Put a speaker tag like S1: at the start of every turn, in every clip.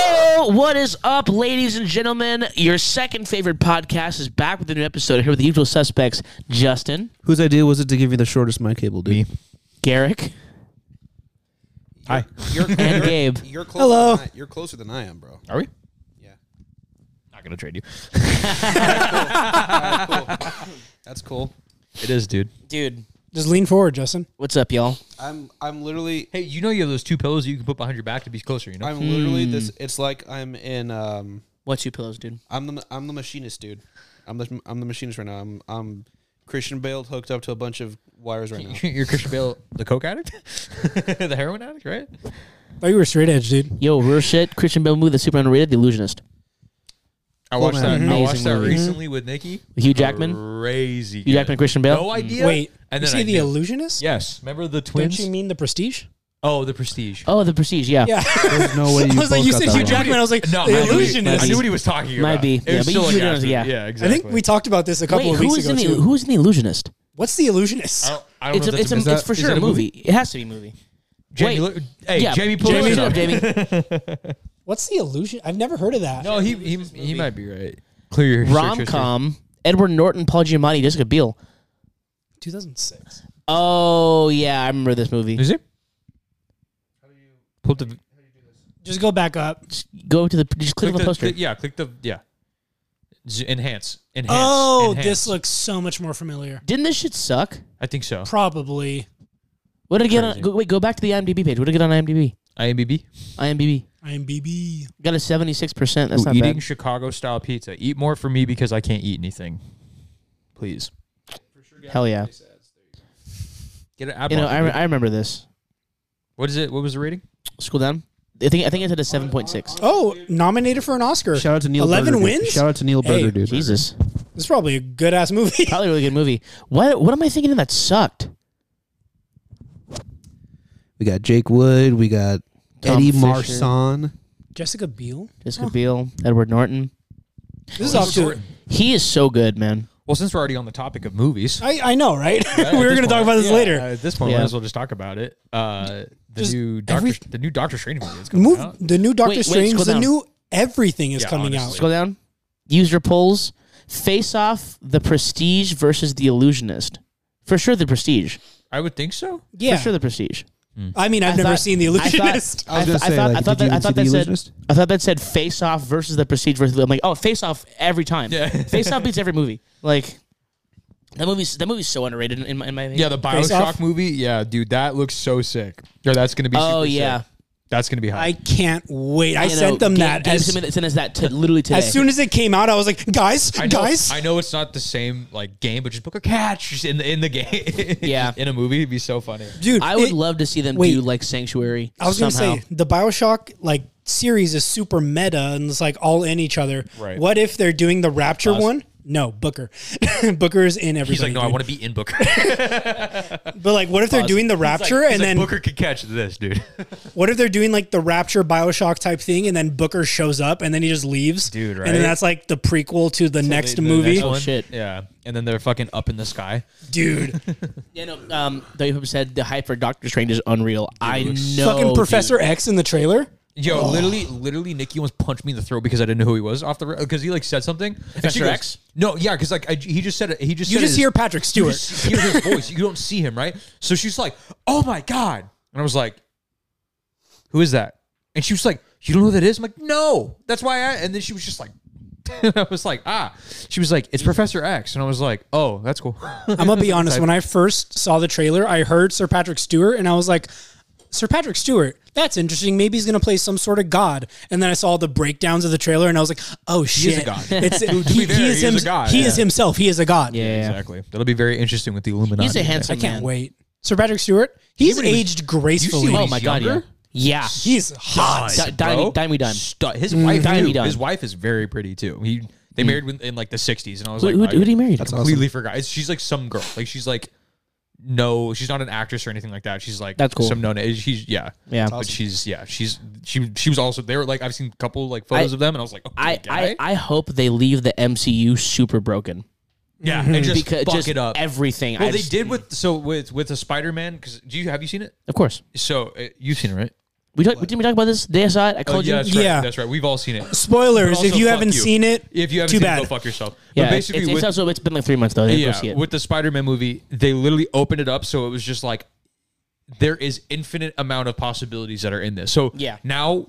S1: Oh, What is up, ladies and gentlemen? Your second favorite podcast is back with a new episode here with the usual suspects Justin,
S2: Whose idea was it to give you the shortest mic cable, dude?
S1: Garrick,
S3: Hi.
S4: You're,
S1: and Gabe.
S4: you're closer
S2: Hello.
S4: Than I, you're closer than I am, bro.
S3: Are we?
S4: Yeah.
S3: Not gonna trade you.
S4: That's cool.
S3: It is, dude.
S1: Dude,
S5: Just lean forward, Justin.
S1: what's up, y'all?
S4: I'm I'm literally
S3: Hey, you know you have those two pillows that you can put behind your back to be closer. You know.
S4: I'm literally this. It's like I'm in um
S1: What two pillows, dude?
S4: I'm the I'm the machinist dude. I'm the I'm the machinist right now. I'm I'm Christian Bale hooked up to a bunch of wires right now.
S3: You're Christian Bale, the coke addict, the heroin addict, right?
S5: Thought you were straight edge, dude.
S1: Yo, real shit. Christian Bale movie, the super underrated, The Illusionist.
S3: I watched that. I watched
S1: Amazing
S3: that
S1: movie.
S3: recently with Nikki.
S1: Hugh Jackman.
S3: Crazy.
S1: Hugh Jackman,
S3: good.
S1: Christian Bale.
S3: No idea.
S5: Wait,
S3: And
S5: you
S3: then
S5: see
S3: I
S5: the
S3: knew.
S5: illusionist?
S3: Yes. Remember the
S5: Don't
S3: twins?
S5: you mean the prestige?
S3: oh, the Prestige.
S1: Oh, The Prestige. Yeah.
S5: Yeah.
S2: There's no way you
S5: I was like,
S2: both
S5: you
S2: got
S5: said
S2: that
S5: Hugh
S2: one.
S5: Jackman. I was like,
S3: No,
S5: the
S3: I knew-
S5: illusionist.
S3: I knew what he was talking
S1: Might
S3: about.
S1: be.
S3: It
S1: Yeah,
S3: was
S1: but
S3: so
S1: you
S3: like
S1: should know-
S3: after-
S1: yeah.
S3: Yeah.
S5: I
S3: Exactly.
S5: think we talked about this a couple
S1: Wait,
S5: of weeks
S1: who is
S5: ago
S1: in the
S5: too.
S1: who is in the Illusionist?
S5: What's the illusionist?
S3: I don't, I don't
S1: It's
S3: know.
S1: a,
S3: if
S1: it's, a,
S3: that's
S1: it's
S3: a,
S1: for sure a movie. It has to be a movie.
S3: Jamie,
S1: Wait.
S3: look, hey,
S1: yeah,
S3: Jamie, pull
S1: Jamie,
S3: it
S1: up,
S3: up.
S1: Jamie.
S5: What's the illusion? I've never heard of that.
S3: No, he he, he might be right. Clear your search
S1: Rom
S3: history.
S1: com. Edward Norton, Paul Giamatti, Jessica Biel.
S5: 2006.
S1: Oh yeah, I remember this movie.
S3: Is it? Pull up the
S5: Just go back up.
S1: Just go to the just click, on the poster.
S3: yeah, click the yeah. Z- enhance, enhance.
S5: oh,
S3: enhance. Uh.
S5: this looks so much more familiar.
S1: Didn't this shit suck?
S3: I think so.
S5: Probably
S1: What did it get on?
S3: Crazy.
S1: Go, wait, go back to the IMDb page. What did it get on IMDb?
S3: IMDb.
S1: IMDb
S5: IMDb.
S1: got a seventy six percent. That's
S3: Ooh,
S1: not
S3: eating
S1: bad.
S3: Chicago style pizza. Eat more for me because I can't eat anything. Please
S1: Hell yeah.
S3: get an apple.
S1: You know, I, re- I remember this.
S3: what is it? What was the rating?
S1: Scroll down. I think I think it's at a seven point six.
S5: Oh, nominated for an Oscar.
S2: Shout out to Neil.
S5: 11
S2: Berger,
S5: wins.
S2: Dude. Shout out to Neil
S5: Hey.
S2: Berger, dude.
S1: Jesus,
S5: It's probably a good ass movie.
S1: probably a really good movie. What what am I thinking of that sucked?
S2: We got Jake Wood. We got
S1: Tom
S2: Eddie
S1: Fisher.
S2: Marsan.
S5: Jessica Biel.
S1: Jessica Biel, Edward Norton.
S5: This is off to.
S1: He is so good, man.
S3: Well, since we're already on the topic of movies,
S5: I, I know, right?
S3: at
S5: we were
S3: this
S5: going to talk
S3: point-
S5: about this
S3: yeah,
S5: later.
S3: At this point,
S1: Yeah.
S3: might as well just talk about it. Uh, the
S5: Just
S3: new Doctor,
S5: every-
S3: the new Doctor Strange movie is
S5: The
S3: coming
S5: move
S3: out.
S5: the new
S1: Wait,
S5: Doctor
S1: wait,
S5: Strange,
S1: scroll
S5: the
S1: down.
S5: new everything is
S3: Yeah,
S5: coming
S3: honestly.
S5: out.
S1: Scroll down. User polls. Face off the Prestige versus the Illusionist. For sure, the Prestige.
S3: I would think so.
S5: Yeah,
S1: For sure, the Prestige.
S5: I mean, I've
S1: I
S5: never
S1: thought-
S5: seen the
S1: I thought-
S5: illusionist.
S2: I was gonna
S1: th-
S2: say, like, did you
S1: I
S2: even
S1: thought
S2: see
S1: that
S2: The
S1: said
S2: Illusionist?
S1: I thought that said face off versus the prestige versus I'm like oh face off every time
S3: Yeah.
S1: face off beats every movie like that movie's that movie's so underrated in, in my, in my opinion.
S3: Yeah, the
S5: Face
S3: Bioshock
S5: Off?
S3: movie. Yeah, dude, that looks so sick. Or that's gonna be.
S1: oh
S3: super
S1: yeah
S3: sick. that's gonna be hot.
S5: I can't wait. I
S1: You know,
S5: sent them
S1: Gabe-
S5: that
S1: Gabe
S5: as,
S1: sent me- sent us that t- literally today
S5: as soon as it came out. I was like, guys,
S3: I know,
S5: guys.
S3: I know it's not the same like game, but just book a catch just in the in the game.
S1: Yeah.
S3: in a movie, it'd be so funny.
S5: Dude,
S1: I would
S5: it-
S1: love to see them
S5: wait.
S1: do like Sanctuary
S5: I was
S1: somehow
S5: gonna say the Bioshock like series is super meta and it's like all in each other.
S3: Right.
S5: What if they're doing the Rapture one? No, Booker. Booker's in everything.
S3: He's like, no, I want to be in Booker.
S5: But like, what if they're doing the Rapture and then
S3: Booker could catch this, dude.
S5: what if they're doing like the Rapture Bioshock type thing and then Booker shows up and then he just leaves,
S3: Dude,
S5: And
S3: right?
S5: then that's like the prequel to the next movie,
S1: Oh, shit.
S3: Yeah, and then they're fucking up in the sky.
S5: dude.
S1: yeah no um they said the hype for Doctor Strange is unreal I know
S5: fucking
S1: dude.
S5: Professor X in the trailer.
S3: Yo,
S5: Oh.
S3: literally, literally, Nikki almost punched me in the throat because I didn't know who he was off the because he like said something. And she
S1: Professor
S3: goes-
S1: X?
S3: No, yeah, because like I, he just said it. He just
S5: You
S3: said it
S5: just
S3: as-
S5: hear Patrick
S3: You
S5: Stewart.
S3: just hear his voice. You don't see him, right? So she's like, "Oh my god!" And I was like, "Who is that?" And she was like, "You don't know who that is?" I'm like, "No, that's why." I And then she was just like, "I was like, ah." She was like, "It's Professor X," and I was like, "Oh, that's cool."
S5: I'm gonna be honest. When I first saw the trailer, I heard Sir Patrick Stewart, and I was like, "Sir Patrick Stewart, that's interesting. Maybe he's gonna play some sort of god." And then I saw the breakdowns of the trailer, and I was like, "Oh shit,
S3: a god.
S5: It's,
S3: To be
S5: he,
S3: fair, he
S5: he is
S3: is a
S5: him,
S3: god,
S5: He
S3: yeah.
S5: is himself. He is a god.
S1: yeah, yeah.
S3: exactly. That'll be very interesting with the Illuminati.
S1: he's a handsome
S5: I can't
S1: man.
S5: wait." Sir Patrick Stewart, he's
S3: when he was-
S5: aged
S3: you
S5: gracefully.
S3: see
S1: oh
S3: when
S1: my
S3: he's
S1: god yeah
S3: younger?
S1: yeah
S5: he's hot.
S1: Di- dime-
S3: bro.
S1: dime me dime.
S3: Stu- his wife,
S1: Dime me
S3: too.
S1: dime.
S3: his wife is very pretty too. He they married when, in like the '60s, and I was
S1: Who-
S3: like,
S1: who-
S3: I
S1: who did he marry? That's
S3: completely forgot. It's- She's like some girl. Like she's like no, she's not an actress or anything like that. She's like
S1: That's cool.
S3: Some known. She's yeah,
S1: Yeah.
S3: But she's yeah, she's she she was also they were like I've seen a couple like photos
S1: I-
S3: of them, and I was like, okay,
S1: I,
S3: guy.
S1: I, I hope they leave the MCU super broken.
S3: yeah, and just
S1: Mhm. Because
S3: fuck
S1: just
S3: it up.
S1: everything.
S3: well,
S1: I
S3: they
S1: just-
S3: did with so with with a Spider Man because do you have you seen it?
S1: Of course.
S3: So uh, you've seen it, right?
S1: We talked. Didn't we talk about this? Day aside, I
S3: Oh,
S1: called
S3: yeah,
S1: you.
S3: that's right.
S5: Yeah.
S3: That's right. We've all seen it. But
S5: Spoilers.
S3: also,
S5: If you
S3: fuck
S5: haven't
S3: you.
S5: seen it,
S3: If you haven't
S5: too
S3: seen
S5: bad.
S3: it, go fuck yourself.
S1: Yeah,
S3: but
S1: it's-
S3: basically,
S1: it's,
S3: with,
S1: it's also it's been like three months though. I didn't go
S3: yeah,
S1: see it.
S3: with the Spider-Man movie, they literally opened it up so it was just like there is infinite amount of possibilities that are in this. So
S1: Yeah.
S3: now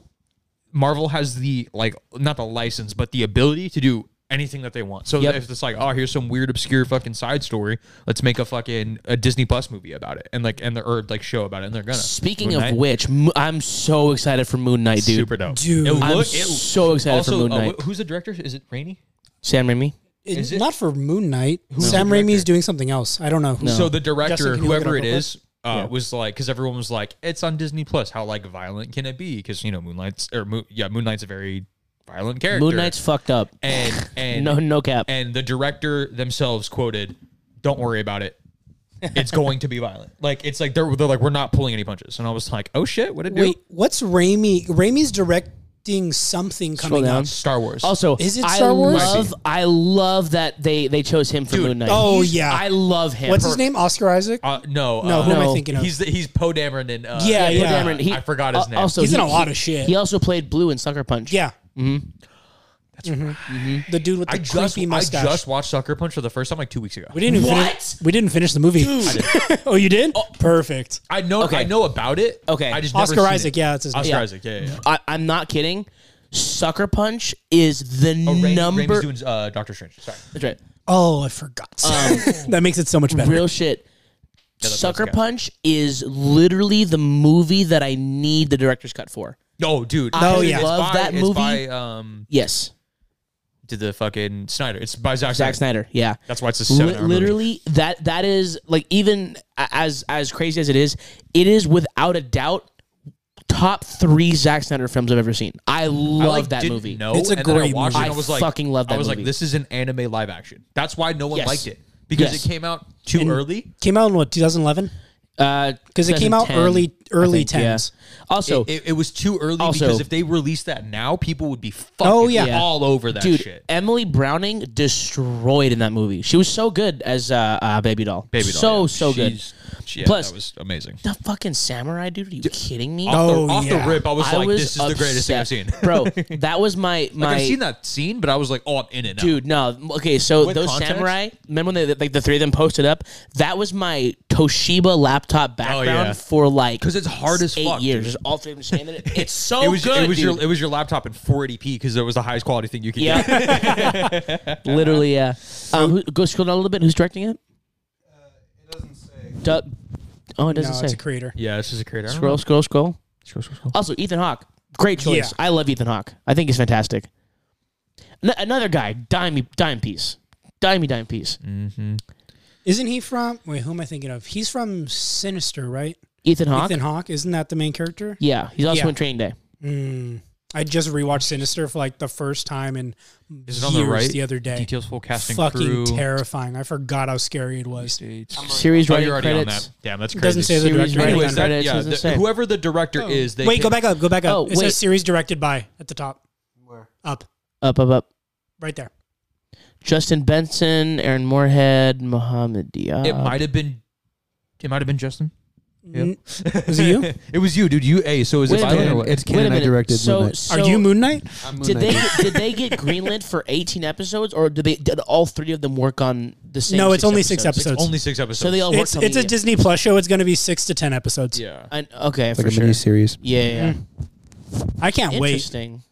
S3: Marvel has the like not the license but the ability to do anything that they want. So
S1: Yep.
S3: if it's like, oh, here's some weird obscure fucking side story, let's make a fucking a Disney Plus movie about it and like and the or like show about it and they're gonna.
S1: Speaking
S3: Moon
S1: of
S3: Knight,
S1: which, Mo- I'm so excited for Moon Knight, dude.
S3: super dope.
S5: Dude.
S3: It
S1: I'm
S3: look- it-
S1: so excited
S3: also,
S1: for Moon
S3: uh,
S1: Knight.
S3: wh- who's the director? Is it Rainey?
S1: Sam Raimi.
S5: It's
S3: Is it-
S5: not for Moon Knight.
S3: the
S5: Sam Raimi's
S3: director?
S5: doing something else. I don't know.
S1: No.
S3: So the director,
S5: Justin, can you look
S3: whoever
S5: it up
S3: it
S5: real
S3: is, uh, was like, because everyone was like, it's on Disney Plus. How like violent can it be? Because you know, Moonlight's or Moon, yeah, Moonlight's a very violent character.
S1: Moon Knight's fucked up.
S3: and and
S1: No, no cap.
S3: and the director themselves quoted, "Don't worry about it. It's going to be violent. Like it's like they're they're like we're not pulling any punches." And I was like, "Oh shit, what it do?"
S5: Wait, what's Raimi? Raimi's directing something coming
S1: down.
S5: up.
S3: Star Wars.
S1: Also,
S5: Is it
S1: I
S5: Star Wars?
S1: love, I love that they they chose him for
S3: Dude,
S1: Moon Knight.
S5: oh, yeah.
S1: I love him.
S5: What's his name? Oscar Isaac.
S3: uh, no,
S5: no,
S3: uh,
S5: who am I
S1: no.
S5: thinking of?
S3: He's the, he's Poe Dameron and uh,
S5: Yeah,
S1: Poe
S5: yeah.
S1: Dameron. He-
S3: I forgot his
S1: al-
S3: name.
S1: Also,
S5: He's
S1: he,
S5: in a lot
S1: he-
S5: of shit.
S1: He also played Blue in Sucker Punch.
S5: yeah. Mm-hmm. That's right. The dude with the
S3: Mm-hmm. I just
S5: creepy
S3: I
S5: mustache.
S3: just watched Sucker Punch for the first time like two weeks ago.
S5: we didn't even
S1: What?
S5: Finish, we didn't finish the movie. oh, you did? Perfect.
S3: I know I know about it.
S1: Okay.
S3: I just never
S5: Oscar
S3: seen
S5: Isaac.
S3: it.
S5: Yeah, that's his name.
S3: Oscar
S1: Yeah.
S3: Isaac. Yeah, yeah. yeah.
S1: I, I'm not kidding. Sucker Punch is the
S3: Oh, Raimi-
S1: number.
S3: Raimi's doing uh, Doctor Strange. Sorry.
S1: That's right.
S5: Oh, I forgot.
S3: Um,
S5: that makes it so much better.
S1: Real shit. Sucker
S3: okay.
S1: Punch is literally the movie that I need the director's cut for.
S3: No, dude.
S1: Oh,
S5: yeah.
S3: It's
S1: Love
S3: by,
S1: that
S3: it's
S1: movie.
S3: by, um,
S1: Yes,
S3: did the fucking Snyder? It's by Zack.
S1: Zack
S3: Snyder.
S1: Snyder. Yeah,
S3: That's why it's a
S1: Li-
S3: seven.
S1: literally that that is like even a- as as crazy as it is, it is without a doubt top three Zack Snyder films I've ever seen. I love that movie.
S3: No,
S5: It's a great
S3: watched It
S5: movie.
S3: and I was
S1: I
S3: like,
S1: fucking love that
S3: I was
S1: movie.
S3: like, this is an anime live action. That's why no one
S1: Yes.
S3: liked it because
S1: Yes.
S3: it came out too early.
S5: Came out in what, 2011?
S1: Because
S5: Uh, it came out early- early 10s.
S1: Also,
S3: it, it was too early
S1: Also-
S3: because if they released that now, people would be fucking
S5: Oh, yeah.
S3: all over that
S1: dude,
S3: shit.
S1: Emily Browning destroyed in that movie. She was so good as uh, uh Baby Doll.
S3: Baby doll,
S1: so
S3: yeah.
S1: so good.
S3: She's- yeah,
S1: Plus-
S3: that was amazing.
S1: The fucking samurai dude? Are you kidding me?
S3: off,
S5: Oh,
S3: the, off
S5: yeah.
S3: the rip, I was
S1: I
S3: like,
S1: was
S3: this is the greatest thing I've seen.
S1: upset. bro. That was my my.
S3: Like, I've seen that scene, but I was like, oh, I'm in it now.
S1: Dude, no. Okay, so
S3: With
S1: those
S3: context?
S1: samurai. Remember when they, like the three of them posted up? That was my Toshiba laptop background
S3: Oh, yeah.
S1: for like
S3: 'Cause it's hard as
S1: eight
S3: fuck,
S1: years.
S3: dude.
S1: Just all three of them standing. in it. It's so
S3: it was
S1: good.
S3: it was
S1: dude.
S3: your it was your laptop in 480p because it was the highest quality thing you could get.
S1: yeah. Literally, yeah. Um, who, go scroll down a little bit. Who's directing it? Du- oh, it
S5: No,
S1: doesn't
S5: it's
S1: say.
S5: a creator.
S3: Yeah, this is a creator. I don't
S1: Scroll,
S3: know.
S1: scroll, scroll. Also, Ethan Hawke, great choice.
S5: Yeah.
S1: I love Ethan Hawke. I think he's fantastic. N- another guy, dime, dime piece, dimey, dime piece.
S5: Mm. Isn't he from? Wait, who am I thinking of? He's from Sinister, right?
S1: Ethan Hawke.
S5: Ethan Hawke. Isn't that the main character?
S1: Yeah, he's also
S5: Yeah.
S1: in Training Day.
S5: I just rewatched Sinister for like the first time in
S3: Is
S5: years
S3: it on the right?
S5: the other day.
S3: Details full casting
S5: Fucking
S3: crew.
S5: terrifying. I forgot how scary it was.
S1: Series
S3: Oh,
S1: writing
S3: you're already on
S1: credits.
S3: that. Damn, that's crazy.
S5: Doesn't say the
S1: Series
S5: director.
S1: writing
S3: Anyways,
S1: credit.
S5: Anyways,
S3: that,
S1: Credits
S3: yeah,
S1: is
S3: the-
S1: insane.
S3: whoever the director is, they
S5: Oh. wait,
S3: can-
S5: go back up. Go back up.
S1: Oh,
S5: it
S1: wait.
S5: says series directed by at the top.
S4: Where?
S5: Up.
S1: Up, up, up.
S5: Right there.
S1: Justin Benson, Aaron Moorhead, Mohammed Diab.
S3: It might have been. It might have been Justin.
S5: N- Was Mm. it you?
S3: it was you, dude. You a so is
S1: Wait
S3: it
S1: a
S3: Violet or
S1: minute.
S3: what?
S2: It's
S1: Wait
S2: Ken
S1: a
S2: and I
S1: minute.
S2: directed Moon
S1: So,
S2: Knight.
S1: so
S5: Are you Moon Knight?
S4: I'm Moon
S1: Did they
S4: Knight.
S1: did they get greenlit for eighteen episodes, or did they did all three of them work on the same?
S5: No, it's only six episodes.
S3: Only six episodes.
S1: So they all
S5: It's
S1: worked on
S5: it's
S1: the,
S5: a Disney Plus show. It's going to be six to ten episodes.
S3: Yeah.
S1: I- okay,
S2: like
S1: for
S2: a
S1: sure.
S2: mini series.
S1: Yeah, yeah.
S5: I can't Hmm. wait.
S1: Interesting.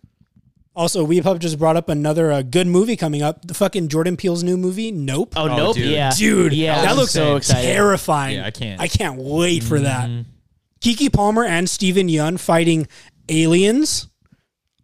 S5: Also, Weepub just brought up another uh, good movie coming up. The fucking Jordan Peele's new movie. Nope.
S1: Oh, nope.
S3: dude.
S1: Yeah,
S5: dude.
S1: Yeah,
S5: that
S1: I'm
S5: looks
S1: so excited.
S5: terrifying.
S3: Yeah, I can't.
S5: I can't wait for that.
S1: Mm-hmm.
S5: Kiki Palmer and Steven Yeun fighting aliens.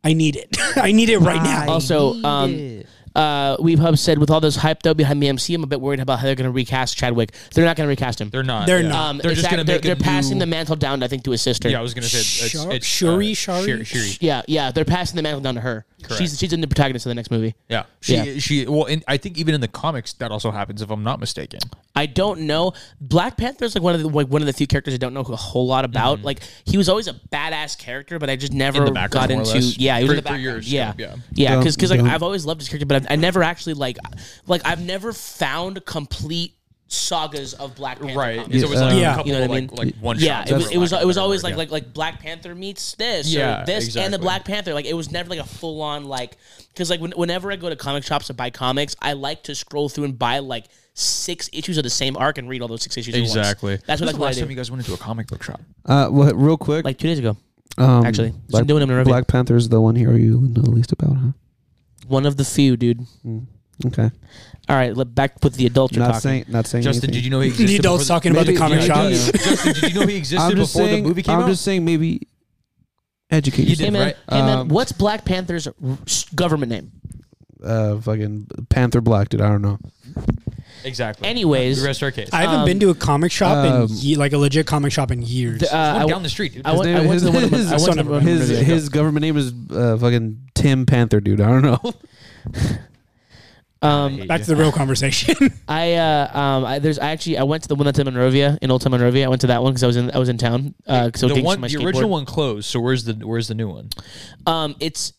S5: I need it. I need it right now.
S1: Also, um, uh, Weebhub said with all those hyped up behind the MC, I'm a bit worried about how they're going to recast Chadwick. They're not going to recast him.
S3: They're not.
S5: They're
S3: yeah.
S5: not.
S1: um,
S3: They're just
S1: exact-
S3: gonna
S1: they're,
S3: make a
S1: they're passing
S3: new-
S1: the mantle down. I think to his sister.
S3: Yeah, I was gonna say it's,
S5: Shar-
S3: it's, it's
S5: Shuri,
S3: uh,
S5: Shari?
S3: Shuri, Shuri.
S1: yeah, yeah, They're passing the mantle down to her. She's she's in the protagonist of the next movie.
S3: Yeah, she
S1: Yeah.
S3: she well, and I think even in the comics that also happens if I'm not mistaken.
S1: I don't know. Black Panther's like one of the like one of the few characters I don't know a whole lot about. Like he was always a badass character, but I just never
S3: Mm-hmm. background,
S1: got
S3: more
S1: into.
S3: or less.
S1: Yeah, he was in
S3: For-
S1: the
S3: for
S1: background.
S3: years,
S1: yeah,
S3: yeah.
S1: yeah, because like
S2: Dumb-
S1: I've always loved his character, but I've, I never actually like like I've never found complete sagas of Black Panther.
S3: right.
S1: comics.
S3: It's always like
S5: Yeah.
S3: a couple
S1: You know what I
S3: like,
S1: mean?
S3: like one
S1: Yeah,
S3: shots
S1: it was
S3: over
S1: it was
S3: Black
S1: it was
S3: Panther,
S1: always
S3: yeah.
S1: like like like Black Panther meets this
S3: Yeah,
S1: or this and the
S3: exactly.
S1: Black Panther. Like it was never like a full on like because like when, whenever I go to comic shops to buy comics, I like to scroll through and buy like six issues of the same arc and read all those six issues. at once.
S3: Exactly.
S1: That's what that's
S3: When's the
S1: what I
S3: last time
S1: do.
S3: you guys went into a comic book shop.
S2: Uh, what, real quick,
S1: Like two days ago,
S2: um,
S1: actually, Just
S2: Black,
S1: doing them in a review.
S2: Black Panther's the one hero you know the least about, huh?
S1: One of the few, dude.
S2: Okay,
S1: All right, let- back with the adults. You're
S2: not
S1: talking.
S2: saying, not saying.
S3: Justin,
S2: anything.
S3: did you know he existed?
S5: The adults
S3: before
S5: talking about the
S2: Maybe-
S5: comic
S2: yeah,
S5: shop.
S2: yeah.
S3: the- Justin, did you know he existed
S2: I'm just
S3: before
S2: saying.
S3: the movie came
S2: I'm
S3: out?
S2: just saying. Maybe educate
S3: You
S1: Hey
S3: did,
S1: man,
S3: right?
S1: hey man,
S2: Um,
S1: what's Black Panther's r- s- government name?
S2: uh, fucking Panther Black, dude. I don't know.
S3: exactly.
S1: Anyways,
S3: the rest are case.
S5: I haven't
S1: Um,
S5: been to a comic shop
S2: um,
S5: in ye- like a legit comic shop in years.
S1: the, uh, I
S3: One
S1: w-
S3: down the street. dude.
S1: I went, I
S2: name-
S1: went to the
S2: his-
S1: one.
S2: his
S1: I went
S5: son
S1: to
S5: of
S1: the
S5: a-
S1: one.
S2: His his government name is uh, fucking Tim Panther, dude. I don't know.
S1: um,
S5: Back to the real conversation.
S1: I uh um I, there's I actually I went to the one that's in Monrovia in Old Town Monrovia. I went to that one because I was in I was in town because I was
S3: the
S1: digging
S3: one,
S1: my
S3: the
S1: skateboard.
S3: original one closed. So where's the where's the new one?
S1: Um, it's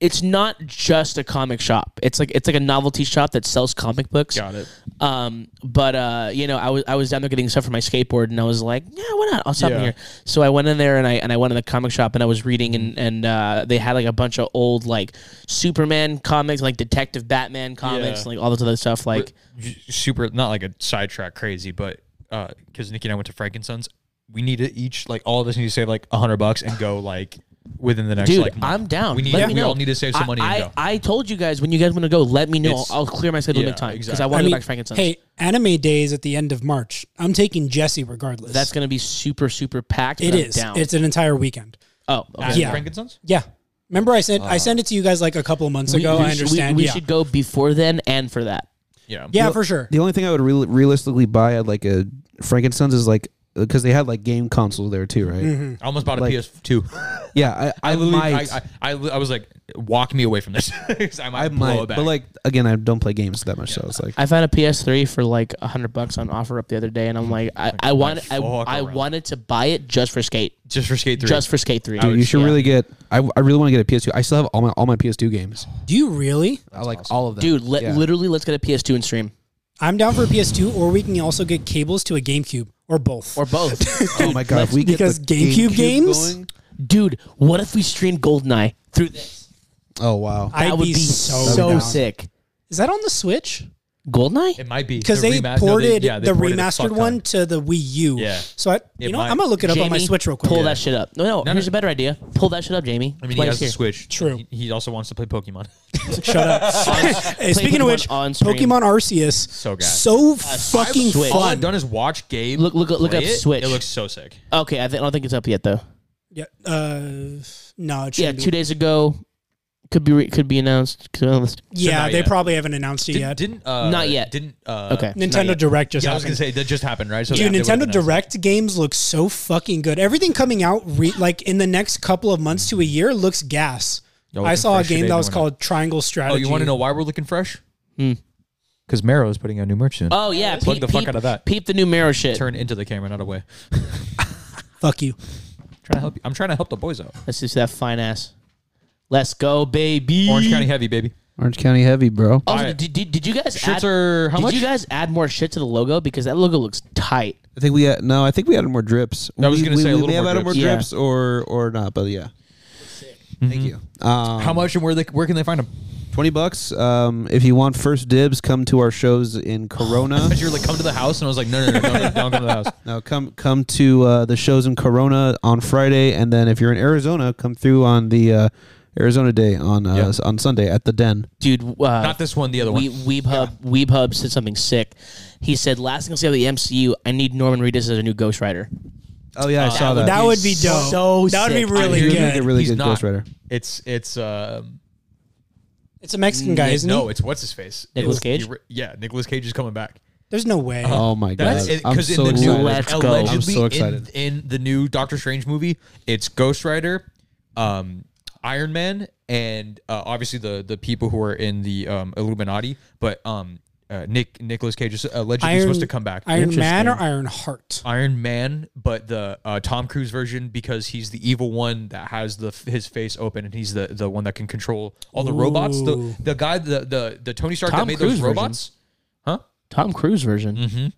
S1: it's not just a comic shop. It's like it's like a novelty shop that sells comic books.
S3: it.
S1: Um, but uh, you know, I was I was down there getting stuff for my skateboard, and I was like, yeah, why not? I'll stop in
S3: Yeah.
S1: here. So I went in there and I and I went in the comic shop and I was reading and and uh, they had like a bunch of old like Superman comics, like Detective Batman comics,
S3: Yeah.
S1: and, like all this other stuff. Like
S3: J- super not like a sidetrack crazy, but because Nikki and I went to Frankenstein's, we need to each like all of us need to save like a hundred bucks and go like within the next
S1: Dude,
S3: like. month.
S1: I'm down.
S3: We need.
S1: Let me
S3: we
S1: know.
S3: all need to save some money
S1: I,
S3: and go.
S1: I, I told you guys when you guys want to go, let me know.
S3: It's-
S1: I'll, I'll clear my schedule
S3: yeah,
S1: to make time because I
S3: exactly.
S1: want
S5: I
S1: to
S5: mean,
S1: go back to Frankenstein.
S5: hey, anime days at the end of March. I'm taking Jesse regardless.
S1: that's going to be super super packed.
S5: it
S1: but I'm
S5: is.
S1: down.
S5: It's an entire weekend.
S1: oh,
S3: At
S1: okay.
S5: Yeah.
S3: Frankenstein's.
S5: Yeah. Remember, I sent I sent it to you guys like a couple of months ago. I
S1: should-
S5: understand.
S1: We,
S5: yeah.
S1: should go before then and for that.
S3: Yeah.
S5: yeah, for sure.
S2: The only thing I would real realistically buy at like a Frankenstein's is like because they had like game consoles there too, right?
S5: Mm-hmm.
S3: I almost bought a
S2: Like-
S3: PS2.
S2: Yeah, I, I,
S3: I literally,
S2: might.
S3: I, I, I, I was like, walk me away from this. 'Cause I might,
S2: I
S3: blow
S2: might,
S3: it back.
S2: but like again, I don't play games that much, so it's like
S1: I found a PS3 for like a hundred bucks on offer up the other day, and I'm like, I, I wanted I,
S3: fuck
S1: I
S3: around.
S1: wanted to buy it just for skate,
S3: just for Skate Three,
S1: just for skate three.
S2: dude, you should
S1: Yeah.
S2: really get. I, I really want to get a PS2. I still have all my all my PS2 games.
S5: Do you really?
S2: I like all of them,
S1: dude. Let,
S2: Yeah.
S1: Literally, let's get a PS2 and stream
S5: I'm down for a PS2, or we can also get cables to a GameCube, or both.
S1: or both.
S2: Oh my god, if we get
S5: because
S2: the
S5: GameCube games?
S2: going-
S1: dude, what if we stream Goldeneye through this?
S2: Oh wow,
S5: I'd
S1: That would
S5: be,
S1: be
S5: so,
S1: so
S5: down.
S1: sick.
S5: Is that on the Switch?
S1: Goldeneye?
S3: it might be
S5: Because
S3: The
S5: they
S3: remas- no,
S5: ported
S3: yeah, they
S5: the
S3: ported a fuck
S5: remastered
S3: ton.
S5: one to the Wii U.
S3: Yeah.
S5: So I, you
S3: It
S5: know,
S3: might-
S5: I'm gonna look it up on my
S1: Jamie,
S5: Switch real quick.
S1: Pull that shit up. No, no,
S3: No,
S1: here's a
S3: no.
S1: better idea. Pull that shit up, Jamie.
S3: I mean,
S1: Play
S3: he
S1: it
S3: has the
S1: here.
S3: Switch.
S5: True.
S3: He, he also wants to play Pokemon.
S5: Shut up. hey,
S1: Play
S5: speaking of
S1: Pokemon
S5: which,
S1: on stream.
S5: Pokemon Arceus,
S3: So good. Uh,
S5: so fucking
S1: Switch.
S3: All I've
S5: fun.
S3: done is watch Gabe.
S1: Look- look- look
S3: play
S1: up
S3: it.
S1: Switch.
S3: It looks so sick.
S1: Okay, I, th- I don't think it's up yet though.
S5: Yeah, uh, no, it
S1: Yeah,
S5: shouldn't be.
S1: two days ago, could be re- could be announced. Could be announced.
S5: Yeah,
S3: not
S5: they
S3: yet.
S5: probably haven't announced it
S3: Did,
S5: yet.
S3: Didn't uh,
S1: Not yet.
S3: Didn't uh,
S1: Okay.
S5: Nintendo Direct just
S3: Yeah, I was
S5: happened.
S3: gonna say that just happened, right? So
S5: Dude,
S3: yeah, they
S5: Nintendo
S3: would've announced it.
S5: Direct games look so fucking good. Everything coming out re- like in the next couple of months to a year looks gas.
S3: Yo,
S5: I
S3: looking
S5: saw a
S3: fresh
S5: game
S3: today,
S5: that was
S3: doing it.
S5: called Triangle
S3: Oh,
S5: Strategy.
S3: you want to know why we're looking fresh? Because Marrow is putting out new merch soon.
S1: Oh yeah,
S3: Plug the fuck out of that.
S1: Peep the new Marrow shit.
S3: Turn into the camera, not away.
S5: Fuck you.
S3: trying to help. You. I'm trying to help the boys out.
S1: Let's just see that fine ass. Let's go, baby.
S3: Orange County Heavy, baby.
S2: Orange County heavy, bro.
S1: Also,
S3: Alright.
S1: did, did, did you guys
S3: Shirts
S1: add,
S3: are how
S1: did
S3: much?
S1: you guys add more shit to the logo because that logo looks tight.
S2: I think we had no. I think we added more drips.
S3: I was
S2: We-
S3: gonna
S2: we,
S3: say a
S2: we
S3: little
S2: may have
S3: more
S2: added more
S1: drips. Yeah.
S2: drips or or not, but yeah.
S3: Mm-hmm.
S2: Thank you. Um,
S3: how much and where they where can they find them?
S2: Twenty bucks. Um, if you want first dibs, come to our shows in Corona.
S3: But you were like, come to the house, and I was like, no, no, no, no, no don't come to the house.
S2: no, come come to uh, the shows in Corona on Friday, and then if you're in Arizona, come through on the uh, Arizona day on uh,
S3: Yeah.
S2: s- on Sunday at the Den.
S1: Dude, uh,
S3: Not this one, the other
S1: We,
S3: one.
S1: Weeb Hub Weeb Hub said something sick. He said, "Last thing I'll say about the MCU, I need Norman Reedus as a new Ghost Rider."
S2: Oh yeah, I saw
S3: Uh,
S2: that.
S5: That would be
S1: so
S5: dope. that would be
S1: sick.
S5: really
S3: I-
S2: He would
S5: good.
S2: make a really
S3: He's
S2: good
S3: not.
S2: Ghost Rider.
S3: It's it's um
S5: It's a Mexican guy, isn't
S3: Mm, no,
S5: he?
S3: it's what's his face?
S1: Nicolas
S3: It's-
S1: Cage?
S3: you re- yeah, Nicolas Cage is coming back.
S5: There's no way.
S3: Uh,
S2: Oh my god,
S3: it,
S2: I'm
S3: 'cause
S2: so
S3: in the new,
S2: excited.
S1: Let's go.
S3: allegedly
S2: I'm so
S3: in-
S2: excited.
S3: In, the new Doctor Strange movie, it's Ghost Rider, um, Iron Man, and uh, obviously the the people who are in the um, Illuminati. But um, uh, Nick Nicholas Cage is allegedly supposed to come back.
S5: Iron Man or Iron Heart?
S3: Iron Man, but the uh, Tom Cruise version because he's the evil one that has the his face open and he's the the one that can control all the robots. The the guy the the, the Tony Stark
S1: Tom
S3: that made
S1: Cruise
S3: those
S1: version.
S3: robots. Mm-hmm.
S1: Tom Cruise version.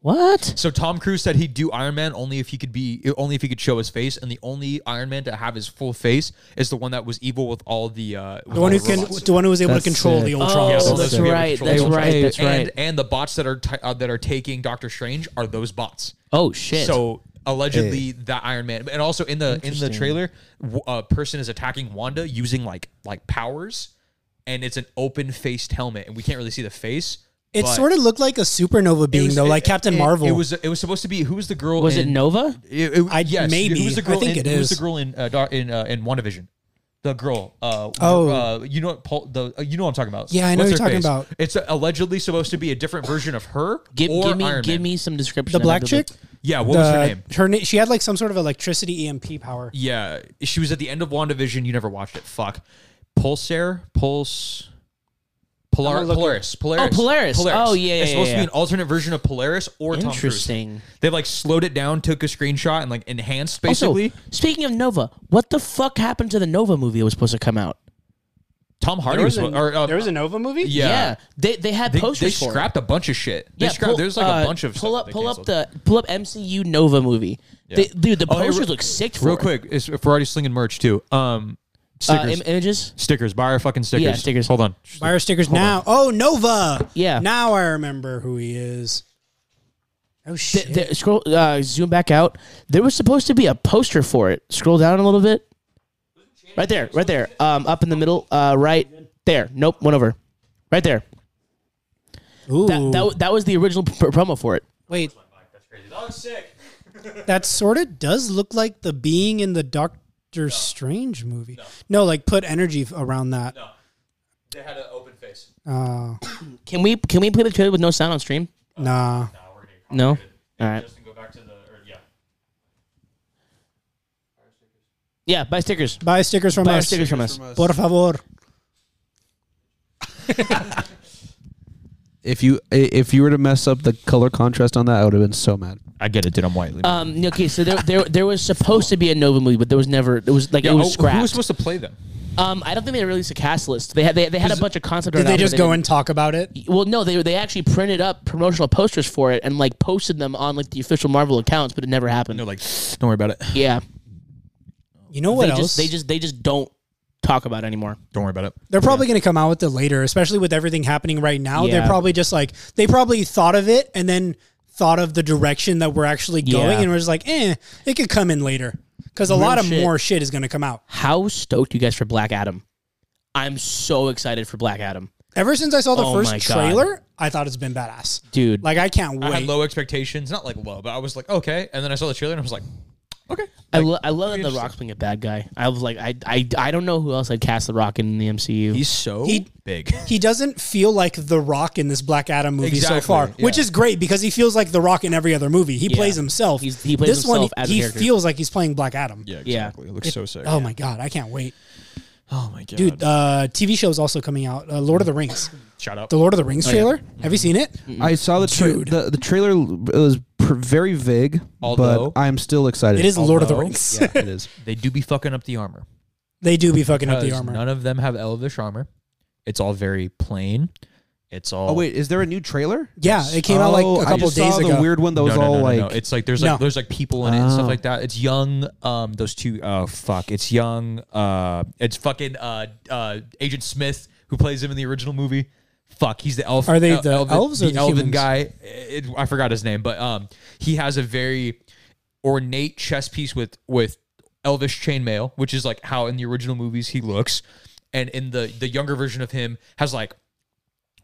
S1: What?
S3: So Tom Cruise said he'd do Iron Man only if he could be only if he could show his face, and the only Iron Man to have his full face is the one that was evil with all the uh,
S5: The one who can, the one who was able
S2: That's
S5: to control
S2: sick.
S5: the
S1: Oh,
S5: Ultron.
S3: Yeah, so
S1: that's
S3: those are able to
S1: right.
S3: control
S1: That's
S3: the Ultron.
S1: right. That's
S3: and
S1: right.
S3: and the bots that are t- uh, that are taking Doctor Strange are those bots.
S1: Oh shit.
S3: So allegedly that Iron Man, and also in the in the trailer, w- a person is attacking Wanda using like like powers, and it's an open faced helmet, and we can't really see the face.
S5: it
S3: but
S5: sort of looked like a supernova being
S3: was-
S5: though,
S3: it-
S5: like Captain
S3: it-
S5: Marvel.
S3: It was it was supposed to be who was the girl?
S1: was it
S3: in-
S1: Nova?
S3: It, it,
S5: I-
S3: yes,
S5: maybe.
S3: Who was the
S5: I
S3: girl
S5: think
S3: in,
S5: it
S3: who was
S5: is.
S3: the girl in uh, Dar- in uh, in WandaVision? The girl. Uh,
S5: Oh.
S3: uh, you know what? Paul, the uh, you know what I'm talking about.
S5: Yeah, I know
S3: What's
S5: you're
S3: her
S5: talking
S3: face?
S5: about.
S3: It's allegedly supposed to be a different version of her
S1: Give,
S3: or
S1: give me
S3: Iron
S1: give
S3: Man.
S1: me some description.
S5: the
S1: of
S5: black
S1: it.
S5: chick.
S3: Yeah, what was her
S5: The-
S3: name?
S5: Her name. She had like some sort of electricity EMP power.
S3: Yeah, she was at the end of WandaVision. You never watched it. Fuck. Pulsar, Pulse, Polar,
S5: I'm gonna look
S3: Polaris, Polaris.
S1: Oh, Polaris. Oh, yeah, yeah,
S3: It's supposed
S1: yeah,
S3: to
S1: yeah.
S3: be an alternate version of Polaris or Tom Cruise.
S1: Interesting.
S3: They like slowed it down, took a screenshot, and like enhanced
S1: Also,
S3: basically.
S1: speaking of Nova, what the fuck happened to the Nova movie that was supposed to come out?
S3: Tom Hardy
S5: There was,
S3: was,
S5: a,
S3: or, uh,
S5: there was a Nova movie.
S3: yeah.
S1: they they had
S3: They, they
S1: posters for it.
S3: scrapped a bunch of shit. They
S1: Yeah,
S3: scrapped.
S1: pull-
S3: there's like
S1: uh,
S3: a bunch of
S1: pull
S3: stuff
S1: up,
S3: they
S1: pull up
S3: canceled.
S1: the pull up MCU Nova movie. They, dude, the
S3: Oh, hey,
S1: posters
S3: re-
S1: look sick. For
S3: real
S1: it.
S3: quick. It's, if we're already slinging merch too, um,
S1: uh,
S3: stickers,
S1: im- images.
S3: stickers, buy our fucking stickers.
S1: Yeah, stickers.
S3: Hold on.
S5: Buy our stickers now. Oh, Nova.
S1: Yeah.
S5: Now I remember who he is. Oh
S1: Th-
S5: shit.
S1: th- scroll, uh, zoom back out. There was supposed to be a poster for it. Scroll down a little bit. Right there, right there. Um, up in the middle. Uh, right there. Nope, one over. Right there.
S5: Ooh.
S1: That that, w- that was the original p- promo for it.
S5: Wait. That sort of does look like the being in the Doctor Strange movie. No. like put energy f- around that.
S3: They had an open face.
S5: Uh,
S1: Can we can we play the trailer with no sound on stream?
S5: nah.
S1: No. All right.
S3: Oh, go back to the yeah.
S1: Yeah, buy stickers.
S5: Buy stickers from
S1: Buy
S5: us.
S1: stickers from us.
S5: Por favor.
S2: If you i- if you were to mess up the color contrast on that, I would have been so mad.
S3: I get it, dude. I'm white.
S1: Um, okay, so there, there there was supposed to be a Nova movie, but there was never. It was like it was
S3: who was
S1: scrapped.
S3: oh, supposed to play them?
S1: um, I don't think they released a cast list. They had they, they had a bunch of concept.
S5: Did
S1: art out,
S5: they
S1: but
S5: just go
S1: didn't-
S5: and talk about it?
S1: Well, no, they they actually printed up promotional posters for it and like posted them on like the official Marvel accounts, but it never happened.
S3: They're like, don't worry about it.
S1: Yeah,
S5: You know what
S1: they
S5: else?
S1: just they just they just don't talk about it anymore.
S3: Don't worry about it.
S5: They're probably going to come out with it later, especially with everything happening right now.
S1: Yeah.
S5: They're probably just like they probably thought of it and then thought of the direction that we're actually going,
S1: Yeah.
S5: and we're just like, eh, it could come in later because a lot of
S1: shit.
S5: more shit is going to come out.
S1: How stoked you guys for Black Adam? I'm so excited for Black Adam,
S5: Ever since I saw the
S1: Oh my
S5: first
S1: God.
S5: trailer, I thought it's been badass.
S1: dude.
S5: Like I can't
S3: I had
S5: wait.
S3: low expectations, not like low, but I was like, okay. And then I saw the trailer and I was like, okay.
S1: I, lo- I love that the
S3: interesting.
S1: Rock's being a bad guy. I was like, I, I, I don't know who else I'd cast the Rock in the MCU.
S3: He's so
S5: He-
S3: big.
S5: he doesn't feel like The Rock in this Black Adam movie
S3: Exactly,
S5: so far,
S3: yeah.
S5: which is great because he feels like The Rock in every other movie. He
S1: Yeah.
S5: plays himself.
S1: He's- he plays
S5: this one.
S1: himself as a
S5: he
S1: character.
S5: feels like he's playing Black Adam.
S1: exactly.
S3: It looks so sick.
S5: Oh my god, I can't wait,
S3: Oh my god.
S5: dude! Uh, TV show is also coming out. Uh, Lord of the Rings.
S3: Shut up.
S5: The Lord of the Rings trailer. Have you seen it?
S2: I saw the tra-
S5: Dude.
S2: the the trailer l- was pr- very vague,
S3: Although-
S2: but I'm still excited.
S5: It is the Lord of the
S3: Although-
S5: Rings.
S2: Oh, Yeah, it is.
S3: they do be fucking up the armor.
S5: they do be fucking up the
S3: Because
S5: armor.
S3: None of them have elvish armor. It's all very plain. It's all
S2: Oh wait, is there a new trailer?
S5: yeah, it came out like
S2: Oh,
S5: a couple
S2: I just
S5: days
S2: saw
S5: ago.
S2: The weird one that was
S3: no, no,
S2: all
S3: no,
S2: like
S3: no, no. it's like there's like
S5: No.
S3: there's like people in it and
S2: Oh.
S3: stuff like that. It's young. Um, those two. Oh fuck, it's young. Uh, it's fucking uh, uh, Agent Smith who plays him in the original movie. Fuck, he's the elf.
S5: Are they
S3: el-
S5: the
S3: elven-
S5: elves or
S3: the
S5: the
S3: elven
S5: humans?
S3: guy? It, I forgot his name, but um, he has a very ornate chess piece with with elvish chainmail, which is like how in the original movies he looks, and in the the younger version of him has like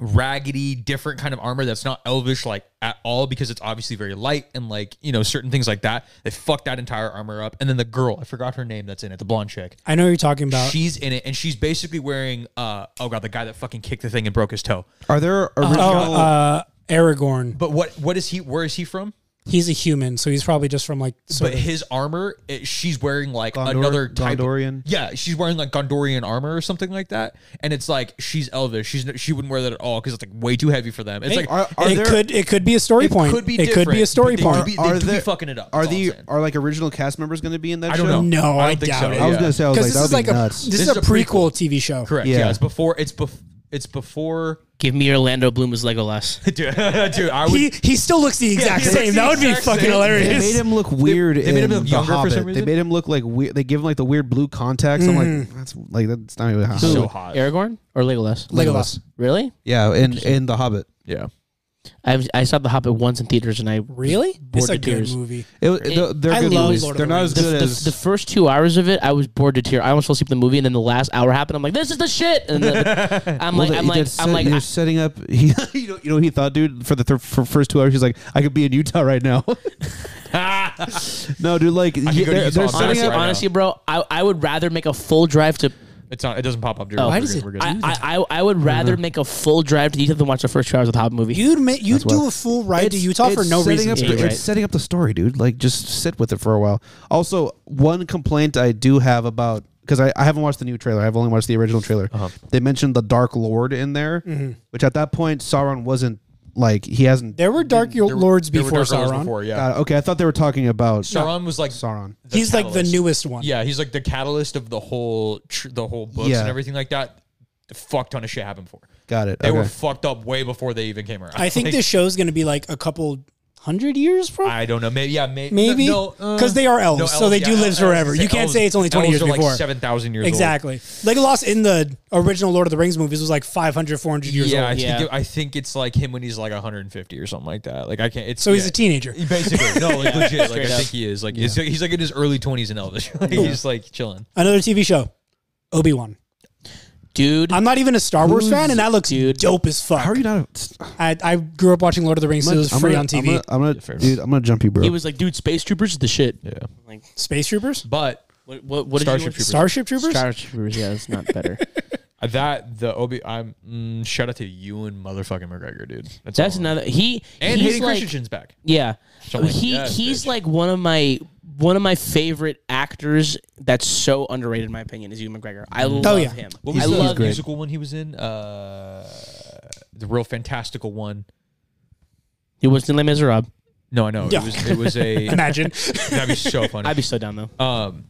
S3: raggedy, different kind of armor that's not elvish like at all because it's obviously very light and like you know certain things like that. They fucked that entire armor up, and then the girl I forgot her name that's in it, the blonde chick.
S5: I know what you're talking about.
S3: She's in it, and she's basically wearing uh oh god, the guy that fucking kicked the thing and broke his toe.
S2: Are there original?
S5: oh, uh, Aragorn.
S3: But what what is he? Where is he from?
S5: He's a human, so he's probably just from like. Sort
S3: But his armor, it, she's wearing like
S2: Gondor-
S3: another type.
S2: Gondorian?
S3: Yeah, she's wearing like Gondorian armor or something like that, and it's like she's elvish. She's n- she wouldn't wear that at all because it's like way too heavy for them. It's like
S2: are, are
S5: it
S2: there,
S5: could it could be a story point. it could be a
S3: different,
S5: story
S3: but they do
S5: point.
S3: be- they
S2: are
S3: do be
S2: there-
S3: fucking it up.
S2: Are
S3: that's all I'm
S2: the
S3: saying.
S2: are like original cast members going to be in that?
S3: I don't
S2: show?
S3: know.
S5: no,
S3: I
S5: I,
S3: don't think
S5: doubt
S3: so.
S5: it.
S2: I was
S3: Yeah.
S2: going to say I was like
S5: Because this
S2: that
S5: is
S2: would
S5: like
S2: be
S5: a
S2: nuts.
S5: this, is a prequel TV show.
S3: Correct.
S2: Yeah.
S3: Yeah. it's before. It's before. It's before.
S1: Give me Orlando Bloom as Legolas.
S3: dude, dude, I would.
S5: He he still looks the exact
S3: he looks
S5: same.
S3: the
S5: That would be
S3: exact
S5: fucking
S3: same.
S2: They
S5: hilarious.
S2: made him look weird.
S3: they made him
S2: in
S3: look
S2: The
S3: younger for some
S2: Hobbit. Mm.
S3: reason?
S2: They made him look like weird. They give him like the weird blue contacts. I'm like, that's like that's not even how.
S3: So hot.
S1: Aragorn or Legolas?
S5: Legolas.
S1: Really?
S2: Yeah, in in The Hobbit,
S3: yeah.
S1: I I saw The Hobbit once in theaters, and I
S5: Really? It's
S1: to
S5: a good
S1: tears.
S5: movie.
S2: it, the- they're
S5: I
S2: good
S5: love
S2: movies.
S5: Lord of
S2: They're
S5: the
S2: not as
S5: Rings.
S1: the,
S2: good
S1: the,
S2: as
S1: the first two hours of it, I was bored to tear. I almost fell asleep in the movie, and then the last hour happened. I'm like, this is the shit. And then I'm like,
S2: Well,
S1: I'm
S2: they-
S1: like,
S2: they're
S1: I'm
S2: set-
S1: like,
S2: they're
S1: I-
S2: setting up. He, you know, you know, what he thought, dude, for the thir- for first two hours, he's like, I could be in Utah right now. no, dude, like
S3: could go to
S2: they're,
S3: Utah
S2: they're
S3: on
S1: honestly,
S2: setting up.
S3: Honestly, right now.
S1: honestly, bro, I, I would rather make a full drive to.
S3: It's not. It doesn't pop up. Dude.
S1: Why
S3: We're
S5: Oh, does
S3: good,
S5: it
S3: we're good.
S1: I, I, I I would rather make a full drive to Utah than watch the first two hours of the Hobbit movie.
S5: You'd ma- you'd do a full ride to
S2: It's-
S5: Utah
S2: it's
S5: for no
S2: setting
S5: reason.
S2: up
S5: to
S2: the-
S1: Yeah,
S5: it.
S2: it's
S1: right.
S2: setting up the story, dude. Like, just sit with it for a while. Also, one complaint I do have about because I, I haven't watched the new trailer. I've only watched the original trailer.
S1: Uh-huh.
S2: They mentioned the Dark Lord in there,
S5: Mm-hmm.
S2: which at that point Sauron wasn't like he hasn't.
S5: There were Dark Lords
S3: There were
S5: before
S3: Dark Lords
S5: Sauron.
S3: Before, yeah.
S2: Got it. okay, I thought they were talking about
S3: Sauron was like
S2: Sauron.
S5: He's like the
S3: catalyst.
S5: newest one.
S3: Yeah, he's like the catalyst of the whole tr- the whole books
S2: Yeah.
S3: and everything like that. A fuck ton of shit happened before.
S2: Got it.
S3: They were
S2: Okay.
S3: fucked up way before they even came around.
S5: I think
S3: Like,
S5: this show's going to be like a couple hundred years from.
S3: I don't know. Maybe yeah. May,
S5: Maybe?
S3: no, uh,
S5: 'Cause they are elves, so they do live
S3: I was gonna
S5: forever.
S3: say
S5: You can't say it's only 20
S3: elves
S5: years
S3: are like
S5: before.
S3: Seven thousand years. old.
S5: Exactly. Legolas in the original Lord of the Rings movies was like 500, 400 years
S3: Yeah, I
S5: old.
S3: think
S1: yeah.
S3: It, I think it's like him when he's like 150 or something like that. Like I can't. It's
S5: So he's
S3: yeah.
S5: a teenager.
S3: He Basically, no, like legit. Like I
S1: up.
S3: think he is. Like it's- he's like in his early 20s in Elvis. Like, He's like chilling.
S5: Another TV show, Obi Wan.
S1: Dude,
S5: I'm not even a Star Wars fan, and that looks dope as fuck.
S2: How are you not?
S5: I, I grew up watching Lord of the Rings, so it was free on TV.
S2: I'm gonna, I'm gonna- dude. I'm gonna jump you, bro.
S1: he was like, dude, space troopers is the shit. Yeah. Like,
S5: Space Troopers,
S3: But
S1: what, what, what did you
S3: Starship Troopers.
S5: Starship Troopers.
S1: Starship troopers. Yeah, it's not better.
S3: That the Obi, I'm mm, shout out to you and motherfucking McGregor, dude.
S1: That's
S3: all.
S1: another. He
S3: And
S1: he's
S3: Hayden
S1: like,
S3: Christensen's back.
S1: Yeah,
S3: So I'm like,
S1: he
S3: yes,
S1: he's
S3: bitch.
S1: like one of my one of my favorite actors. That's so underrated, in my opinion, is Ewan McGregor. I love
S5: yeah.
S1: him.
S3: What
S1: I
S3: was the
S1: love him.
S3: musical one he was in? Uh, the real fantastical one.
S1: He was in Les Miserables.
S3: No, I know
S5: Yeah.
S3: it was. It was a.
S5: Imagine.
S3: that'd be so funny.
S1: I'd be so down though.
S3: um.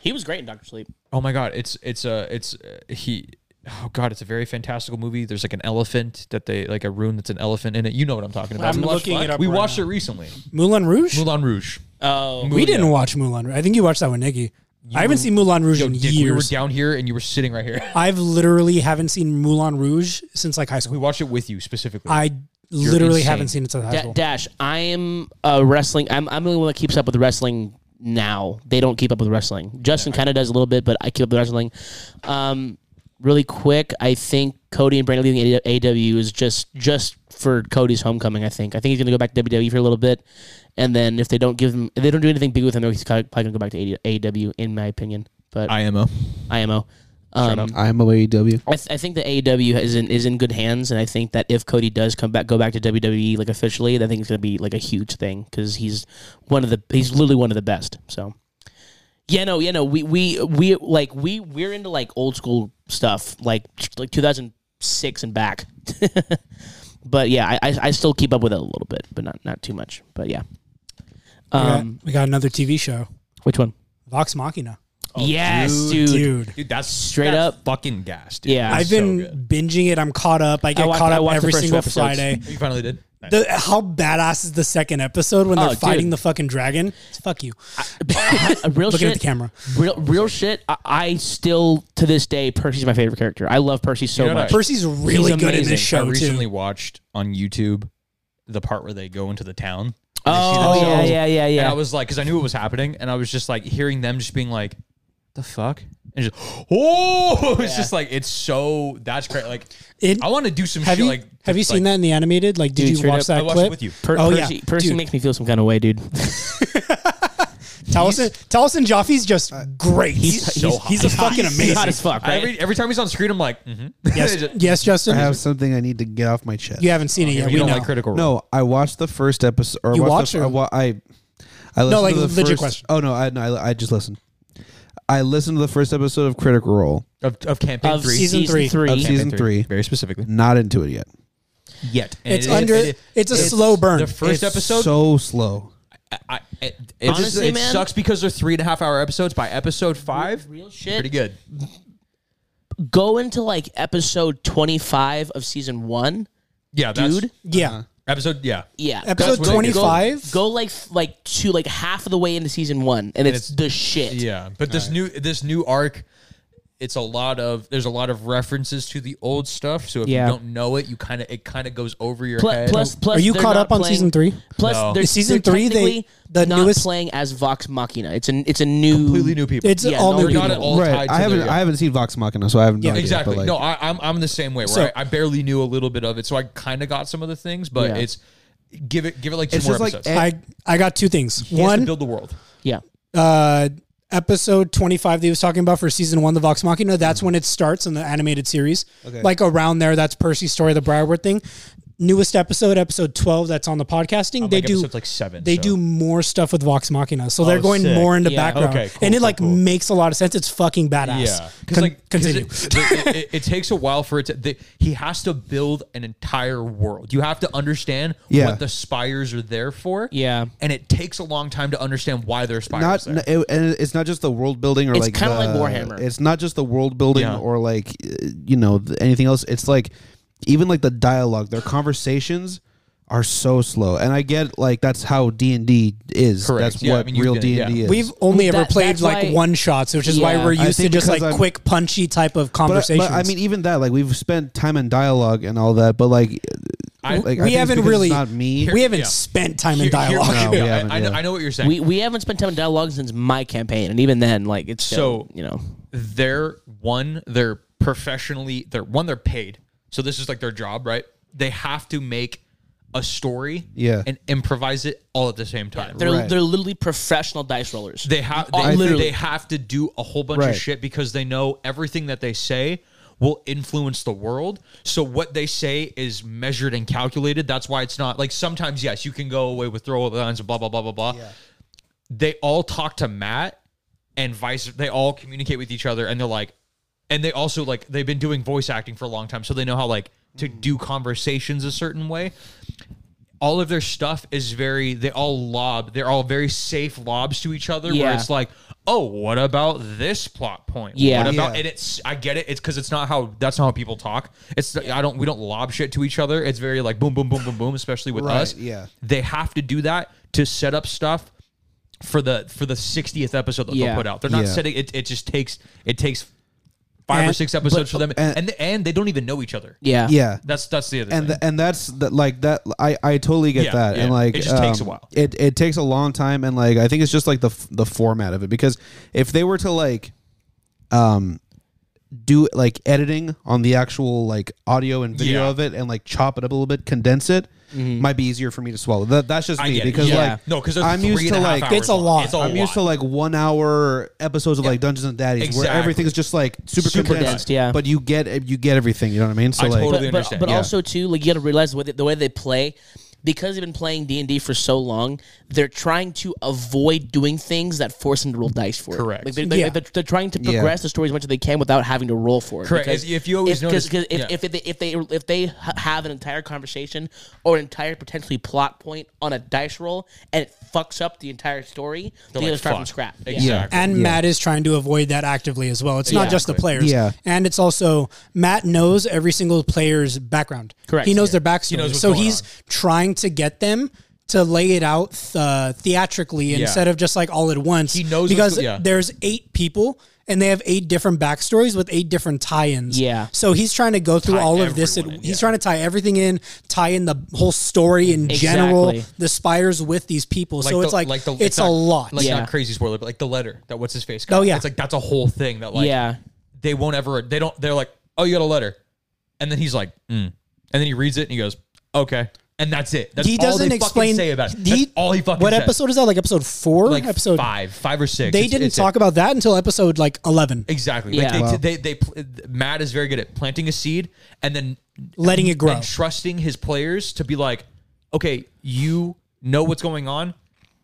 S1: He was great in Doctor Sleep.
S3: Oh my god, it's it's a it's uh, he. Oh god, it's a very fantastical movie. There's like an elephant that they like a room that's an elephant in it. You know what I'm talking about.
S5: I'm
S3: We watched-
S5: looking it up
S3: We
S5: right
S3: watched
S5: now.
S3: it recently.
S5: Moulin Rouge.
S3: Moulin Rouge.
S1: Oh,
S5: we didn't watch Moulin. Rouge. I think you watched that with Nikki. I haven't seen Moulin Rouge
S3: Yo,
S5: in
S3: Dick,
S5: years.
S3: we were down here and you were sitting right here.
S5: I've literally haven't seen Moulin Rouge since like high
S3: We
S5: school.
S3: watched it with you specifically.
S5: I literally
S3: insane.
S5: haven't seen it since high
S1: Da-
S5: school.
S1: Dash. I am a wrestling. I'm I'm the only one that keeps up with wrestling now. They don't keep up with wrelling. Justin kind of does a little bit, but I keep up with wrestling. Um, really quick, I think Cody and Brandon leaving AW is just just for Cody's homecoming. I think I think he's gonna go back to WWE for a little bit, and then if they don't give him, if they don't do anything big with him, he's probably gonna go back to AW in my opinion. But
S3: IMO.
S1: IMO. Um,
S2: I'm OAEW.
S1: I, th- I think the AEW is in, is in good hands, and I think that if Cody does come back, go back to WWE like officially, I think it's going to be like a huge thing because he's one of the he's literally one of the best. So, yeah, no, yeah, no, we we we like we we're into like old school stuff, like like 2006 and back. but yeah, I, I I still keep up with it a little bit, but not not too much. But yeah, um,
S5: we, got, we got another TV show,
S1: which one?
S5: Vox Machina.
S1: yes, dude.
S5: dude.
S3: Dude, that's
S1: Straight
S3: that's
S1: up.
S3: fucking gas. Dude.
S1: Yeah,
S5: I've
S3: so
S5: been
S3: good.
S5: binging it. I'm caught up. I get
S1: watched-
S5: caught
S1: I
S5: up
S1: watched the
S5: every
S1: first two
S5: single
S1: episodes.
S5: Friday.
S3: You finally did. Nice.
S5: The, how badass is the second episode when
S1: Oh,
S5: they're
S1: dude.
S5: fighting the fucking dragon? Fuck you.
S1: real
S5: Looking
S1: shit.
S5: at the camera.
S1: Real, real shit. I, I still to this day, Percy's my favorite character. I love Percy so
S3: You know what
S1: much.
S3: I-
S5: Percy's really good in
S1: amazing.
S5: this show
S3: I recently
S5: too.
S3: watched on YouTube the part where they go into the town. and they see
S1: oh
S3: the
S1: yeah,
S3: show.
S1: yeah, yeah,
S3: And I
S1: yeah.
S3: was like, because I knew what was happening, and I was just like hearing them just being like, "The fuck." And just oh, it's just like it's so that's crazy. Like
S5: It-
S3: I want to do some
S5: Have
S3: shit.
S5: you
S3: like
S5: have you
S3: like-
S5: seen that in the animated? Like, did
S1: Dude,
S5: you
S1: straight
S5: watch
S1: up,
S5: that
S3: I watched
S5: clip?
S3: it with you.
S1: Per-
S5: oh,
S1: Percy,
S5: yeah.
S1: Percy
S5: Dude.
S1: makes me feel some kind of way, dude.
S5: Taliesin, Taliesin Joffe's just great. He's,
S1: so
S5: he's- he's a fucking
S1: He's hot
S5: amazing.
S1: as fuck, right?
S3: Every every time he's on screen, I'm like, mm-hmm. yes,
S5: Yes, Justin.
S2: I have something I need to get off my chest.
S5: you haven't seen it yet. We
S3: don't
S5: know.
S3: like Critical Role.
S2: No, I watched the first episode. Or
S5: You
S2: watched the, I, wa-
S5: watched
S2: I, I listened
S5: like,
S2: to the
S5: legit
S2: first,
S5: question.
S2: Oh no, I, no, I I just listened. I listened to the first episode of Critical Role,
S3: of, of campaign
S1: of
S3: three,
S1: season,
S5: Season
S1: three.
S5: three.
S2: Of
S3: Campaign
S2: season three.
S3: very specifically.
S2: not into it yet.
S3: Yet And
S5: It's
S3: it is-
S5: under.
S3: it is-
S5: it's a slow burn.
S3: the
S2: It's
S3: first episode.
S2: so slow.
S3: I, I, it it, just-
S1: Honestly,
S3: it
S1: man-
S3: sucks because they're three and a half hour episodes. By episode five,
S1: Real shit.
S3: pretty good.
S1: go into like episode 25 of season one,
S3: Yeah, that's,
S1: dude.
S5: Yeah.
S3: Episode, yeah.
S1: yeah.
S3: That's what
S5: Episode
S3: they do.
S5: twenty five.
S1: Go like like to like half of the way into season one, and, it's,
S3: it's-
S1: the shit.
S3: Yeah, but this new this new arc, it's a lot of there's a lot of references to the old stuff. So if
S1: Yeah.
S3: you don't know it, you kind of it kind of goes over your
S1: Pl-
S3: head.
S1: plus, plus,
S5: Are you
S1: they're
S5: caught
S1: not
S5: up on
S1: playing-
S5: season three?
S1: Plus,
S3: No.
S1: they're,
S5: Season
S1: they're
S5: three, they-
S1: technically
S5: the
S1: not
S5: newest-
S1: playing as Vox Machina. It's an it's a new
S3: completely new people.
S5: It's
S1: Yeah,
S5: all
S1: no,
S5: new
S1: we're
S5: people.
S1: not at all
S2: right. I haven't I haven't seen Vox Machina, so I haven't.
S5: Yeah.
S3: exactly.
S2: Like,
S3: no, I, I'm I'm the same way. Where
S5: So-
S3: I, I barely knew a little bit of it, so I kind of got some of the things. But
S1: Yeah.
S3: it's give it give it like two
S2: It's
S3: more
S2: just like
S3: episodes.
S2: eh,
S5: I I got two things.
S3: he has to
S5: One,
S3: build the world.
S1: yeah.
S5: uh, episode 25 that he was talking about for season one, the Vox Machina, that's when it starts in the animated series. Like around there, that's Percy's story, the Briarwood thing. Newest episode, episode 12, that's on the podcasting.
S3: I'm
S5: they
S3: like
S5: do
S3: episodes, like seven.
S5: They
S3: so.
S5: do more stuff with Vox Machina, so they're
S3: Oh,
S5: going
S3: sick.
S5: more into
S1: Yeah.
S5: background,
S3: Okay, cool,
S5: and it
S3: cool,
S5: like
S3: cool.
S5: makes a lot of sense. It's fucking badass.
S3: Yeah, because
S5: Con-
S3: like 'cause
S5: continue.
S3: it, it, it- it takes a while for it to. The, he has to build an entire world. You have to understand
S2: Yeah.
S3: what the spires are there for.
S1: Yeah.
S3: and it takes a long time to understand why they're spires.
S2: not
S3: there.
S2: n- it- and it's not just the world building or
S1: It's
S2: like
S1: kinda like
S2: the-
S1: Warhammer.
S2: It's not just the world building
S3: Yeah.
S2: or like uh, you know th- anything else. It's like even like the dialogue, their conversations are so slow. And I get like that's how D and D is.
S3: Correct.
S2: That's
S3: Yeah, I
S2: what
S3: mean, you've
S2: real
S3: been-
S2: D
S3: yeah.
S2: and D is.
S5: We've only ever
S1: that-
S5: played
S1: that's
S5: like
S1: why-
S5: one shots, which is
S1: Yeah.
S5: why we're
S1: I
S5: used to
S2: think
S5: just
S2: because
S5: like
S2: I'm-
S5: quick, punchy type of
S2: but,
S5: conversations.
S2: but I mean, even that, like we've spent time in dialogue and all that, but like,
S3: I-
S2: like, I
S5: we
S2: think it's
S5: haven't
S2: because it's
S5: really-
S2: not me.
S5: we haven't
S3: yeah.
S5: spent time in
S3: Here- here-
S5: dialogue.
S2: No, we
S3: yeah, I-
S2: haven't,
S3: I, know,
S2: yeah.
S3: I know what you're saying.
S1: We we haven't spent time in dialogue since my campaign, and even then, like it's still,
S3: So-
S1: you know
S3: they're one they're professionally they're one they're paid so this is like their job right they have to make a story
S2: Yeah.
S3: and improvise it all at the same time
S1: they're
S2: Right.
S1: they're literally professional dice rollers.
S3: they have
S1: Oh,
S3: they,
S1: literally.
S3: they have to do a whole bunch
S2: Right.
S3: of shit because they know everything that they say will influence the world so what they say is measured and calculated that's why it's not like sometimes yes you can go away with throw lines and blah blah blah blah blah they all talk to Matt and vice they all communicate with each other and they're like and they also like they've been doing voice acting for a long time so they know how like to
S1: Mm.
S3: do conversations a certain way all of their stuff is very they all lob they're all very safe lobs to each other where
S1: Yeah.
S3: it's like oh what about this plot point
S1: Yeah.
S3: what about
S2: Yeah.
S3: and it's i get it it's because it's not how that's not how people talk it's i don't we don't lob shit to each other it's very like boom boom boom boom boom especially with
S2: Right,
S3: us
S2: yeah.
S3: they have to do that to set up stuff for the for the 60th episode that
S1: Yeah.
S3: they'll put out. They're not
S2: Yeah.
S3: setting it. It just takes it takes five or
S5: And-
S3: six episodes
S2: but-
S3: for them,
S2: and-
S3: and, and they don't even know each other.
S1: yeah,
S2: yeah.
S3: That's that's the other
S2: and th-
S3: thing.
S2: and that's that like that I, I totally get
S3: Yeah,
S2: that and
S3: yeah.
S2: like um,
S3: It just takes a while.
S2: it, it takes a long time and like I think it's just like the f- the format of it because if they were to like um do like editing on the actual like audio and video
S3: Yeah. Mm-hmm.
S2: of it and like chop it up a little bit condense it might be easier for me to swallow that, that's just
S3: I
S2: me
S3: get it.
S2: because
S3: Yeah.
S2: like
S3: no, because
S2: I'm used to like
S5: It's a lot.
S3: It's a
S2: I'm
S3: lot.
S2: used to like one hour episodes of like Dungeons and Daddies where
S3: Exactly.
S2: everything's just like super,
S3: Super
S2: condensed,
S1: condensed, yeah.
S2: but you get you get everything you know what I mean so
S3: I
S2: like
S3: totally
S1: but, but,
S3: understand,
S1: but
S2: yeah.
S1: also too, like you got to realize the way, they, the way they play, because they've been playing D and D for so long, they're trying to avoid doing things that force them to roll dice for
S3: Correct.
S1: it. Like, they're, they're,
S5: Yeah.
S1: they're, they're trying to
S2: Yeah.
S1: progress the story as much as they can without having to roll for it.
S3: Correct. If- if you always
S1: if, 'cause- 'cause
S3: notice-
S1: if,
S3: yeah.
S1: if, they, if they if they h- have an entire conversation or an entire potentially plot point on a dice roll and it fucks up the entire story, they
S3: like,
S1: gotta start from
S3: fuck.
S1: scrap. Yeah.
S3: Exactly.
S5: And Matt is trying to avoid that actively as well. It's not just the players.
S2: Yeah.
S5: And it's also Matt knows every single player's background.
S1: Correct.
S5: He knows their backstory.
S3: knows what's
S5: so
S3: going
S5: he's
S3: on.
S5: trying to get them to lay it out uh, theatrically instead of just like all at once.
S3: He knows what's
S5: because
S3: go- yeah.
S5: there's eight people and they have eight different backstories with eight different tie-ins.
S1: Yeah.
S5: So he's trying to go through
S3: Tie
S5: all of this.
S3: everyone
S5: It-
S3: in,
S5: he's
S3: yeah.
S5: trying to tie everything in, tie in the whole story in general,
S1: Exactly.
S5: the spires with these people. so
S3: the-
S5: it's like,
S3: the-
S5: it's, a
S3: not-
S5: lot.
S3: Like
S1: Yeah.
S3: not crazy spoiler, but like the letter that what's his face.
S5: Oh,
S3: got.
S5: yeah.
S3: it's like that's a whole thing that like
S1: Yeah.
S3: they won't ever they don't they're like oh you got a letter, and then he's like mm. and then he reads it and he goes okay and that's it. That's
S5: he
S3: all
S5: doesn't
S3: they fucking
S5: explain.
S3: say about it.
S5: he-
S3: That's all he fucking
S5: What
S3: says.
S5: episode is that? Like episode four?
S3: like
S5: episode
S3: five five or six
S5: They
S3: It's-
S5: didn't
S3: it's it.
S5: talk about that until episode like eleven,
S3: Exactly.
S1: Yeah.
S3: Like they,
S1: Wow.
S3: they, they, pl- Matt is very good at planting a seed and then
S5: letting it grow.
S3: and trusting his players to be like, okay, you know what's going on.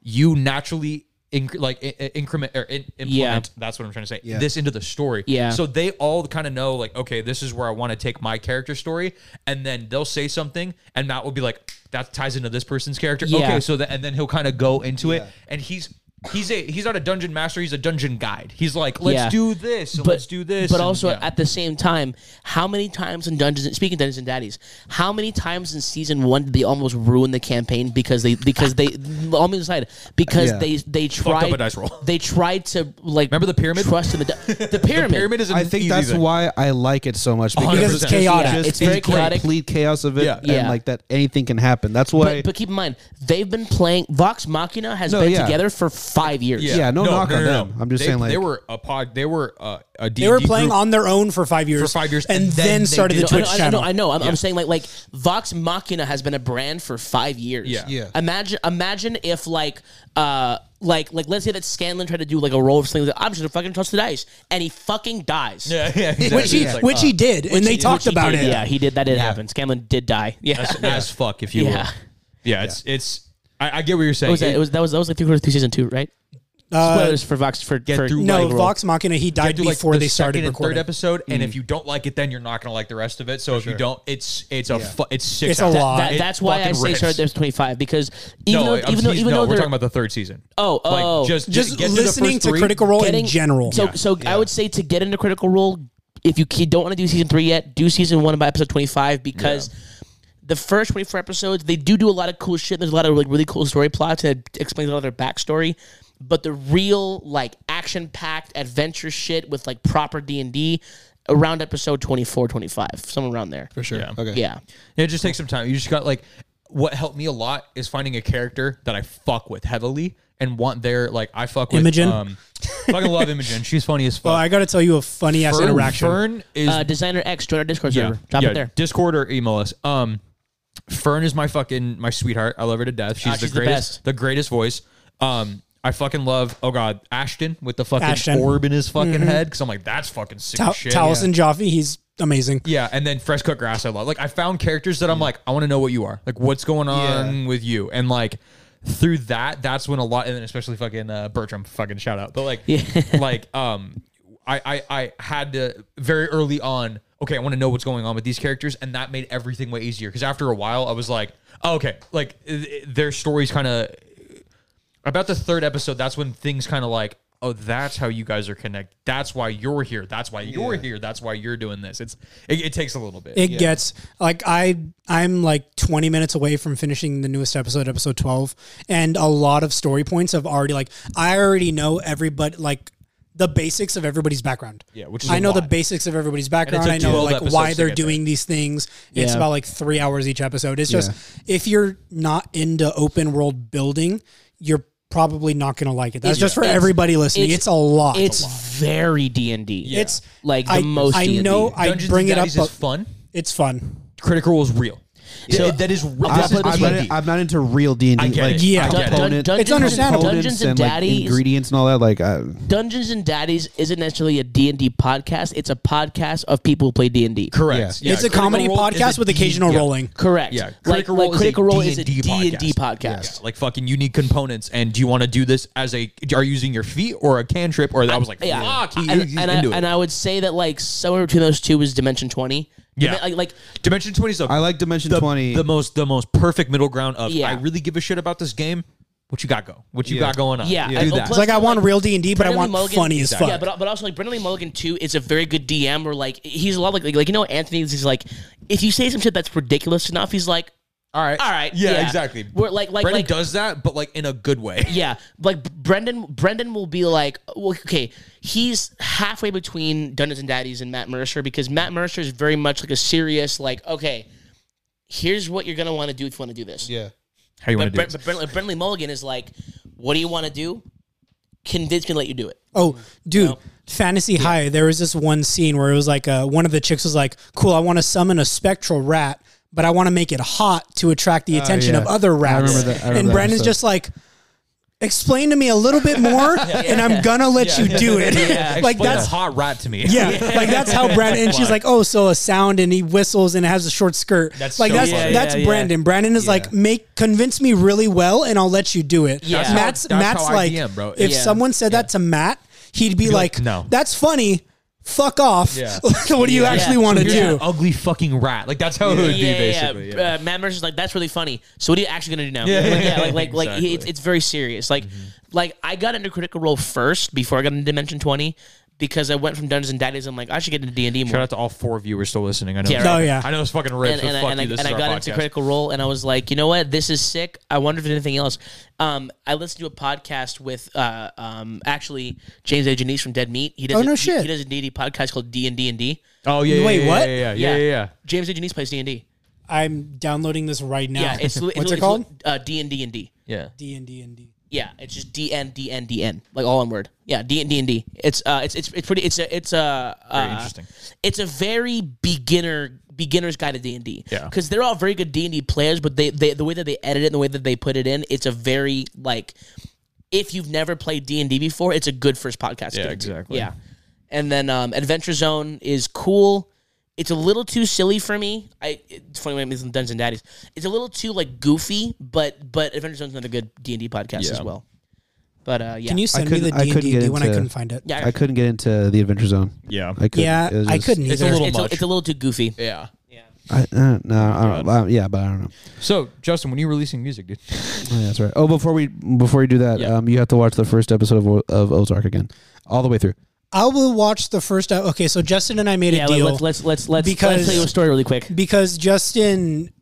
S3: You naturally inc- like I- I- increment or in- implement. That's what I'm trying to say. This into the story.
S1: Yeah.
S3: So they all kind of know like, okay, this is where I want to take my character story, and then they'll say something, and Matt will be like, that ties into this person's character.
S1: Yeah.
S3: Okay, so that and then he'll kind of go into it, and he's He's a he's not a dungeon master. He's a dungeon guide. He's like, let's
S1: Yeah.
S3: do this. and
S1: But-
S3: let's do this.
S1: But
S3: and-
S1: also
S3: yeah.
S1: at the same time, how many times in Dungeons speaking of Dungeons and Daddies, how many times in season one did they almost ruin the campaign because they because they on the side because
S2: Yeah.
S1: they they tried
S3: a dice roll.
S1: they tried to like
S3: Remember the pyramid?
S1: trust in the di- the pyramid
S3: pyramid is. An
S2: I think
S3: easy
S2: that's
S3: thing.
S2: why I like it so much because,
S3: 100%.
S5: Because it's chaotic.
S1: Yeah,
S2: just
S1: it's very
S2: the
S1: chaotic.
S2: complete chaos of it,
S3: Yeah.
S2: and
S1: Yeah.
S2: like that anything can happen. That's why.
S1: But, but keep in mind, they've been playing. Vox Machina has
S2: No,
S1: been
S2: yeah.
S1: together for five years.
S2: Yeah. no knock on them. I'm just
S3: They-
S2: saying, like-
S3: they were a pod. They were uh, a D&D
S5: They were playing
S3: group.
S5: on their own for five years.
S3: five years,
S5: And,
S3: and
S5: then,
S3: then they
S5: started
S3: did
S5: the
S3: it. No,
S5: Twitch
S1: I know,
S5: channel.
S1: I know, I know. I'm, I'm saying like like Vox Machina has been a brand for five years.
S3: Yeah. Yeah.
S1: Imagine imagine if like uh like like let's say that Scanlan tried to do like a roll of something. like, I'm just gonna fucking toss the dice, and he fucking dies.
S3: Yeah, yeah, exactly.
S5: Which he,
S3: It's like,
S5: which
S3: uh,
S5: he did, and they
S1: Which
S5: talked
S1: he
S5: about
S1: did,
S5: it.
S1: Yeah, he did. That did happen. Scanlan did die. Yeah.
S3: as, as fuck, if you
S1: Yeah.
S3: will. Yeah, it's it's. I, I get what you're saying.
S1: What was that?
S3: It-
S1: It was that was that was like three quarters through season two, right?
S5: Uh,
S1: Spoilers for Vox for, for
S3: through,
S5: no,
S1: Rogue Roll.
S5: Vox Machina, he
S3: I
S5: died
S3: do like
S5: before
S3: the
S5: they started
S3: second and
S5: recording.
S3: third episode, and if you don't like it, then you're not gonna like the rest of it. So if you don't, it's it's a fu- it's six.
S5: It's a
S3: hours.
S5: lot.
S1: That,
S3: It
S1: that's why I
S3: fucking
S1: say
S3: rips.
S1: started episode twenty five because even
S3: No,
S1: though
S3: I'm-
S1: even though
S3: he's-
S1: even
S3: no,
S1: though
S3: we're
S1: they're
S3: talking about the third season.
S1: Oh, oh.
S3: like, just
S5: Just
S3: get
S5: listening
S3: to, the first
S5: to
S3: three.
S5: Critical Role in
S1: Getting-
S5: general.
S1: So, so I would say to get into Critical Role, if you ke- don't want to do season three yet, do season one by episode twenty five because the first twenty four episodes they do do a lot of cool shit. There's a lot of like really cool story plots and it explains a lot of their backstory. But the real like action packed adventure shit with like proper D and D around episode 24, 25, somewhere around there.
S4: For sure.
S3: Yeah.
S4: Okay.
S1: Yeah.
S3: Yeah, it just takes some time. You just got like what helped me a lot is finding a character that I fuck with heavily and want their like I fuck with
S5: Imogen?
S3: Um, fucking love Imogen. She's funny as fuck.
S5: Well, Oh, I got to tell you a funny ass
S3: Fern-
S5: interaction.
S3: Fern is
S1: Uh, Designer X, join our Discord server. Drop it there.
S3: Discord or email us. Um, Fern is my fucking my sweetheart. I love her to death. She's,
S1: Ah, she's
S3: the
S1: the
S3: greatest,
S1: best.
S3: the, greatest voice. Um, I fucking love. Oh god, Ashton with the fucking
S5: Ashton.
S3: orb in his fucking head. Because I'm like, that's fucking sick
S5: Ta-
S3: shit.
S5: Taliesin Jaffe, he's amazing.
S3: Yeah, and then fresh cut grass I love. Like I found characters that I'm like, I want to know what you are. Like what's going on with you? And like through that, that's when a lot and then especially fucking uh, Bertram fucking shout out. But like like um I, I I had to very early on, okay, I want to know what's going on with these characters and that made everything way easier cuz after a while I was like, oh, okay, like th- th- their stories kind of about the third episode, that's when things kind of like, oh, that's how you guys are connected. That's why you're here. That's why you're here. That's why you're doing this. It's it, it takes a little bit.
S5: It gets like I I'm like 20 minutes away from finishing the newest episode, episode 12, and a lot of story points have already like I already know everybody like the basics of everybody's background.
S3: Yeah, which is
S5: I
S3: a
S5: know the
S3: lot.
S5: basics of everybody's background.
S3: took
S5: I know
S3: 12
S5: like
S3: episodes
S5: why
S3: to
S5: they're
S3: get there.
S5: doing these things. It's
S1: Yeah.
S5: about like three hours each episode. It's just if you're not into open world building, you're probably not gonna like it. That's just for
S1: it's-
S5: everybody listening.
S1: it's-
S5: It's, a lot.
S1: It's very D and D.
S5: it's
S1: like the
S5: I,
S1: most.
S5: I
S1: D&D.
S5: know I
S3: Dungeons and
S5: bring it up
S3: Daddies
S5: but
S3: is fun.
S5: it's fun.
S3: Critical Role is real.
S1: So-
S3: Th- that is real.
S1: I'll
S2: I'm,
S3: This is
S1: put this
S2: I'm
S1: one
S2: not, I'm not into real D and
S3: I
S2: D.
S3: get
S2: Like
S3: it.
S5: Yeah.
S3: I get it.
S1: Dun- dun-
S5: It's understandable.
S1: Dungeons and
S2: like,
S1: Daddies.
S2: ingredients and all that. Like, I,
S1: Dungeons and Daddies isn't necessarily a D&D podcast. It's a podcast of people who play D&D.
S3: Correct.
S2: Yeah.
S3: Yeah,
S5: it's a
S3: Critical
S5: comedy
S3: Role is
S5: podcast
S3: a
S5: with
S3: D-
S5: occasional
S3: yeah.
S5: rolling.
S1: Correct.
S3: Yeah,
S1: Like,
S3: Critical
S1: like
S3: Role is a
S1: Critical Role is a
S3: D&D
S1: D&D
S3: podcast.
S1: podcast.
S3: Yeah, like fucking you need components, and do you want to do this as a? Are you using your feet or a cantrip? Or I was like,
S1: Yeah.
S3: fuck, he-
S1: and,
S3: he's
S1: and
S3: into
S1: I,
S3: it.
S1: and I would say that like somewhere between those two is Dimension 20.
S3: Yeah.
S1: Dimen- Like, like
S3: Dimension Twenty is a
S2: I like Dimension
S3: the,
S2: Twenty.
S3: the most the most perfect middle ground of
S1: Yeah.
S3: I really give a shit about this game. What you got go? What you
S2: Yeah.
S3: got going on?
S1: yeah.
S3: do
S1: And-
S3: that.
S5: It's like I want real D and D, but I
S1: Brendan
S5: want
S1: Lee Mulligan-
S5: funny as fuck.
S1: Yeah, but, but also like Brendan Lee Mulligan too is a very good DM. Or like he's a lot like like, like, you know Anthony is like if you say some shit that's ridiculous enough, he's like
S3: all right,
S1: all right,
S3: yeah,
S1: yeah.
S3: exactly.
S1: We're like- like-
S3: Brendan
S1: like-
S3: does that, but like in a good way.
S1: Yeah, like Brendan. Brendan will be like, well, okay, he's halfway between Dungeons and Daddies and Matt Mercer because Matt Mercer is very much like a serious, like, okay, here's what you're gonna want to do if you want to do this.
S4: Yeah.
S3: How you
S1: But,
S3: want to
S1: Brent,
S3: do?
S1: but Brendan, Brendan Lee Mulligan is like, what do you want to do? Convince me to let you do it.
S5: oh, dude, Fantasy High. There was this one scene where it was like uh, one of the chicks was like, "Cool, I want to summon a spectral rat, but I want to make it hot to attract the attention
S2: Oh, yeah.
S5: of other rats."
S2: remember that- I remember
S5: and
S2: that
S5: Brandon's
S2: episode.
S5: just like. Explain to me a little bit more, and I'm gonna let you do it. like
S3: Explain
S5: that's
S3: a hot rat to me.
S5: Yeah, like that's how Brandon. And she's like, "Oh, so a sound, and he whistles, and it has a short skirt."
S3: That's
S5: like
S3: so
S5: that's
S3: funny.
S5: that's
S1: Yeah, yeah.
S5: Brandon. Brandon is like, "Make convince me really well, and I'll let you do it."
S1: Yeah. That's how-
S5: Matt's
S3: that's
S5: Matt's
S3: how I
S5: like,
S3: DM, bro.
S5: if
S1: Yeah.
S5: someone said that to Matt, he'd be like,
S3: like, "No."
S5: that's funny. Fuck off.
S3: Yeah.
S5: what do you actually
S1: Yeah.
S5: want to
S3: Here's
S5: do?"
S3: an ugly fucking rat. Like that's how it would be basically. Yeah.
S1: Uh, Matt Mercer's like, that's really funny. So what are you actually gonna do now? Yeah, like, yeah, like, like, like, he-
S3: Exactly. Mm-hmm.
S1: it's, it's very serious. Like, Like I got into Critical Role first before I got into Dimension Twenty because I went from Dungeons and Daddies. I'm like, I should get into D and D
S3: Shout
S1: more.
S3: out to all four of you who are still listening. I know.
S1: Yeah,
S3: it's-
S1: right.
S5: Oh, yeah.
S3: I know it's fucking
S1: And,
S3: ripped. so
S1: and, I-
S3: fuck
S1: and
S3: you. This
S1: I, and
S3: is
S1: I
S3: our
S1: got
S3: podcast.
S1: into Critical Role, and I was like, you know what, this is sick. I wonder if there's anything else. Um, I listened to a podcast with uh, um, actually James A. Janice from Dead Meat. He does
S5: Oh,
S1: a,
S5: no
S1: he-
S5: shit.
S1: He, does a D&D podcast called D and D and D.
S3: Oh yeah. yeah,
S5: Wait,
S3: yeah,
S5: what?
S3: Yeah, yeah, yeah, yeah. yeah.
S1: James A. Janice plays D and D.
S5: I'm downloading this right now.
S1: Yeah, it's uh,
S5: what's it called?
S1: D and D and D.
S3: Yeah.
S5: D and D and D.
S1: Yeah, it's just D N D N D N, like all one word. Yeah, D N D N D. It's uh, it's it's it's pretty. It's a it's a uh,
S3: Very interesting.
S1: It's a very beginner beginner's guide to D and D.
S3: Yeah.
S1: because they're all very good D and D players, but they, they the way that they edit it, and the way that they put it in, it's a very like if you've never played D and D before, it's a good first podcast. to
S3: Yeah,
S1: get into.
S3: exactly.
S1: Yeah, and then um, Adventure Zone is cool. It's a little too silly for me. I it's funny when I'm in Dungeons and Daddies. It's a little too like goofy, but but Adventure Zone's another good D and D podcast as
S3: Yeah.
S1: well. But uh, yeah,
S5: Can you send me the
S2: couldn't- I
S5: D and
S2: couldn't
S5: D
S2: get
S5: when I
S2: into-
S5: couldn't find it?
S1: Yeah,
S2: I couldn't get into the Adventure Zone.
S3: Yeah.
S2: I couldn't.
S5: Yeah,
S2: It was
S5: I
S2: just-
S5: couldn't
S3: It's
S5: either.
S3: a little
S1: it's,
S3: much.
S1: A, it's a little too goofy.
S3: Yeah.
S2: I, uh, no, I don't, uh, yeah, but I don't know.
S3: So Justin, when are you releasing music, dude?
S2: Oh, yeah, that's right. Oh, before we before you do that,
S3: Yeah.
S2: um, you have to watch the first episode of, O- of Ozark again, all the way through.
S5: I will watch the first. ep- Okay, so Justin and I made
S1: Yeah,
S5: a deal
S1: let's let's let's let's, let's
S5: Because-
S1: tell you a story really quick.
S5: because Justin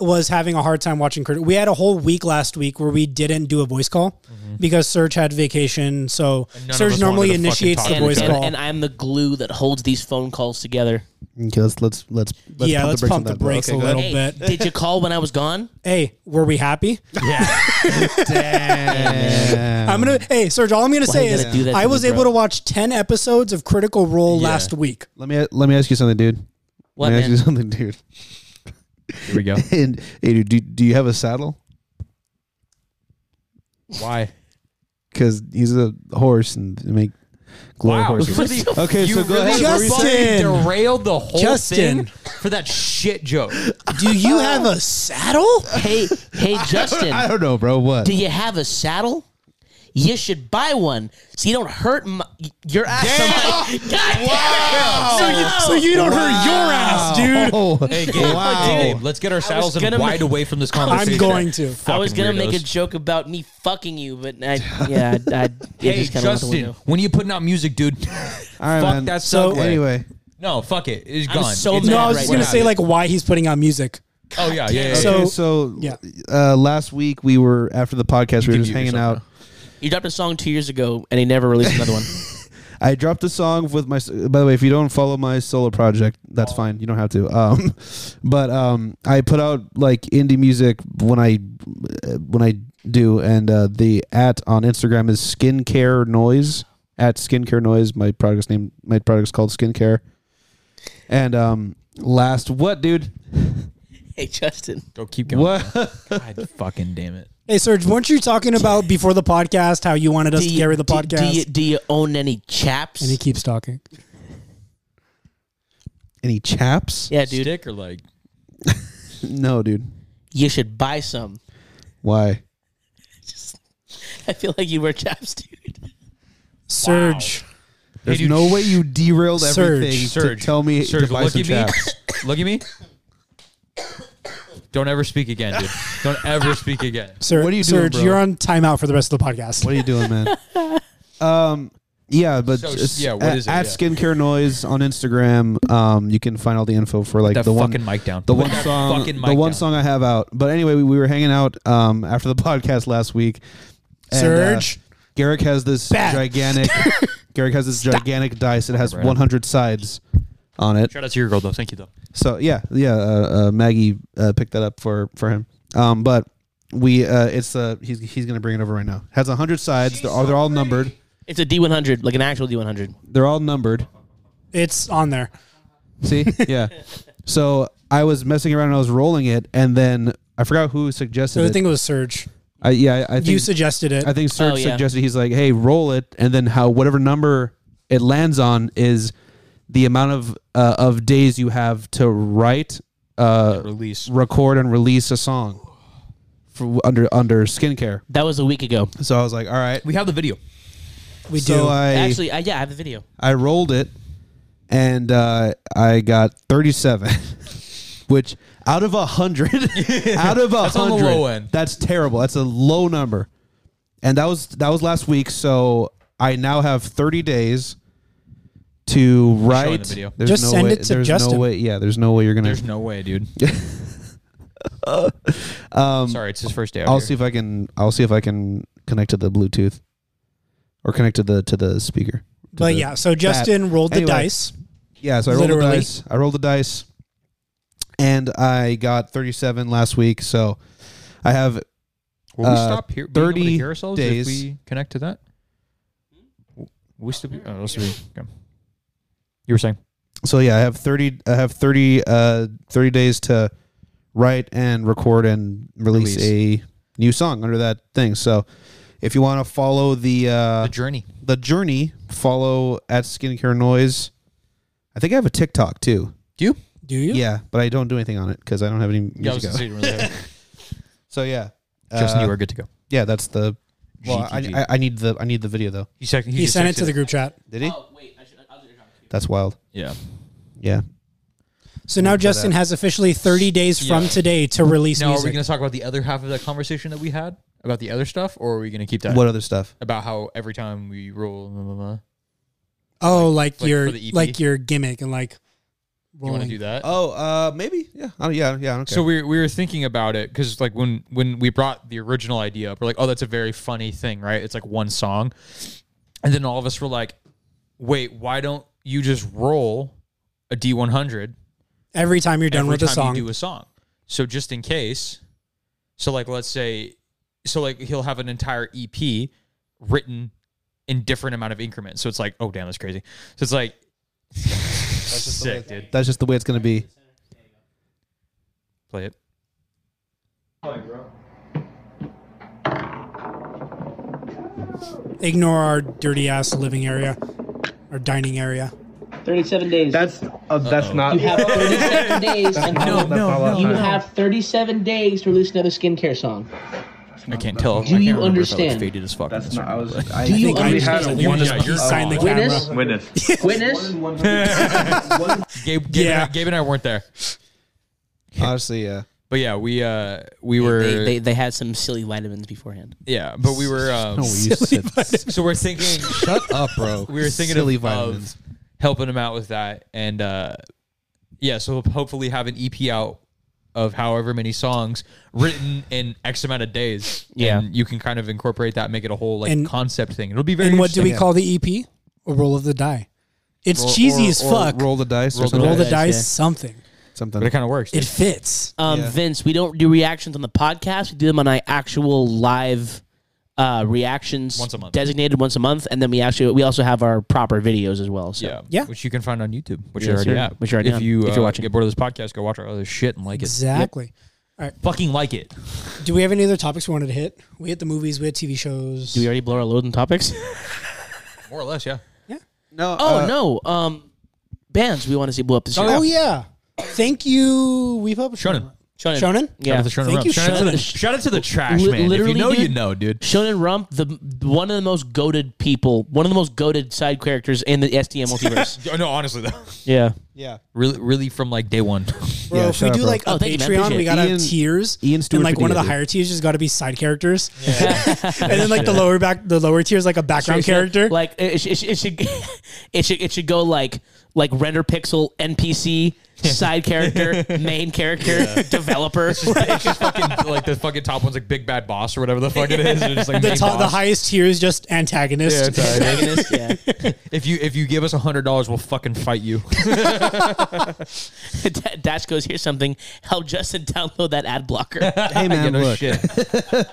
S5: was having a hard time watching Critical. We had a whole week last week where we didn't do a voice call because Serge had vacation. So
S3: Mm-hmm. none of us
S5: Serge
S3: wanted
S5: normally
S3: to fucking
S5: initiates
S3: talk
S5: the
S3: to
S1: And,
S5: voice
S3: each
S1: and,
S3: other.
S5: call.
S1: and I'm the glue that holds these phone calls together.
S2: Okay, let's let's let's, let's
S5: yeah, let's pump
S2: on
S5: the
S2: that.
S5: brakes
S2: Okay,
S5: a
S2: go
S5: little
S2: ahead.
S1: Hey,
S5: bit.
S1: did you call when I was gone?
S5: Hey, were we happy?
S2: Damn.
S5: I'm gonna.
S3: Mm-hmm.
S5: Hey, Serge. All I'm gonna say
S1: you
S5: is
S1: gotta do that
S5: I
S1: to
S5: was
S1: me,
S5: able
S1: bro?
S5: to watch ten episodes of Critical Role
S3: Yeah.
S5: last week.
S2: let me let me ask you something, dude.
S1: What
S2: let me ask you
S1: man?
S2: something, dude.
S3: Here we go.
S2: And hey, dude, do, do you have a saddle?
S3: Why?
S2: Because he's a horse and they make glory horses.
S3: For the-
S2: Okay,
S3: you
S2: so go
S3: really
S2: ahead.
S5: Justin!
S3: fucking derailed the whole thing
S5: Justin!
S3: for that shit joke.
S5: Do you have a saddle?
S1: Hey, hey, Justin.
S2: I don't know, bro. What?
S1: Do you have a saddle? You should buy one so you don't hurt my, your ass. I'm like, God damn it.
S5: So you don't hurt your ass, dude.
S2: Oh,
S3: Hey, Gabe,
S2: wow.
S3: Gabe, let's get our saddles and
S1: gonna
S3: wide
S1: make-
S3: away from this conversation.
S5: I'm going to.
S1: I was
S3: Fucking
S1: gonna make a
S3: weirdos.
S1: joke about me fucking you, but I, yeah, I, I it
S3: Hey,
S1: just kind of went out the
S3: Justin,
S1: window.
S3: when are you putting out music, dude?
S2: All right,
S3: fuck
S2: man.
S3: that
S5: So-
S3: so,
S5: segue.
S2: Anyway,
S3: No, fuck it. It's
S1: I'm
S3: gone.
S1: so
S3: It's
S1: mad
S5: No,
S3: gone.
S5: I was just
S1: right
S5: gonna
S1: now.
S5: say like why he's putting out music.
S3: Oh yeah, yeah. yeah,
S5: So-
S3: yeah.
S2: okay, so
S5: yeah.
S2: uh, last week we were after the podcast, we were
S3: can
S2: just
S3: mute
S2: hanging
S3: yourself
S2: out.
S1: You dropped a song two years ago and he never released another one.
S2: I dropped a song with my. By the way, if you don't follow my solo project, that's fine. You don't have to. Um, but um, I put out like indie music when I uh, when I do, and uh, the at on Instagram is skincare noise at skincare noise. My product's name. My product's called skincare. And um, last what, dude?
S1: hey, Justin,
S3: Go keep going.
S2: What?
S3: God fucking damn it.
S5: Hey Serge, weren't you talking about before the podcast how you wanted us to carry the
S1: do- Do,
S5: podcast?
S1: you, do you own any chaps?
S5: and he keeps talking.
S2: Any chaps?
S1: yeah, dude,
S3: Stick or like?
S2: No, dude.
S1: you should buy some.
S2: Why?
S1: I feel like you wear chaps, dude.
S5: Serge,
S2: There's
S3: dude,
S2: no way you derailed
S5: Surge,
S2: everything
S3: Surge,
S2: to tell me
S3: Surge,
S2: to buy
S3: look
S2: some
S3: at
S2: chaps.
S3: me. Look at me. Don't ever speak again, dude. Don't ever speak again.
S5: Serge,
S2: What are you doing,
S5: Serge,
S2: bro?
S5: you're on timeout for the rest of the podcast.
S2: What are you doing, man? um, yeah, but
S3: So,
S2: just
S3: yeah, what
S2: at,
S3: is it?
S2: at
S3: Yeah.
S2: skincare noise on Instagram, um, you can find all the info for like
S3: That
S2: the one,
S3: fucking mic down.
S2: the
S3: Put
S2: one
S3: that
S2: song,
S3: fucking
S2: the
S3: mic
S2: one
S3: down.
S2: song I have out. But anyway, we, we were hanging out um after the podcast last week. and, uh,
S5: Serge.
S2: Garrick has this
S5: Bad.
S2: gigantic. Garrick has this gigantic dice. It has 100 sides on it.
S3: Shout out to your girl though. Thank you though.
S2: So yeah, yeah. Uh, uh, Maggie uh, picked that up for for him. Um, but we uh, it's uh, he's he's gonna bring it over right now. Has hundred sides. They're all they're all numbered.
S1: It's a D100, like an actual D100.
S2: They're all numbered.
S5: It's on there.
S2: See, yeah. So I was messing around and I was rolling it, and then I forgot who suggested
S5: So I
S2: it.
S5: think it was Serge.
S2: I, yeah, I, I
S5: You
S2: think
S5: suggested it.
S2: I think Serge
S1: Oh, yeah.
S2: suggested he's like, hey, roll it, and then how whatever number it lands on is the amount of uh, of days you have to write uh,
S3: Release.
S2: record and release a song for under under skincare.
S1: That was a week ago.
S2: So I was like, all right.
S3: We have the video.
S5: we do.
S2: So uh, I
S1: Actually, I, yeah, I have the video.
S2: I rolled it, and uh, I got thirty seven, which out of a hundred, out of a
S3: on the
S2: hundred,
S3: low end.
S2: that's terrible. That's a low number. and that was that was last week. So I now have 30 days to
S3: the
S2: write.
S3: video.
S2: There's
S5: Just
S2: no
S5: send
S2: way,
S5: it to
S2: there's
S5: Justin.
S2: No way, yeah, there's no way you're gonna.
S3: There's no way, dude. Sorry, it's his first day. Out
S2: Um, I'll
S3: here.
S2: see if I can. I'll see if I can connect to the Bluetooth, or connect to the to the speaker. to
S5: But
S2: the-
S5: yeah, so Justin rolled the
S2: Anyway.
S5: dice.
S2: Yeah, so I rolled
S5: Literally.
S2: the dice. I rolled the dice, and I got 37 last week. So I have
S3: Will we
S2: uh,
S3: stop here? being able to
S2: 30
S3: hear ourselves
S2: days.
S3: if we connect to that? Hmm? Will We still be, oh, we'll still be- okay. You were saying
S2: so yeah, I have 30. I have 30 uh 30 days to write and record and release, a new song under that thing. So if you want to follow the uh
S3: the journey.
S2: the journey, follow at Skincare Noise. I think I have a TikTok too.
S3: You?
S5: Do you?
S2: Yeah, but I don't do anything on it because I don't have any music.
S3: Yeah, I was gonna
S2: out.
S3: say you really have-
S2: So yeah,
S3: Justin,
S2: Uh,
S3: you are good to go.
S2: yeah, that's the. Well, I,
S3: GTG.
S2: I, I need the I need the video though.
S3: He, sec-
S5: He,
S3: just
S5: sent it
S3: texted
S5: to the group chat.
S2: Did he?
S1: Oh wait, I should. I'll do it.
S2: That's wild.
S3: Yeah.
S2: Yeah.
S5: So now Justin has officially 30 days from
S3: Yeah.
S5: today to release
S3: Now, are we
S5: music.
S3: going to talk about the other half of that conversation that we had about the other stuff, or are we going to keep that
S2: What other stuff?
S3: about how every time we roll, blah, blah, blah.
S5: oh, like,
S3: like
S5: your
S3: for the EP?
S5: like your gimmick and like
S3: you want to
S5: rolling.
S3: do that?
S2: Oh, uh, maybe. Yeah. Oh, yeah. Yeah. Okay.
S3: So we we were thinking about it because like when when we brought the original idea up, we're like, oh, that's a very funny thing, right? It's like one song, and then all of us were like, wait, why don't you just roll a D one hundred
S5: Every time you're done
S3: every
S5: with a
S3: time
S5: song.
S3: you do a song? So just in case, so like let's say, so like he'll have an entire EP written in different amount of increments. So it's like, oh damn, that's crazy. So it's like, sick, dude.
S2: that's just the way it's gonna be.
S3: Play it.
S5: Ignore our dirty ass living area or dining area.
S6: 37 days.
S7: That's uh, that's not.
S6: you have 37 days
S7: no,
S6: until
S7: no,
S6: you have 37 days to release another skincare song.
S3: I can't tell.
S6: Do
S3: I can't
S6: you
S3: remember if I looked
S6: understand?
S3: Faded as fuck.
S7: That's not. I was. I
S6: Do you
S7: think I had a
S6: understand?
S7: one.
S3: Yeah,
S5: He
S3: you're-
S5: signed the
S6: Witness?
S5: camera.
S7: Witness.
S6: Witness?
S3: Gabe, Gabe,
S5: Yeah.
S3: and I, Gabe and I weren't there,
S2: Honestly, yeah.
S3: but yeah, we uh we were
S1: They, they they had some silly vitamins beforehand.
S3: yeah, but we were um,
S2: you said,
S3: so we're thinking
S2: shut up, bro.
S3: we were thinking
S2: silly
S3: of, uh,
S2: vitamins.
S3: of helping him out with that, and uh yeah, so we'll hopefully have an EP out of however many songs written in X amount of days.
S1: Yeah.
S3: and you can kind of incorporate that, make it a whole like
S5: And-
S3: concept thing. It'll be very
S5: And what do we
S3: interesting.
S5: call the EP? A roll of the die. It's cheesy
S2: Or-
S5: as
S2: or
S5: fuck.
S2: Roll the dice.
S3: Roll
S2: or
S3: the
S2: something.
S5: roll the
S1: dice,
S5: dice,
S1: yeah.
S5: something.
S2: something.
S3: But it kind of works.
S5: It fits.
S1: Um, Vince, we don't do reactions on the podcast. We do them on our actual live uh, reactions
S3: Once a month.
S1: designated once a month, and then we actually we also have our proper videos as well. So.
S3: yeah,
S5: Yeah.
S3: which you can find on YouTube, which
S1: Yes,
S3: you're already
S1: sir.
S3: at.
S1: Which you're already
S3: if
S1: on,
S3: you
S1: if you're
S3: uh,
S1: watching.
S3: get bored of this podcast, go watch our other shit and like it.
S5: Exactly.
S3: Fucking like it.
S5: Do we have any other topics we wanted to hit? We hit the movies, we hit TV shows.
S1: Do we already blow our load on topics?
S3: More or less, yeah.
S2: no.
S1: oh
S2: uh,
S1: no, um, bands we want to see blow up this year.
S5: oh yeah. Thank you. We published
S3: Shonen.
S1: Shonen.
S5: Shonen?
S1: Yeah.
S3: Shout out to Shonen
S5: Thank
S3: Rump.
S5: you,
S3: shout, out to
S5: Shonen.
S3: the, shout out to the trash
S1: Li-
S3: man.
S1: literally,
S3: if you know, you
S1: dude.
S3: know, dude.
S1: Shonen Rump, the one of the most goaded people, one of the most goaded side characters in the SDM multiverse.
S3: No, honestly though,
S1: yeah,
S2: Yeah.
S3: really, really from like day one.
S5: Bro,
S2: Yeah,
S5: if
S2: shout
S5: we
S2: out,
S5: do
S2: bro.
S5: like
S1: Oh,
S5: a
S1: thank you, man.
S5: Patreon, we
S1: Appreciate
S5: got to
S2: it.
S5: have tiers.
S2: Ian Stewart
S5: and like
S2: for
S5: one of the
S2: DDD.
S5: higher tiers has got to be side characters. and then like the lower back the lower tier is like a background character.
S1: Like it, it, it should, it should, it should go like like render pixel NPC side character main character developer.
S3: it's just fucking like the fucking top one's like big bad boss or whatever the fuck it is. It's just, like
S5: the
S3: main
S5: top the
S3: boss.
S5: highest tier is just antagonist.
S3: Yeah, it's all right.
S1: Antagonist, yeah.
S3: if you if you give us hundred dollars, we'll fucking fight you.
S1: Da- Dash goes, here's something. Help Justin download that ad blocker.
S2: Hey man,
S3: You know,
S2: look,
S3: shit.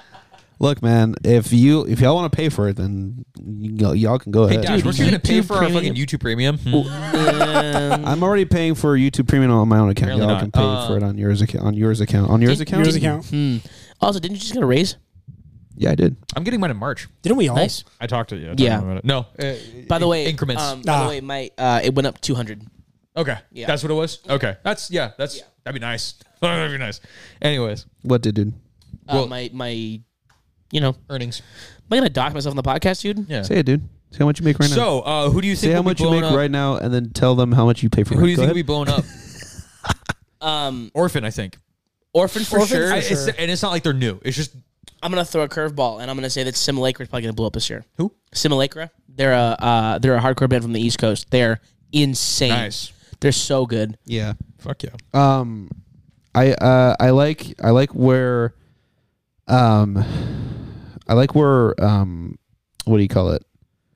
S2: look, man. If you if y'all want to pay for it, then y- y'all can go ahead.
S3: Gosh, we're
S1: Dude,
S3: gonna pay
S1: YouTube
S3: for our fucking
S1: Premium.
S3: YouTube premium. Hmm.
S1: Um,
S2: I'm already paying for YouTube Premium on my own account.
S3: Apparently
S2: Y'all
S3: not.
S2: can pay
S3: Uh,
S2: for it on yours account. On yours account. On yours
S1: Did-
S2: account.
S5: Yours account.
S1: hmm. also, didn't you just get a raise?
S2: Yeah, I did.
S3: I'm getting mine in March.
S5: Didn't we all?
S1: Nice.
S3: I talked to you. I talked
S1: Yeah.
S3: about it. No. uh,
S1: By the way,
S3: increments.
S1: Um, by
S5: Ah.
S1: the way, my uh, it went up 200.
S3: okay. That's what it was. Okay. That's yeah. That's that'd be nice. that'd be nice. Anyways,
S2: What did, dude?
S1: Uh, my my, you know, am
S3: earnings.
S1: I gonna dock myself on the podcast, dude?
S3: Yeah.
S2: Say it, dude. Say how much you make right now.
S3: So, uh, who do you think
S2: Say how
S3: will be
S2: much you
S3: blown
S2: make
S3: up?
S2: right now, and then tell them how much you pay for it.
S3: Who do you
S2: Go
S3: think will
S2: ahead.
S3: be blown up?
S1: Um,
S3: Orphan, I think.
S1: orphan for
S5: Orphan
S1: sure.
S5: for
S3: I-
S1: I-
S3: it's- and it's not like they're new. It's just
S1: I'm gonna throw a curveball, and I'm gonna say that Simulacra is probably gonna blow up this year.
S3: Who?
S1: Simulacra. They're a uh, they're a hardcore band from the East Coast. They're insane.
S3: Nice.
S1: They're so good.
S2: Yeah.
S3: Fuck yeah.
S2: Um, I uh, I like I like where, um, I like where um, what do you call it?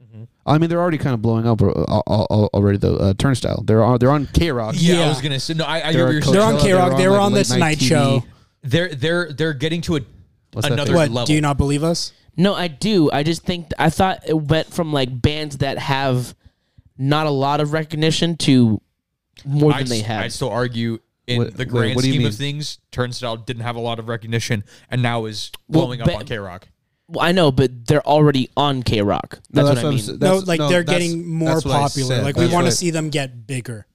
S3: Mm-hmm.
S2: I mean, they're already kind of blowing up al- al- al- already. Though uh, Turnstile, they're on they're on K Rock.
S3: Yeah, I
S5: Yeah.
S3: was gonna say no. I, I
S2: They're
S3: remember
S2: a
S3: your
S2: Coachella,
S5: They're on
S2: they're
S5: K-Rock,
S2: on,
S5: they were
S2: like,
S5: on
S2: late
S5: the
S2: night
S5: Tonight
S2: TV.
S5: Show.
S3: They're they're they're getting to a
S2: What's that
S3: another
S2: thing?
S5: What?
S3: level.
S5: Do you not believe us?
S1: No, I do. I just think I thought it went from like bands that have not a lot of recognition to more
S3: I'd,
S1: than they
S3: s- I'd
S1: have.
S3: still argue in
S2: What-
S3: the
S2: wait,
S3: grand
S2: what do you
S3: scheme of
S2: mean?
S3: things, Turnstile didn't have a lot of recognition and now is
S1: Well,
S3: blowing
S1: ba-
S3: up on K Rock.
S1: Well, I know, but they're already on K Rock.
S2: No,
S1: That's, what I
S2: I'm
S1: mean.
S2: s- that's-
S5: no, like
S2: no,
S5: they're
S2: that's-
S5: getting more
S2: that's what I
S5: popular.
S2: said.
S5: Like we
S2: That's
S5: want
S2: what-
S5: to see them get bigger.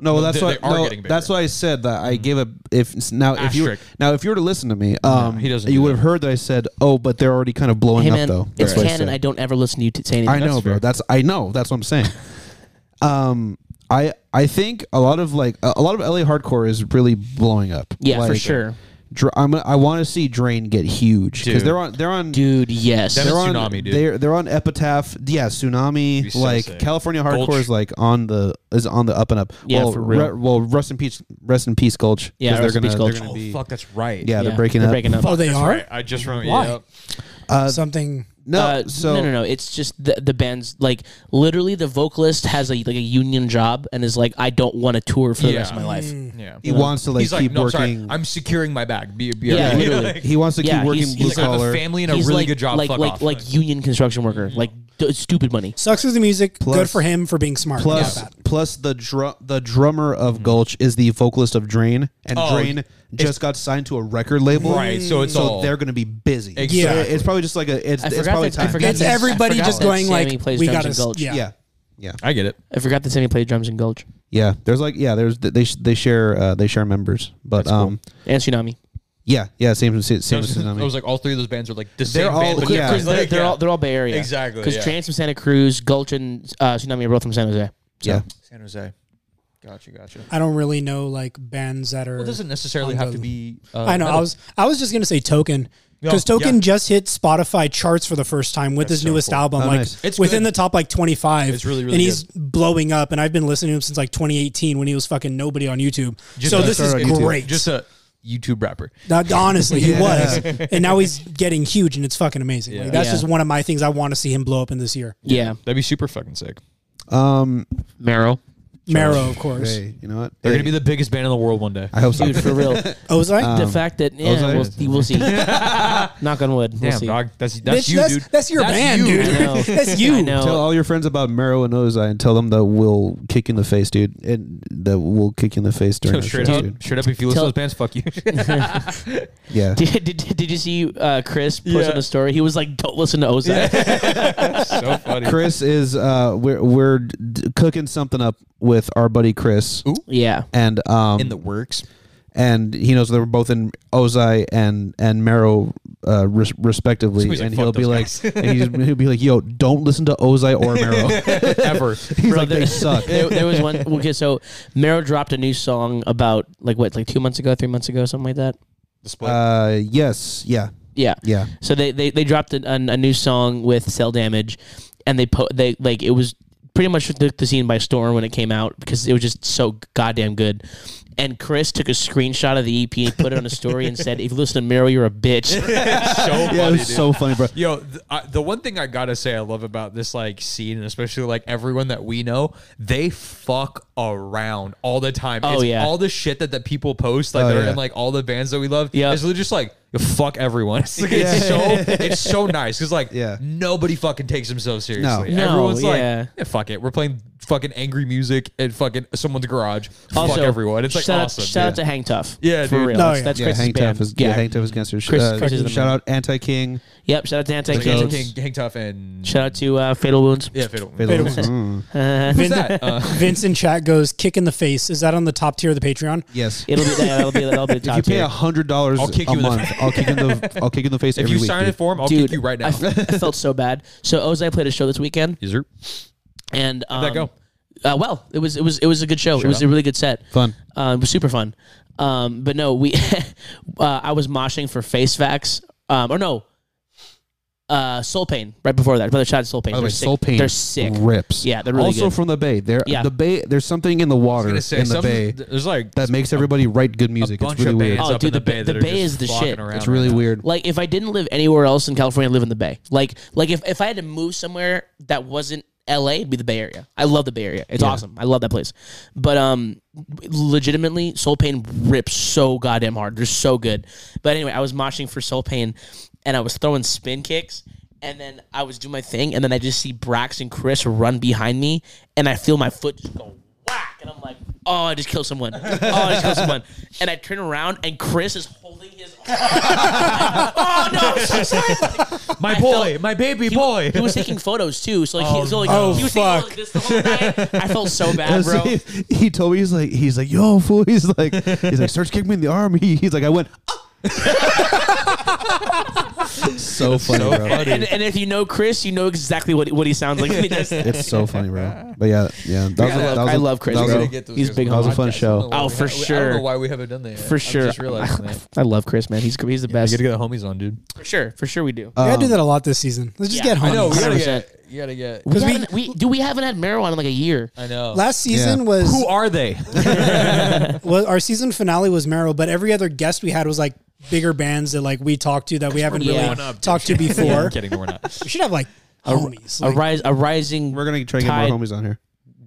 S2: No, well, that's
S3: they-
S2: why.
S3: they are
S2: no,
S3: getting bigger.
S2: that's why I said that I give a if now if you were-
S3: Asterisk.
S2: now if you were to listen to me, um,
S3: he doesn't
S2: you
S3: do
S2: would
S3: that.
S2: have heard that I said, oh, but they're already kind of blowing
S1: Hey
S2: up
S1: man,
S2: though.
S1: it's
S2: That's what
S1: canon.
S2: I,
S1: I
S2: said.
S1: don't ever listen to you t- say anything.
S2: I know, bro. That's I know. That's what I'm saying. um, I I think a lot of like a a lot of LA hardcore is really blowing up.
S1: yeah, for
S2: Like,
S1: sure,
S2: Dra- I'm, I want to see Drain get huge because
S3: Dude.
S2: they're on they're on
S1: dude. Yes,
S3: That
S2: they're on
S3: Tsunami, dude.
S2: They're they're on Epitaph. Yeah, tsunami.
S3: Be so
S2: like
S3: sick.
S2: California hardcore
S3: Gulch.
S2: is like on the is on the up and up.
S1: Yeah,
S2: well,
S1: for real.
S2: re- well, rest in peace, rest in peace, Gulch.
S1: Yeah,
S2: 'cause
S1: rest in peace, Gulch.
S2: gonna
S1: Oh,
S2: be-
S3: Fuck, that's right.
S2: yeah, they're
S1: Yeah,
S2: breaking
S1: they're
S2: up.
S1: breaking up.
S5: Oh, they are
S3: Right. I just remember
S5: Why?
S3: yeah.
S5: something.
S2: No,
S1: Uh,
S2: so
S1: no, no, no. It's just the the band's like literally the vocalist has a like a union job and is like, I don't want to tour for the
S3: Yeah.
S1: rest of my life.
S3: Yeah.
S2: he wants to like
S3: He's like,
S2: keep
S3: no,
S2: working.
S3: sorry, I'm securing my bag. Be, be
S1: Yeah,
S3: okay.
S1: literally.
S3: Like,
S2: he wants to keep
S1: Yeah,
S2: working
S1: he's-
S2: blue
S1: he's
S3: he's like I have
S2: collar.
S3: a family and a really
S1: like,
S3: good job.
S1: like
S3: Fuck
S1: like
S3: off.
S1: like union construction worker, like d- stupid money.
S5: Sucks with the music. Good
S2: Plus-
S5: for him for being smart.
S2: Plus-
S5: Not bad.
S2: plus the drum the drummer of Gulch is the vocalist of Drain, and
S3: Oh,
S2: Drain just got signed to a record label.
S3: Right, so it's
S2: so
S3: all-
S2: they're going to be busy.
S3: Exactly.
S2: So it's probably just like a it's,
S1: I
S2: it's
S1: forgot
S2: probably
S1: that. I
S2: time.
S1: forgot
S5: it's
S1: that- I
S5: everybody
S1: forgot
S5: just
S1: that
S5: going
S1: Sammy
S5: like
S1: plays
S5: we
S1: drums
S5: got
S1: in Gulch.
S5: to yeah.
S2: yeah, yeah,
S3: I get it.
S1: I forgot that Sammy played drums in Gulch
S2: yeah. There's like yeah, there's they sh- they share uh, they share members, but um
S1: and Tsunami.
S2: yeah yeah same same same.
S3: I was,
S2: tsunami.
S3: I was like, all three of those bands are like the
S2: They're
S3: same
S2: all-
S3: band. but
S2: yeah.
S3: different.
S1: Because they're,
S3: Like,
S1: they're
S3: yeah.
S1: all they're all Bay Area
S3: Exactly,
S1: Because
S3: yeah.
S1: Trans from Santa Cruz, Gulch and uh, Tsunami are both from San Jose.
S2: yeah.
S3: San Jose. Gotcha, gotcha.
S5: I don't really know like bands that are.
S3: Well, it doesn't necessarily
S5: on
S3: have to
S5: the-
S3: be. Uh,
S5: I know. I
S3: metal.
S5: was I was just gonna say Token
S3: Yeah.
S5: because Token just hit Spotify charts for the first time with his newest album,
S2: Oh,
S5: like
S2: nice.
S3: It's
S5: within
S3: good.
S5: the top like twenty five.
S3: It's really, really
S5: and he's blowing up. And I've been listening to him since like twenty eighteen when he was fucking nobody on YouTube. so
S3: a-
S5: this is
S2: started on YouTube. uh,
S5: great.
S3: Just a YouTube rapper.
S5: Now, honestly, he was, and now he's getting huge, and it's fucking amazing. Like, that's
S1: Yeah.
S5: just one of my things I want to see him blow up in this year.
S1: Yeah,
S3: That'd be super fucking sick.
S2: Um,
S1: Merrill,
S5: Marrow, of course.
S2: hey, you know what?
S3: They're
S2: Hey,
S3: gonna be the biggest band in the world one day.
S2: I hope so.
S1: dude, for real. the
S5: Ozai.
S2: Um,
S1: fact that yeah,
S2: Ozai?
S1: we'll, we'll see. Knock on wood. We'll
S3: Damn,
S1: see.
S3: dog. That's
S5: Bitch,
S3: that's you,
S5: that's,
S3: dude.
S5: that's your band,
S3: you.
S5: dude.
S1: I know.
S5: That's you.
S1: I know.
S2: Tell all your friends about Mero and Ozai and tell them that we'll kick you in the face, dude. And that we'll kick you in the face during
S3: So
S2: our
S3: straight
S2: shows,
S3: up,
S2: dude.
S3: straight up. If you
S1: Tell-
S3: listen to those bands, fuck you.
S2: Yeah.
S1: Did, did, did you see uh, Chris post
S3: Yeah.
S1: on a story? He was like, "Don't listen to Ozai."
S3: so funny.
S2: Chris is uh we're we're d- cooking something up with our buddy Chris
S1: yeah.
S2: and um
S3: in the works.
S2: and he knows they were both in Ozai and and Marrow uh, res- respectively
S3: So he's like,
S2: and
S3: "Fuck
S2: he'll be like
S3: those
S2: and he's, he'll be like yo don't listen to Ozai or Marrow
S3: Ever.
S2: he's like they suck
S1: there, there was one. Okay, so Mero dropped a new song about like what, like two months ago, three months ago, something like that.
S2: uh yes yeah
S1: Yeah,
S2: yeah
S1: So they they, they dropped an, an, a new song with Cell Damage, and they po- they like it was pretty much took the scene by storm when it came out because it was just so goddamn good. And Chris took a screenshot of the EP and put it on a story and said, "If you listen to Mero, you're a bitch."
S3: so funny,
S2: yeah it
S3: dude.
S2: was so funny bro
S3: Yo, th- I, the one thing I gotta say I love about this like scene, and especially like everyone that we know, they fuck around all the time.
S1: Oh,
S3: It's
S1: yeah.
S3: all the shit that, that people post, like
S2: Oh,
S3: that are
S2: yeah.
S3: in like all the bands that we love.
S1: Yeah.
S3: it's literally just like yo, fuck everyone. It's, like, it's so it's so nice because like
S2: Yeah.
S3: nobody fucking takes themselves seriously.
S1: No,
S3: Everyone's like,
S1: yeah.
S3: yeah, fuck it, we're playing fucking angry music at fucking someone's garage.
S1: Also,
S3: fuck everyone. It's like
S1: shout
S3: awesome.
S1: Out, shout out
S3: yeah.
S1: to Hang Tough.
S3: Yeah,
S1: for
S3: dude.
S1: real.
S5: No,
S1: that's
S5: yeah.
S1: that's
S2: Oh, yeah
S1: Chris's
S2: Hang
S1: band.
S2: Tough is yeah, Hang Tough is gangster
S1: Chris-
S2: uh,
S1: Chris is the
S2: shout
S1: man.
S2: out Anti King
S1: Yep. Shout out to Anti
S3: Hang-
S1: Kings.
S3: Hang, Hang tough and
S1: Shout out to uh, Fatal Wounds.
S3: yeah, fiddle.
S2: Mm.
S5: Vin-
S3: Who's that? Uh,
S5: Vince in chat goes kick in the face. Is that on the top tier of the Patreon?
S2: yes
S1: It'll be that'll be that'll be the
S2: if
S1: top
S2: you pay
S1: tier.
S2: a hundred dollars
S3: I'll kick
S2: a
S3: you in the
S2: month I'll kick you in the I'll kick you in the face
S3: if
S2: every
S3: you
S2: week
S3: sign
S2: dude.
S3: it for him, I'll
S1: Dude,
S3: kick you right now.
S1: I fe- I felt so bad. So Ozai played a show this weekend,
S3: Is there?
S1: and um,
S3: that
S1: Uh, well, it was it was it was a good show. it was a really good set.
S2: Fun.
S1: Um, it was super fun. Um, but no, we uh, I was moshing for Face Facts Um, or no, uh, Soul Pain right before that. Brother Chad Soul Pain.
S2: By the
S1: they're
S2: way,
S1: sick.
S2: Soul Pain
S1: They're sick.
S2: rips.
S1: Yeah, they're really
S2: also
S1: good.
S2: from the Bay. There,
S1: Yeah.
S2: the Bay. There's something in the water in
S3: gonna say,
S2: the
S3: some-
S2: Bay
S3: There's like
S2: that makes everybody write good
S3: a
S2: music.
S3: bunch
S2: It's really
S3: of
S2: weird.
S3: bands
S1: Oh,
S3: up
S1: dude,
S3: in the,
S1: the
S3: bay.
S1: Ba-
S3: that
S1: the
S3: are
S1: Bay
S3: just
S1: is the
S3: flocking
S1: shit.
S3: Around
S2: It's
S3: right
S2: really
S3: now.
S2: weird.
S1: Like if I didn't live anywhere else in California, I live in the Bay. Like like if, if I had to move somewhere that wasn't LA, it'd be the Bay Area. I love the Bay Area. It's awesome. I love that place. But um legitimately, Soul Pain rips so goddamn hard. They're so good. But anyway, I was moshing for Soul Pain and I was throwing spin kicks. And then I was doing my thing, and then I just see Brax and Chris run behind me, and I feel my foot just go whack, and I'm like, "Oh, I just killed someone! Oh, I just killed someone!" And I turn around, and Chris is holding his oh no, so sorry.
S3: My
S1: I
S3: boy,
S1: felt-
S3: my baby
S1: He,
S3: boy.
S1: he was taking photos too, so like, he, so like
S5: Oh,
S1: he was taking
S5: fuck.
S1: like this the whole night. I felt so bad, bro.
S2: he, he told me he's like he's like yo fool. He's like he's like search kicked me in the arm. He, he's like I went. "Ah." so funny, bro.
S1: And, and if you know Chris, you know exactly what what he sounds like. when he does that.
S2: It's so funny, bro. But yeah, yeah. That was,
S1: I
S2: a-
S1: love-
S2: that was a-
S1: I love Chris,
S2: that was
S1: bro.
S2: a-
S1: Get those He's guys big on
S2: That was
S1: the
S2: a fun show.
S1: Oh, for
S3: I don't
S1: sure.
S3: know why we haven't done that. Yet.
S1: for
S3: I'm
S1: sure,
S3: just realizing that.
S1: I love Chris, man. He's he's the
S3: We
S1: best.
S3: gotta get the homies on, dude.
S1: for sure, for sure, we
S2: Uh,
S1: do.
S2: um,
S5: I do that a lot this season. Let's just
S1: Yeah,
S5: get
S1: I
S5: home.
S1: know, we gotta- 100%.
S3: get. You gotta get.
S1: we,
S5: Because we-
S1: haven't- we do we haven't had marijuana in like a year.
S3: I know.
S5: Last season
S2: Yeah.
S5: was
S3: Who are they?
S5: well, our season finale was Meryl, but every other guest we had was like bigger bands that like we talked to that we haven't
S1: Yeah.
S5: really
S1: growing up,
S5: talked to before.
S3: I'm kidding. We're not.
S5: We should have like homies.
S1: A
S5: like-
S1: rise, a rising.
S2: We're gonna try to get
S1: Tide.
S2: more homies on here.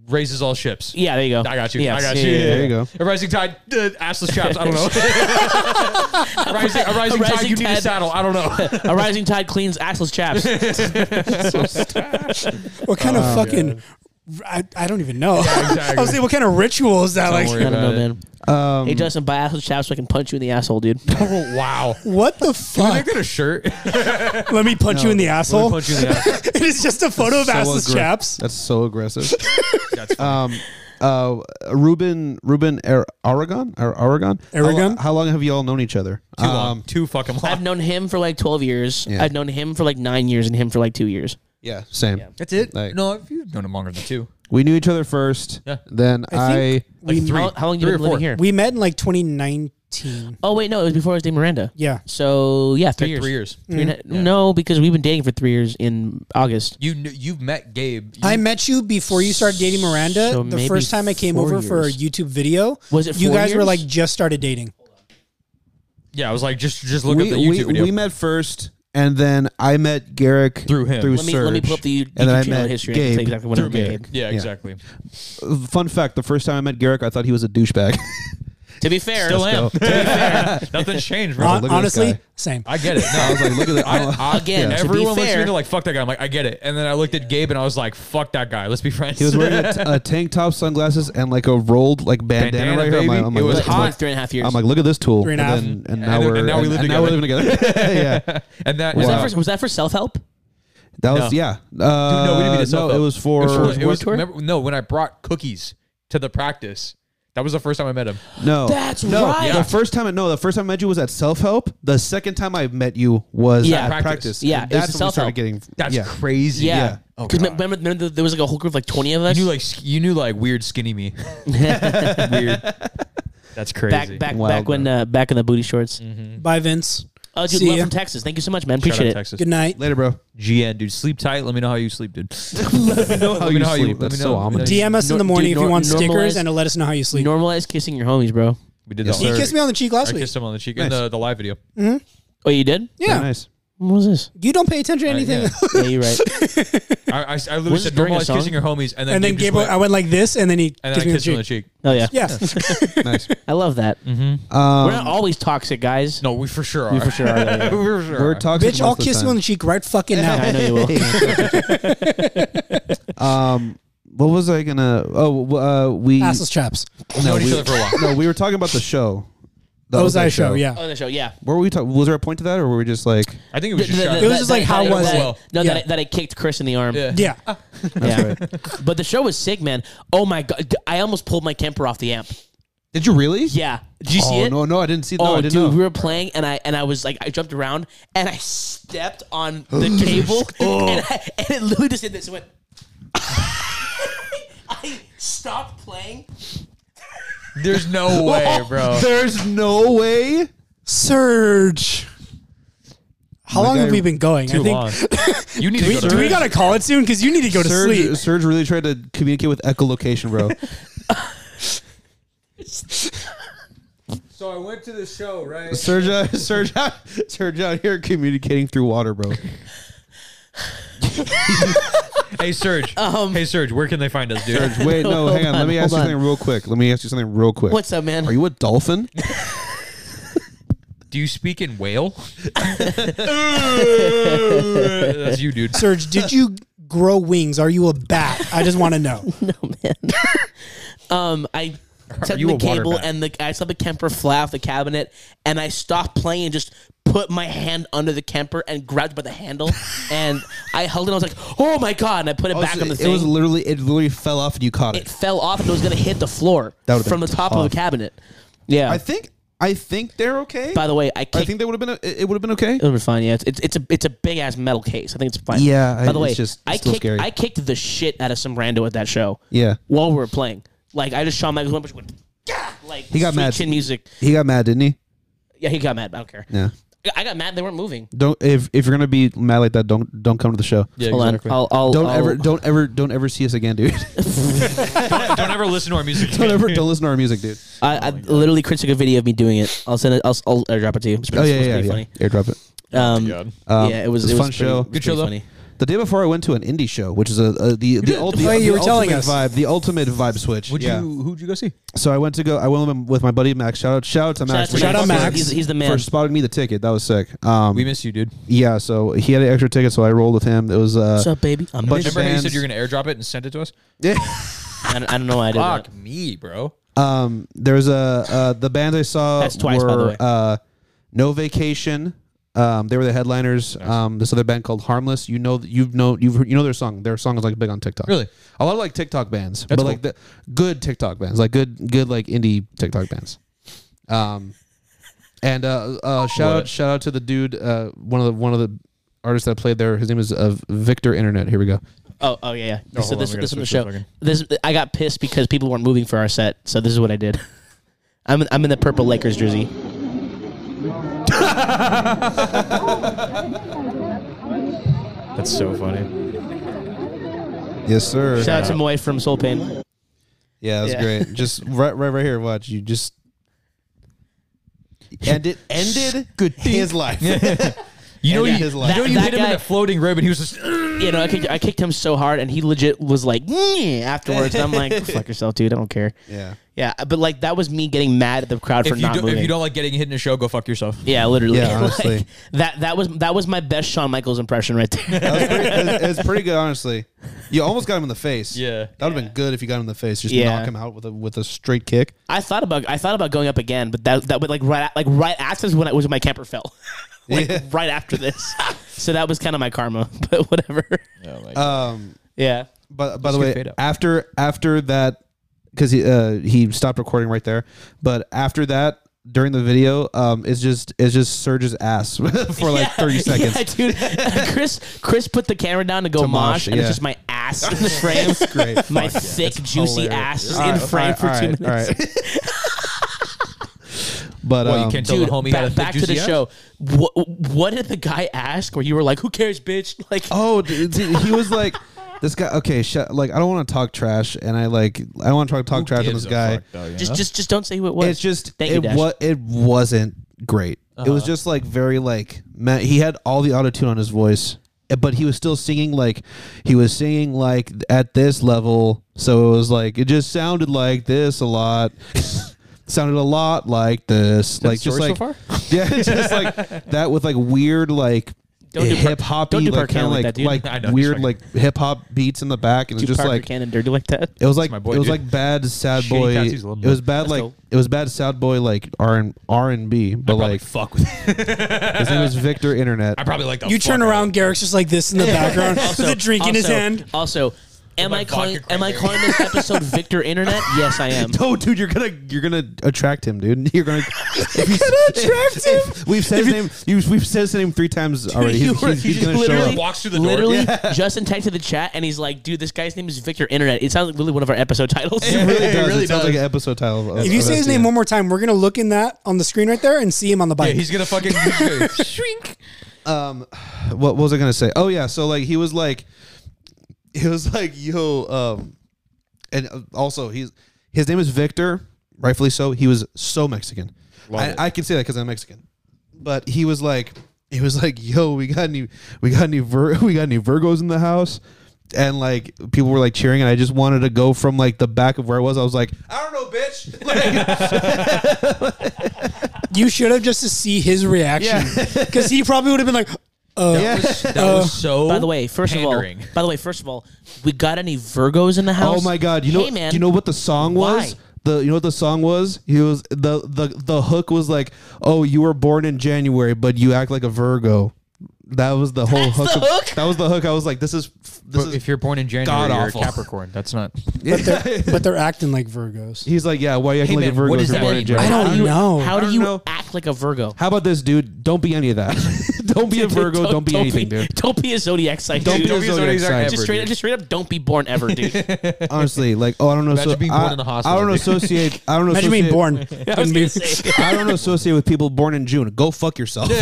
S3: Raises all ships.
S1: Yeah, there you go.
S3: I got you.
S1: Yes,
S3: I got
S1: yeah,
S3: you.
S1: yeah, yeah.
S2: There you go.
S3: A rising tide, uh, assless chaps. I don't know. a rising, a rising
S1: A rising
S3: tide, you need a
S1: tide.
S3: saddle. I don't know.
S1: A rising tide cleans assless chaps.
S5: what kind of fucking? I, I don't even know. I was like, what kind of ritual is that? like,
S1: I don't know, man.
S2: Um,
S1: Hey Justin, buy assless chaps so I can punch you in the asshole, dude.
S3: Oh, wow.
S5: what the
S3: I
S5: fuck?
S3: got a shirt.
S5: Let me punch you in the asshole.
S3: punch you in the ass.
S5: it is just a photo of
S2: so
S5: assless
S2: aggra-
S5: chaps.
S2: That's so aggressive. um, uh, Ruben Ruben Ar- Aragon or Aragon
S5: Aragon?
S2: How, how long have you all known each other?
S3: Too long.
S2: Um,
S3: Too fucking
S1: I've
S3: long.
S1: known him for like twelve years.
S2: Yeah.
S1: I've known him for like nine years, and him for like two years.
S2: yeah, same.
S3: That's it.
S2: Like-
S3: no, if you've known him longer than two,
S2: We knew each other first.
S3: Yeah.
S2: Then I,
S5: think-
S3: like
S5: We-
S3: three.
S1: How, how long you
S3: Three
S1: been
S3: or
S1: living
S3: four.
S1: here?
S5: We met in like 2019.
S1: oh wait, no, it was before I was dating Miranda.
S5: Yeah.
S1: So yeah, three
S3: Like
S1: years.
S3: three years.
S1: Three and a- No, because we've been dating for three years in August.
S3: You kn- you've met Gabe. You-
S5: I met you before you started dating Miranda.
S1: So
S5: the
S1: maybe
S5: first time I came
S1: four
S5: over for a
S1: years.
S5: YouTube video,
S1: Was it
S5: you
S1: four
S5: guys were
S1: years?
S5: like just started dating.
S3: yeah, I was like, just just look
S2: we,
S3: at the YouTube
S2: we,
S3: video.
S2: we met first, and then I met Garrick
S3: Through him.
S2: Through
S1: Let me let me
S2: Surge.
S1: pull up the
S2: And then I
S1: YouTube channel
S2: met
S1: history. I can
S2: Gabe
S1: tell you exactly when I
S2: through
S1: met
S2: Gabe.
S1: Gabe.
S3: yeah, exactly.
S2: Fun fact: the first time I met Garrick, I thought he was a douchebag.
S1: To be fair,
S3: Still am.
S2: go.
S3: To be fair, Nothing's changed, bro.
S5: Hon-
S2: look at this
S5: honestly,
S2: guy.
S5: same.
S3: I get it. No, I was like, look at that. I, I,
S1: Again, to be
S3: everyone looks at me
S1: fair-
S3: and they're like, "Fuck that guy." I'm like, I get it. And then I looked at Gabe and I was like, "Fuck that guy. Let's be friends."
S2: he was wearing a, t- a tank top, sunglasses, and like a rolled like bandana,
S3: Bandana,
S2: right here. I'm
S3: baby.
S2: like, I'm
S3: It
S2: like,
S3: was
S2: look-
S1: Like,
S2: I'm like-
S1: like three and a half years.
S2: I'm like, look at this tool.
S5: Three and a half.
S2: then, and
S3: And
S2: now
S3: then-
S2: we're
S3: and now we live
S2: and now we're
S3: together.
S2: living together. yeah,
S3: and that
S1: was,
S2: Wow.
S1: that for, was that for self help?
S2: that was yeah. Uh,
S3: no, we didn't mean to
S2: no,
S3: self-help.
S2: it was for.
S3: It was, it was-
S1: tour?
S3: remember- no, when I brought cookies to the practice, that was the first time I met him.
S2: no,
S1: That's
S2: no,
S1: right.
S2: The
S1: Yeah.
S2: first time, I- no, the first time I met you was at self help. The second time I met you was
S1: Yeah.
S2: at
S1: Practice.
S2: practice.
S1: Yeah,
S2: And
S1: it was
S2: that's
S1: the
S2: when we started
S1: self-help.
S2: getting.
S3: That's
S2: yeah.
S3: crazy.
S1: Yeah.
S3: Oh,
S1: Because
S3: God.
S1: remember, remember there was like a whole group of like twenty of us.
S3: You knew like sk- you knew like weird skinny me. weird. That's crazy.
S1: back back
S2: Wild,
S1: back when uh, back in the booty shorts.
S5: Bye, Vince.
S1: Oh, dude,
S5: See
S1: love
S5: ya.
S1: from Texas. Thank you so much, man.
S3: Shout out
S1: Appreciate it.
S3: Texas.
S5: Good night.
S2: Later, bro.
S3: GN, dude, sleep tight. Let me know how you sleep, dude. let me know
S2: how you sleep. That's so ominous.
S5: DM us in
S1: Nor-
S5: the morning
S1: dude,
S5: if you
S1: nor-
S5: want
S1: normalize-
S5: stickers and to let us know how you sleep.
S1: Normalize kissing your homies, bro.
S3: We did
S2: Yes,
S3: that.
S5: he
S2: sir.
S5: kissed me on the cheek
S3: I
S5: last week.
S3: kissed him on the cheek in
S2: Nice.
S3: the, the live video.
S1: Oh, you did?
S5: Yeah.
S2: Very nice.
S1: What was this?
S5: You don't pay attention to anything.
S3: yeah.
S1: Yeah, you're right.
S3: I, I, I literally
S1: Was it
S3: said
S1: during a
S3: normalize
S1: song?
S3: kissing your homies, and then
S5: and then
S3: Gabe just
S5: Gabe,
S3: went,
S5: I went like this, and then he
S3: and then I
S5: kissed me on the
S3: kissed him on the cheek.
S5: cheek.
S1: Oh yeah,
S5: Yeah.
S2: nice.
S1: I love that. We're not
S2: Um,
S1: always toxic, guys.
S3: No, we for sure are.
S1: we for sure are. yeah, yeah.
S3: we for sure
S2: we're
S1: uh,
S3: are.
S2: toxic.
S5: Bitch, I'll kiss you on the cheek right fucking
S1: I
S5: now.
S1: know you will.
S2: Um, what was I gonna? Oh, uh, we.
S5: Assless chaps.
S3: Known each other for a while.
S2: No, we were talking about the show. The
S5: Those I
S2: Ozai
S5: show, yeah.
S1: On the show, yeah.
S2: Where were we talking? Was there a point to that, or were we just like?
S3: I think it was just
S1: Th-
S3: shot.
S1: th-
S5: It was
S1: that-
S5: just like,
S1: that-
S5: how
S1: that-
S5: was
S1: that-
S3: it?
S1: No,
S5: Yeah.
S1: that I- that I kicked Chris in the arm.
S3: Yeah.
S5: Yeah.
S1: Yeah. But the show was sick, man. Oh my god, D- I almost pulled my Kemper off the amp.
S2: Did you really?
S1: Yeah, did you see
S2: Oh
S1: it?
S2: no, no, I didn't see. No,
S1: oh,
S2: I
S1: dude,
S2: didn't know.
S1: we were playing, and I and I was like, I jumped around, and I stepped on the cable, and, I, and it literally just did this. It went. I stopped playing.
S3: There's no way, bro.
S2: There's no way.
S5: Surge. How long have we been going?
S7: Too
S5: I think
S7: long.
S3: You need
S5: Do we,
S3: to go
S5: do
S3: to
S5: we gotta call it soon because you need to go to
S2: Serge,
S5: sleep.
S2: Serge really tried to communicate with echolocation, bro.
S3: So I went to the show, right?
S2: Serge, uh, Serge, out- Serge out here communicating through water, bro.
S3: Hey Serge. hey Serge, where can they find us, dude?
S2: Serge, wait, no, hang on.
S1: Hold
S2: Let me
S1: on,
S2: ask you
S1: hold on.
S2: something real quick. Let me ask you something real quick.
S1: What's up, man?
S2: Are you a dolphin?
S3: Do you speak in whale? That's you, dude.
S5: Serge, did you grow wings? Are you a bat? I just want to know.
S1: Um, I took
S3: you a
S1: the
S3: water
S1: cable
S3: bat?
S1: and the I saw the Kemper fly off the cabinet, and I stopped playing and just put my hand under the Kemper and grabbed by the handle, and I held it. I was like, "Oh my god!" And I put it back on the
S2: it
S1: thing.
S2: was literally, it literally fell off and you caught
S1: it
S2: it.
S1: fell off and it was gonna hit the floor
S2: That would've
S1: from the
S2: been
S1: top of
S2: tough.
S1: the cabinet. Yeah.
S2: I think, I think they're okay.
S1: By the way, I
S2: I
S1: kicked.
S2: think they would have been, a- it would have been okay.
S1: it would be fine. Yeah, it's, it's it's a it's a big ass metal case. I think it's fine.
S2: Yeah, I-
S1: By the way,
S2: it's just
S1: I
S2: still
S1: kicked
S2: scary.
S1: I kicked the shit out of some rando at that show.
S2: Yeah.
S1: While we were playing, like I just Shawn Michaels went, went "Gah!" like he
S2: got mad.
S1: Chin music.
S2: He got mad, didn't he?
S1: Yeah, he got mad. I don't care.
S2: Yeah.
S1: I got mad. They weren't moving.
S2: Don't if if you're gonna be mad like that, don't don't come to the show.
S7: Yeah,
S1: Hold
S7: exactly.
S1: on. I'll, I'll
S2: Don't
S1: I'll-
S2: ever, don't ever, don't ever see us again, dude.
S3: Don't, don't ever listen to our music.
S2: don't ever, don't listen to our music, dude.
S1: I, I literally critique a video of me doing it. I'll send it. I'll, I'll airdrop it to you. It's pretty,
S2: Oh yeah,
S1: it's
S2: yeah,
S1: pretty
S2: yeah.
S1: funny.
S2: Airdrop it.
S1: Um,
S7: God.
S2: Um,
S1: yeah, it was
S2: it's
S1: it
S2: a
S1: was
S2: fun
S1: pretty-
S2: show.
S1: it was
S2: Good
S1: pretty
S3: show, though.
S1: funny.
S2: The day before, I went to an indie show, which is a, a the the, ult- the,
S5: Oh, yeah, you
S2: the
S5: were telling
S2: ultimate
S5: us.
S2: vibe, the ultimate vibe switch.
S3: Would
S2: yeah.
S3: you who'd you go see?
S2: So I went to go. I went with my buddy Max. Shout out, shout out to Max. uh,
S1: Shout out to
S5: Shout out
S1: Max.
S5: Max.
S1: He's, he's the man.
S2: For spotting me the ticket, that was sick. Um,
S3: We miss you, dude.
S2: yeah, so he had an extra ticket, so I rolled with him. It was uh,
S1: What's up, baby? I'm
S2: bunch
S3: Remember how you
S2: bands.
S3: said you were gonna airdrop it and send it to us?
S1: I don't, I don't know why I did
S3: Fuck
S1: that.
S3: me, bro.
S2: um, there's a uh, the bands I saw
S1: That's twice,
S2: were
S1: by the way.
S2: Uh, No Vacation. Um, they were the headliners. Um, this other band called Harmless. You know, you've know, you've heard, you know their song. Their song is like big on TikTok.
S3: Really?
S2: a lot of like TikTok bands, but
S3: cool.
S2: like the good TikTok bands, like good, good like indie TikTok bands. Um, and uh, uh, shout out, shout out to the dude, uh, one of the one of the artists that played there. His name is uh, Victor Internet. Here we go.
S1: Oh, oh yeah, yeah.
S7: hold
S1: so
S7: on,
S1: this,
S7: we gotta
S1: this is the
S7: switch
S1: show.
S7: this fucking-
S1: This I got pissed because people weren't moving for our set. So this is what I did. I'm in, I'm in the purple Lakers jersey.
S7: That's so funny.
S2: Yes, sir.
S1: Shout out to Moy from Soul Pain.
S2: Yeah, that's
S1: Yeah.
S2: great. Just right, right, right here. Watch you just and it ended good his life.
S3: You know
S2: And
S3: you,
S2: his
S3: you,
S2: life.
S3: know
S1: That-
S3: you
S1: that
S3: hit him in
S1: guy-
S3: the floating rib and he was just
S1: You know, I kicked, I kicked him so hard, and he legit was like "Nyeh," afterwards. And I'm like, "Go fuck yourself, dude. I don't care.
S2: yeah,
S1: Yeah, but like that was me getting mad at the crowd for
S3: if you,
S1: not
S3: don't,
S1: moving.
S3: if you don't like getting hit in a show, go fuck yourself.
S1: yeah, literally.
S2: Yeah,
S1: Like,
S2: honestly.
S1: that that was that was my best Shawn Michaels impression right there.
S2: that was pretty, it's, it's pretty good, honestly. You almost got him in the face.
S3: Yeah.
S2: that would have been good if you got him in the face. Just
S1: Yeah.
S2: knock him out with a with a straight kick.
S1: I thought about I thought about going up again, but that that would like right like right after is when I was when my camper fell, like
S2: Yeah.
S1: right after this. so that was kind of my karma, but whatever.
S2: Um,
S1: Yeah,
S2: But by the
S3: get
S2: way,
S3: fade out.
S2: after after that, because he uh, he stopped recording right there. But after that, during the video, um, it's just it's just Serge's ass for like thirty seconds.
S1: yeah, dude. Chris Chris put the camera down to go mosh,
S2: mosh,
S1: and
S2: yeah.
S1: it's just my ass in the frame.
S2: Great.
S1: My thick, juicy ass is in frame for two minutes.
S2: but
S3: Well, you
S2: um,
S3: can't tell
S1: Dude,
S3: the homie
S1: back,
S3: had a thick
S1: back to the
S3: juicy ass?
S1: show. What, what did the guy ask? Where you were like, "Who cares, bitch?" Like,
S2: Oh, dude, dude, he was like, this guy. Okay, sh- like I don't want to talk trash, and I like I don't want to talk, talk trash on
S3: Gives
S2: this
S3: a
S2: guy.
S3: fuck, though, you
S1: just,
S3: know?
S1: just, just don't say who it was.
S2: It's just
S1: Thank you,
S2: it
S1: Dash. Uh-huh.
S2: was it wasn't great. It was just like very like man, he had all the auto tune on his voice, eh, but he was still singing like he was singing like at this level. So it was like it just sounded like this a lot. sounded a lot like this, like just
S3: story
S2: like
S3: so far?
S2: yeah, it's just like that with like weird like.
S1: Don't do Park-
S2: hip hop,
S1: don't do Park
S2: like kind
S1: Cannon like
S2: of like
S1: that, dude.
S2: like,
S3: I know, just
S2: weird
S3: like-
S2: like hip hop beats in the back, and it's
S1: Do
S2: just
S1: Parker
S2: like
S1: Cannon dirty like that.
S2: it was like
S3: my boy,
S2: it was
S3: dude.
S2: like bad sad
S3: Shitty
S2: boy.
S3: tattoos, love 'em.
S2: It was bad like
S1: cool.
S2: it was bad sad boy like R and R and B, but
S3: Probably
S2: like
S3: fuck with it.
S2: his name is Victor Internet.
S3: I probably like the
S5: You
S3: fuck out
S5: turn
S3: of
S5: around, Garrick's just like this in the background with a drink in his
S1: also-
S5: hand.
S1: Also, am
S3: my
S1: I calling
S3: vodka
S1: am I
S3: cranberry.
S1: calling this episode Victor Internet? Yes, I am.
S2: No, Oh, dude, you're gonna you're gonna attract him, dude. You're gonna, if you, attract him. we've said his name. You, we've said his name three times already.
S1: You
S2: He's,
S1: were-
S2: he's- he's
S1: you
S2: gonna show
S1: literally-
S2: up.
S3: Just walks through the door.
S1: Literally,
S2: Yeah.
S1: Justin texted the chat and he's like, "Dude, this guy's name is Victor Internet." It sounds like literally one of our episode titles.
S2: It really does. It,
S3: really
S2: sounds
S3: does.
S2: like an episode title. Of,
S5: If you say his name one more time, we're gonna look in that on the screen right there and see him on the
S3: Yeah,
S5: bike.
S3: he's gonna fucking he's gonna-
S2: um what, what was i gonna say oh yeah so like he was like he was like yo um and uh, also he's his name is victor rightfully so he was so mexican I, I can say that because i'm mexican but he was like he was like yo we got any we got any Vir- we got any virgos in the house and like people were like cheering and i just wanted to go from like the back of where i was i was like i don't know bitch Like,
S5: You should have just to see his reaction because he probably would have been like, "Oh,
S3: That, was, that was so.
S1: By the way, first
S3: pandering.
S1: of all, by the way, first of all, we got any Virgos in the house?
S2: Oh my god! You know,
S1: hey man,
S2: you know what the song was?
S1: Why?
S2: The you know what the song was? He was the the the hook was like, "Oh, you were born in January, but you act like a Virgo." That was the whole
S1: That's
S2: hook,
S1: the
S2: of-
S1: hook?
S2: That was the hook. I was like, "This is this
S3: But
S2: is."
S3: if you're born in January, you're a
S2: God-awful.
S3: Capricorn. That's not.
S5: but they're acting like Virgos."
S2: He's like, "Yeah, why are you acting
S3: Hey,
S2: like a
S3: man,
S2: Virgo
S3: what
S2: if
S3: does
S2: you're
S3: that
S2: born in
S3: mean?
S2: January?"
S5: I don't
S1: how do you,
S5: know.
S1: How do
S2: don't
S1: you
S2: know.
S1: act like a Virgo?
S2: How about this, dude? Don't be any of that. don't be a Virgo. Don't, be anything, dude.
S1: Don't be a zodiac sign.
S2: Don't
S1: dude.
S2: be a zodiac sign.
S1: Just straight, up, just straight up, don't be born ever, dude.
S2: Honestly, like, oh, I don't know.
S3: Imagine
S2: So,
S3: being
S2: I,
S3: born in a hospital,
S2: I don't
S3: dude.
S2: associate. I don't
S5: Imagine
S2: associate.
S5: being born.
S1: I was gonna say.
S2: I don't associate with people born in June. Go fuck yourself. you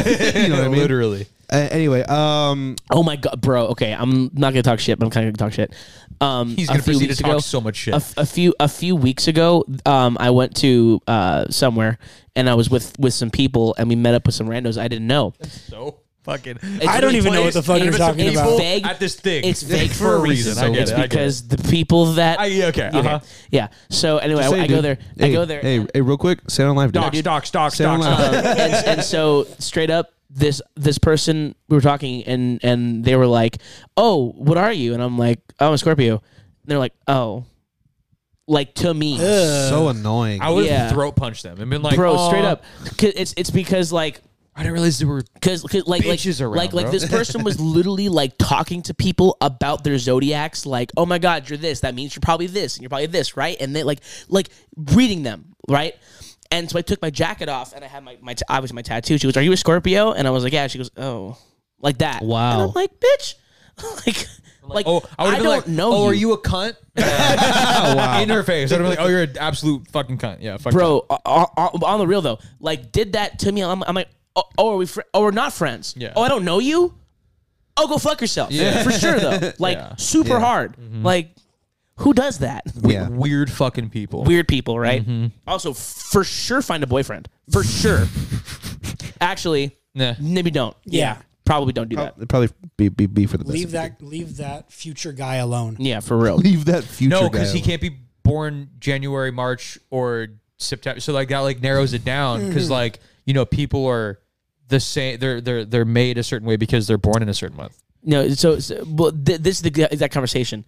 S2: know what I mean?
S4: Literally.
S2: Uh, anyway, um,
S1: Oh my god, bro. Okay, I'm not gonna talk shit, but I'm kind of gonna talk shit. Um,
S3: He's
S1: a
S3: gonna
S1: few
S3: proceed to
S1: weeks
S3: talk
S1: ago-
S3: so much shit.
S1: A, f- a few a few weeks ago, um, I went to uh somewhere and I was with with some people and we met up with some randos I didn't know.
S3: So fucking.
S1: I
S5: don't even know what the fuck you're talking about.
S1: vague-
S3: At this thing.
S1: It's vague for a reason.
S3: I get
S1: it's
S3: it. I get
S1: because the people that
S3: I- yeah, okay,
S1: you know,
S3: uh-huh.
S1: yeah. So anyway, I,
S2: Say,
S1: I go
S2: dude.
S1: there. I
S2: Hey,
S1: go there.
S2: Hey, hey, real quick, stay on live, dude.
S3: it. Docs, docs, docs,
S2: Stay on
S3: docs.
S2: live.
S1: Um, and, and so straight up this this person we were talking and and they were like oh what are you and i'm like i'm a scorpio and they're like oh like to me
S2: so annoying.
S3: I would
S1: Yeah.
S3: have throat punched them and been like,
S1: bro straight
S3: "Aw,
S1: up 'Cause it's it's because like
S3: I didn't realize there were.
S1: Cause, 'cause, like, like,
S3: Bitches around,
S1: like, like
S3: bro.
S1: this person was literally like talking to people about their zodiacs. Like, oh my god, you're this. That means you're probably this, and you're probably this, right? And they like, like reading them, right? And so I took my jacket off, and I had my my t- obviously my tattoo. She goes, "Are you a Scorpio?" And I was like, "Yeah." She goes, "Oh, like that." Wow. And I'm like, "Bitch," like, like,
S3: Oh, I,
S1: I,
S3: would have
S1: don't
S3: been like,
S1: know.
S3: Oh,
S1: you.
S3: are you a cunt? wow. In her face. I'd have been like, oh, you're an absolute fucking cunt. Yeah, fuck that.
S1: bro? o- o- o- On the real though, like, did that to me? I'm, I'm like, oh, oh, are we? Fr- oh, we're not friends.
S3: Yeah.
S1: Oh, I don't know you. Oh, go fuck yourself. For sure though. Like
S3: Yeah. Mm-hmm.
S1: super hard. Like, who does that?
S2: yeah.
S3: Weird fucking people.
S1: Weird people, right?
S3: Mm-hmm.
S1: Also, for sure, find a boyfriend. For sure. Actually,
S3: Nah.
S1: maybe don't.
S5: Yeah.
S1: Probably don't do that.
S2: It'd probably be, be, be for the best.
S5: Leave that, leave that future guy alone.
S1: Yeah, for real.
S2: Leave that future.
S3: No, because
S2: guy
S3: he can't be born January, March, or September. So like that like narrows it down
S1: Mm-hmm.
S3: because like you know people are the same. They're they're they're made a certain way because they're born in a certain month.
S1: No, so, so well, th- this is the g- exact conversation.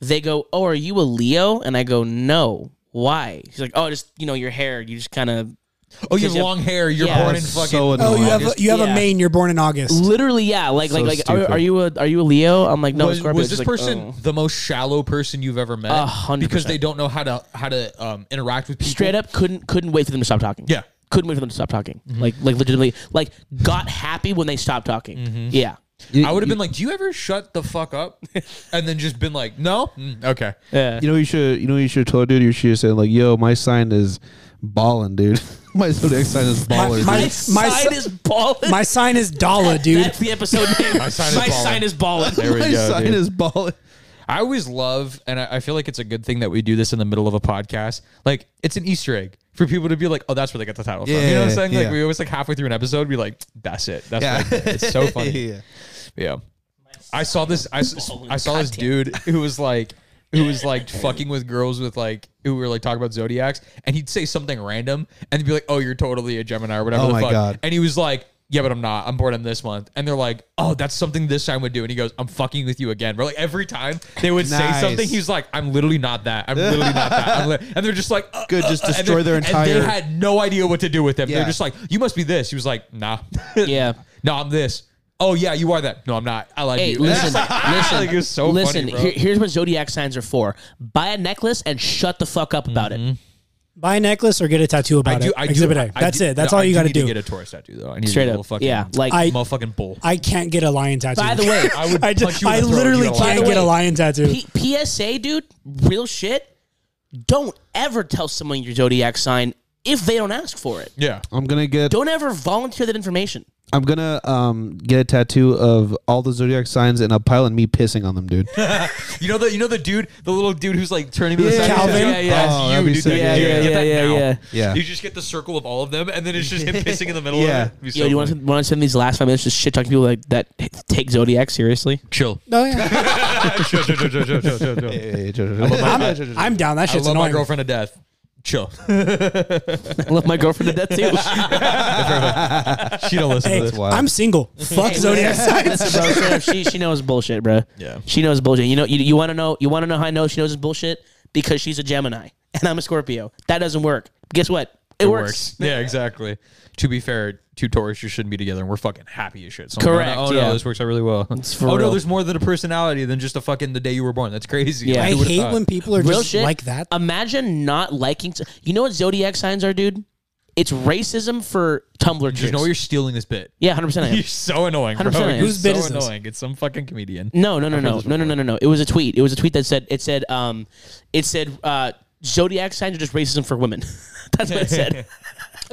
S1: They go, "Oh, are you a Leo?" And I go, "No. Why?" He's like, "Oh, just you know, your hair. You just kind of
S3: Oh,
S1: Because
S3: you have
S1: you have-
S3: long hair. You're
S1: Yeah.
S3: born in
S2: So
S3: fucking.
S2: annoying.
S5: Oh, you have a,
S3: August.
S5: you have
S1: Yeah.
S5: a mane. You're born in August.
S1: literally, yeah, like like like. Are,
S2: stupid.
S1: are you a are you a Leo? I'm like, no,
S3: was,
S1: Scorpio.
S3: was
S1: She's
S3: this
S1: like,
S3: person
S1: "Oh."
S3: the most shallow person you've ever met?
S1: A hundred
S3: because
S1: percent.
S3: they don't know how to how to um, interact with people.
S1: straight up couldn't couldn't wait for them to stop talking?
S3: Yeah.
S1: couldn't wait for them to stop talking. Like like legitimately, like got happy when they stopped talking. Yeah.
S2: You-
S3: I would have been like, "Do you ever shut the fuck up?" and then just been like, "No, Mm, okay."
S1: Yeah.
S2: You know, what you should. You know, what you should have told dude. You should have said like, "Yo, my sign is ballin', dude. my zodiac sign is baller."
S5: my-
S1: my
S2: dude."
S1: sign
S5: si-
S1: is balling.
S5: My sign is dollar, dude.
S1: That's the episode name. my
S3: sign is
S1: balling.
S3: ballin'. There we
S2: My
S3: go,
S2: sign
S3: dude.
S2: is ballin'.
S3: I always love, and I, I feel like it's a good thing that we do this in the middle of a podcast. Like, it's an Easter egg for people to be like, "Oh, that's where they got the title from." You know what I'm
S2: Yeah,
S3: saying?
S2: yeah.
S3: Like, we always like halfway through an episode, be like, "That's it. That's
S2: Yeah.
S3: what I did." it's so funny."
S2: Yeah.
S3: Yeah. I saw this. I, s- I saw this dude who was like, who was like fucking with girls with like, who were like talking about zodiacs, and he'd say something random, and they'd be like, "Oh, you're totally a Gemini or whatever."
S2: Oh
S3: the
S2: my
S3: fuck.
S2: God.
S3: And he was like, "Yeah, but I'm not. I'm born in this month." And they're like, "Oh, that's something this sign would do." And he goes, "I'm fucking with you again." But like every time they would
S2: Nice.
S3: say something, he's like, "I'm literally not that. I'm literally not that." I'm li-" And they're just like, uh,
S2: Good,
S3: uh,
S2: just
S3: uh, and
S2: destroy
S3: they-
S2: their entire-
S3: And they had no idea what to do with him.
S2: Yeah.
S3: They're just like, "You must be this." He was like, "Nah."
S1: Yeah.
S3: No, I'm this. Oh yeah, you are that. No, I'm not. I like
S1: Hey,
S3: you.
S1: listen,
S3: It's like,
S1: listen,
S3: like, it's so
S1: listen.
S3: funny, bro.
S1: here- here's what zodiac signs are for: buy a necklace and shut the fuck up about
S3: Mm-hmm.
S1: it.
S5: Buy a necklace or get a tattoo about it. Exhibit A.
S3: I
S5: That's
S3: do-
S5: it. That's
S3: no,
S5: all
S3: I
S5: you got to
S3: need to
S5: do.
S3: get a Taurus tattoo though. I need
S1: Straight
S3: a
S1: up,
S3: little fucking
S1: yeah, like-
S5: I-
S3: motherfucking bull.
S5: I can't get a lion tattoo.
S1: By the way,
S3: I would.
S5: I
S3: punch
S5: just,
S3: you in
S5: I
S3: the throat if
S5: literally
S3: you don't like
S5: can't
S3: it.
S5: get a lion tattoo.
S1: P- PSA, dude, real shit. Don't ever tell someone your zodiac sign if they don't ask for it.
S3: Yeah.
S2: I'm gonna get.
S1: Don't ever volunteer that information.
S2: I'm gonna um get a tattoo of all the zodiac signs in a pile and me pissing on them, dude.
S3: You know the you know the dude, the little dude who's like turning to the side.
S5: Calvin?
S3: Yeah, yeah,
S2: Oh,
S3: that's
S2: that'd
S3: you,
S2: be
S3: dude.
S2: sick.
S3: That-
S2: Yeah,
S3: dude,
S2: yeah,
S3: get that
S7: yeah,
S3: now.
S7: yeah.
S2: Yeah.
S3: You just get the circle of all of them, and then it's just him pissing in the middle.
S2: Yeah.
S3: of it. It'd be so
S1: Yo, you want
S3: funny.
S1: to want to spend these last five minutes just shit talking to people like that take zodiac seriously?
S3: chill?
S5: No, Oh, yeah.
S3: chill, chill, chill, chill, chill, chill, chill, chill.
S5: I'm, I'm down. That
S3: I
S5: shit's
S3: love my
S5: annoying.
S3: girlfriend to death. Chill.
S1: I love my girlfriend to death too.
S3: she don't listen
S5: Hey,
S3: to this.
S2: That's wild.
S5: I'm single. Fuck zodiac signs.
S1: bro, Sam, she she knows bullshit, bro.
S3: Yeah.
S1: she knows bullshit. You know, you, you want to know, you want to know how I know she knows it's bullshit because she's a Gemini and I'm a Scorpio. That doesn't work. Guess what? It, works.
S3: Yeah, exactly. To be fair, two Taurus just shouldn't be together, and we're fucking happy as shit. So I'm
S1: Correct,
S3: like, oh no,
S1: yeah.
S3: this works out really well.
S1: for
S3: oh no,
S1: real.
S3: there's more than a personality than just a fucking the day you were born. That's crazy.
S1: Yeah.
S5: I
S3: who would've
S5: hate
S3: thought?
S5: when people are
S1: Real
S5: just
S1: shit.
S5: like that.
S1: Imagine not liking. you know what zodiac signs are, dude? It's racism for Tumblr.
S3: just know you're stealing this bit.
S1: yeah, hundred percent. I am.
S3: You're so annoying. Bro.
S1: 100%.
S3: You're
S1: Whose
S5: bit
S3: so
S5: is this?
S3: annoying. It's some fucking comedian.
S1: No, no, no, no, no, no, no, no, no. It was a tweet. It was a tweet that said it said um, it said uh, zodiac signs are just racism for women. That's what it said.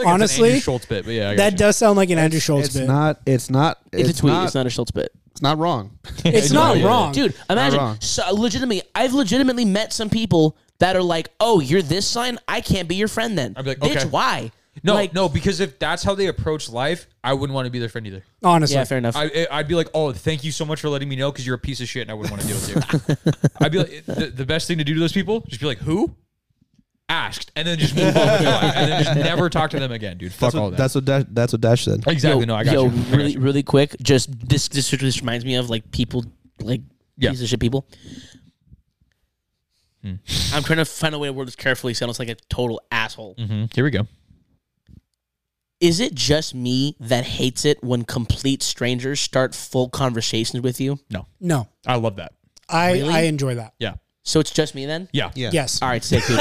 S5: Honestly,
S3: Andrew Schultz bit, but yeah, I
S5: that
S3: gotcha.
S5: does sound like an Andrew Schultz
S2: It's
S5: bit.
S2: not. It's not.
S1: It's, a tweet.
S2: Not,
S1: it's not a Schultz bit.
S2: It's not wrong.
S5: It's
S3: No,
S5: not
S3: yeah.
S5: wrong.
S1: dude. Imagine.
S2: wrong.
S1: So, legitimately, I've legitimately met some people that are like, "Oh, you're this sign. I can't be your friend then."
S3: I'd be like,
S1: Bitch,
S3: okay.
S1: why?
S3: No,
S1: like,
S3: no, because if that's how they approach life, I wouldn't want to be their friend either.
S5: Honestly.
S1: Yeah, fair enough.
S3: I, I- I'd be like, oh, thank you so much for letting me know because you're a piece of shit and I wouldn't want to deal with you. I'd be like, the, the best thing to do to those people, just be like, who? Asked. And then just move on with your life. And then just never talk to them again, dude. Fuck
S2: That's
S3: all
S2: what.
S3: that.
S2: That's what. Dash, that's what Dash said.
S3: exactly.
S1: yo,
S3: no, I got
S1: yo,
S3: you. I got
S1: really,
S3: you.
S1: really quick. Just this. This just reminds me of like people, like
S3: Yeah. Hmm.
S1: piece of shit people. I'm trying to find a way to word this carefully, so I don't sound like a total asshole.
S3: Mhm. Here we go.
S1: Is it just me that hates it when complete strangers start full conversations with you?
S3: No,
S5: No.
S3: I love that.
S5: I, I enjoy that.
S3: Yeah.
S1: So it's just me then?
S3: Yeah.
S2: Yeah.
S5: Yes.
S1: All right, sick, dude.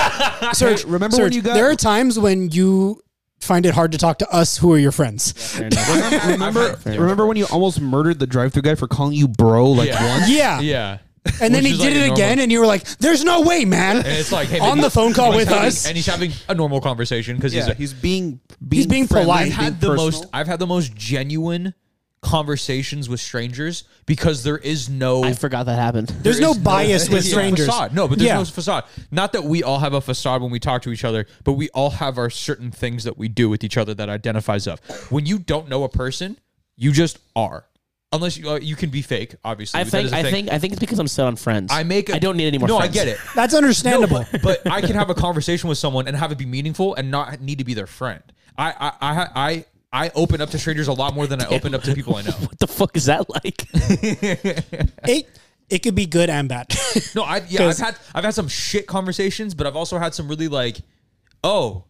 S5: Serge,
S2: remember when
S5: Serge,
S2: you got-
S5: There are times when you find it hard to talk to us who are your friends.
S1: Fair enough.
S2: remember, remember when you almost murdered the drive-through guy for calling you bro like
S3: Yeah.
S2: once?
S5: Yeah.
S3: Yeah.
S5: And then
S3: Which
S5: he
S3: is
S5: did
S3: like a
S5: it
S3: normal-
S5: again, and you were like, there's no way, man.
S3: And it's like, hey,
S5: on
S3: maybe-
S5: the phone call
S3: and he's
S5: with
S3: having-
S5: us.
S3: And he's having a normal conversation because he's
S2: Yeah,
S3: a,
S2: he's being,
S5: He's being
S2: friendly,
S5: polite.
S2: being
S5: I've
S3: had the most
S2: personal.
S3: I've had the most genuine conversations with strangers because there is no
S1: I forgot that happened.
S5: there's no bias with
S3: Yeah.
S5: strangers.
S3: Facade. No, but there's
S5: Yeah.
S3: no facade. Not that we all have a facade when we talk to each other, but we all have our certain things that we do with each other that identifies us. When you don't know a person, you just are. Unless you, uh, you can be fake, obviously.
S1: I
S3: but that is
S1: think
S3: a
S1: I
S3: thing.
S1: think I think it's because I'm set on friends.
S3: I make. I
S1: I don't need any more.
S3: No,
S1: friends.
S3: I get it.
S5: That's
S3: No,
S5: understandable.
S3: but, but I can have a conversation with someone and have it be meaningful and not need to be their friend. I I I I, I open up to strangers a lot more than I open up to people I know.
S1: What the fuck is that like?
S5: it, it could be good and bad.
S3: No, I yeah, I've
S5: 'Cause-
S3: had I've had some shit conversations, but I've also had some really like, oh,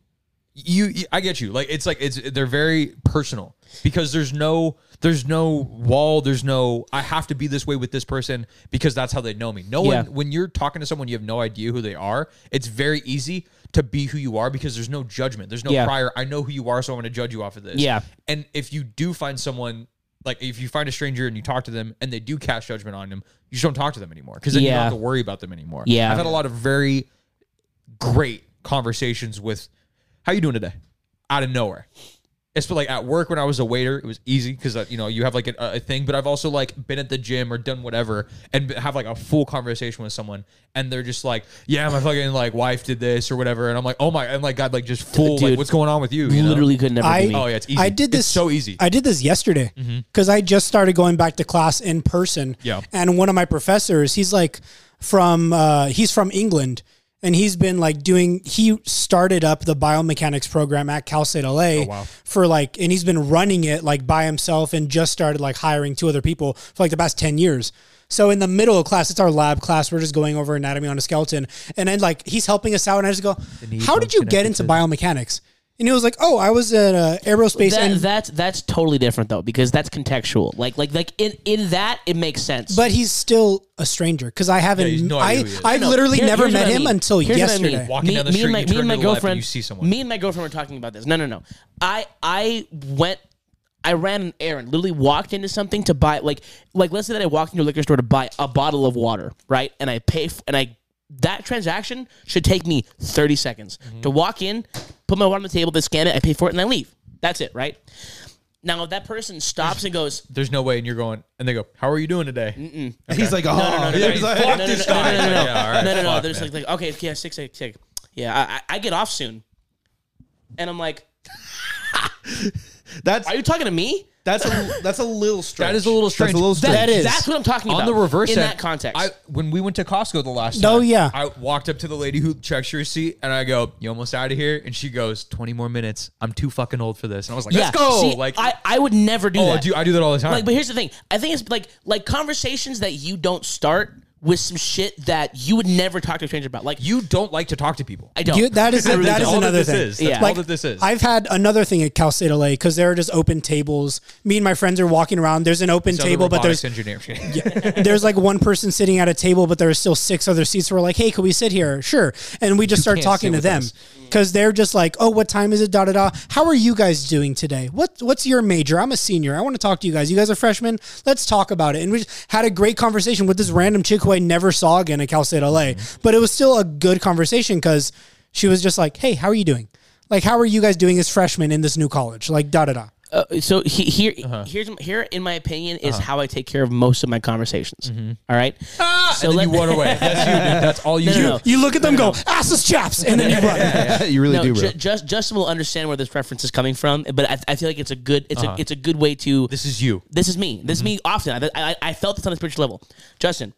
S3: you, you- I get you. Like it's like it's they're very personal because there's no there's no wall, there's no I have to be this way with this person because that's how they know me. No
S1: Yeah.
S3: one when you're talking to someone you have no idea who they are, it's very easy to be who you are because there's no judgment. There's no
S1: Yeah.
S3: prior I know who you are so I'm going to judge you off of this.
S1: Yeah.
S3: And if you do find someone like if you find a stranger and you talk to them and they do cast judgment on them, you just don't talk to them anymore because then you don't
S1: Yeah.
S3: have to worry about them anymore.
S1: Yeah.
S3: I've had a lot of very great conversations with how you doing today? Out of nowhere. It's but like at work when I was a waiter, it was easy because you know you have like a, a thing. But I've also like been at the gym or done whatever and b- have like a full conversation with someone, and they're just like, "Yeah, my fucking like wife did this or whatever," and I'm like, "Oh my!" and like God, like just full like
S1: dude,
S3: what's going on with you? you know?
S1: Literally could never
S5: I,
S1: be me.
S3: Oh, yeah, it's easy.
S5: I did
S3: It's
S5: this
S3: so easy.
S5: I did this yesterday
S1: Mm-hmm.
S5: because I just started going back to class in person.
S3: Yeah.
S5: And one of my professors, he's like from uh, he's from England, and he's been like doing. He started up the biomechanics program at Cal State
S1: Oh,
S5: LA for like, and he's been running it like by himself, and just started like hiring two other people for like the past ten years. So in the middle of class, it's our lab class. We're just going over anatomy on a skeleton, and then like he's helping us out, and I just go, "How did you get into biomechanics?" And he was like, "Oh, I was at uh, aerospace
S1: That,
S5: and
S1: that's that's totally different though because that's contextual. Like like like in in that it makes sense.
S5: But he's still a stranger because I haven't.
S3: he's no idea
S5: I
S3: who he is.
S5: I
S1: No,
S5: literally
S1: here-
S5: never
S1: here's
S5: met
S1: what I
S5: him
S1: mean.
S5: until
S1: Here's what I mean.
S5: yesterday.
S3: Walking down the
S1: me and
S3: street,
S1: my,
S3: you
S1: me
S3: turn
S1: and my
S3: to the left and
S1: girlfriend,
S3: you see someone.
S1: Me and my girlfriend were talking about this. No, no, no. I I went. I ran an errand. Literally walked into something to buy like like let's say that I walked into a liquor store to buy a bottle of water, right? And I
S3: Mm-hmm.
S1: pay f- and I that transaction should take me 30 seconds to walk in, put my water on the table, they scan it, I pay for it, and I leave. That's it, right? Now, if that person stops and goes,
S3: There's no way, and you're going, and they go, "How are you doing today?"
S2: He's like, oh,
S3: no, no,
S2: He's
S3: he's
S2: like-
S3: fucked.
S1: no, no, no,
S3: this
S1: no, no,
S3: guy.
S1: no, no, no,
S3: Yeah, all right,
S1: no, no, no.
S3: fuck,
S1: There's
S3: man.
S1: like, like, okay, yeah, six, six, six. Yeah, I- I, I get off soon. And I'm like,
S2: that's
S1: are you talking to me?
S2: that's a that's a little strange.
S3: That is a little strange.
S2: That's a little strange.
S3: That is
S1: That's what I'm talking
S3: on
S1: about.
S3: the reverse
S1: in
S3: end,
S1: that context.
S3: I, when we went to Costco the last time,
S5: Oh, yeah.
S3: I walked up to the lady who checks your receipt, and I go, "You almost out of here?" And she goes, "20 more minutes. I'm too fucking old for this." And I was like, "Let's go!"
S1: See,
S3: like,
S1: I, I would never do
S3: oh,
S1: that.
S3: I do I do that all the time?
S1: Like, but here's the thing. I think it's like like conversations that you don't start with some shit that you would never talk to a stranger about. Like
S3: you don't like to talk to people.
S1: I don't.
S5: You- that is
S1: I really
S5: that is
S1: don't.
S3: all that
S5: another
S3: this
S5: thing.
S3: is. That's
S1: Yeah.
S3: all
S1: Like,
S3: that this is.
S5: I've had another thing at Cal State LA because there are just open tables. Me and my friends are walking around. There's an open
S3: So the
S5: table, but
S3: robotics
S5: there's
S3: engineer.
S5: there's like one person sitting at a table, but there are still six other seats. We're like, hey, can we sit here? Sure. And we just start
S3: can't
S5: talking
S3: sit
S5: to
S3: with
S5: them
S3: us.
S5: because they're just like, oh, what time is it? Da da da. How are you guys doing today? What What's your major? I'm a senior. I want to talk to you guys. You guys are freshmen. Let's talk about it. And we just had a great conversation with this random chick who I never saw again at Cal State LA,
S3: Mm-hmm.
S5: but it was still a good conversation because she was just like, hey, how are you doing? Like, how are you guys doing as freshmen in this new college? Like, da da da.
S1: Uh, so he, here,
S3: Uh-huh.
S1: here's here in my opinion is how I take care of most of my conversations.
S3: Mm-hmm.
S1: All right. so
S3: Ah, and then you
S1: let-
S3: run away. That's you. Dude. That's all you
S1: No,
S3: do.
S1: no, no.
S5: You look at them, go, asses chaps, and then you run.
S2: you really
S1: no,
S2: do, bro.
S1: ju- just Justin will understand where this reference is coming from, but I, I feel like it's a good it's a it's a good way to
S3: This is you.
S1: This is me. This is me often. I, I, I felt this on a spiritual level. Justin,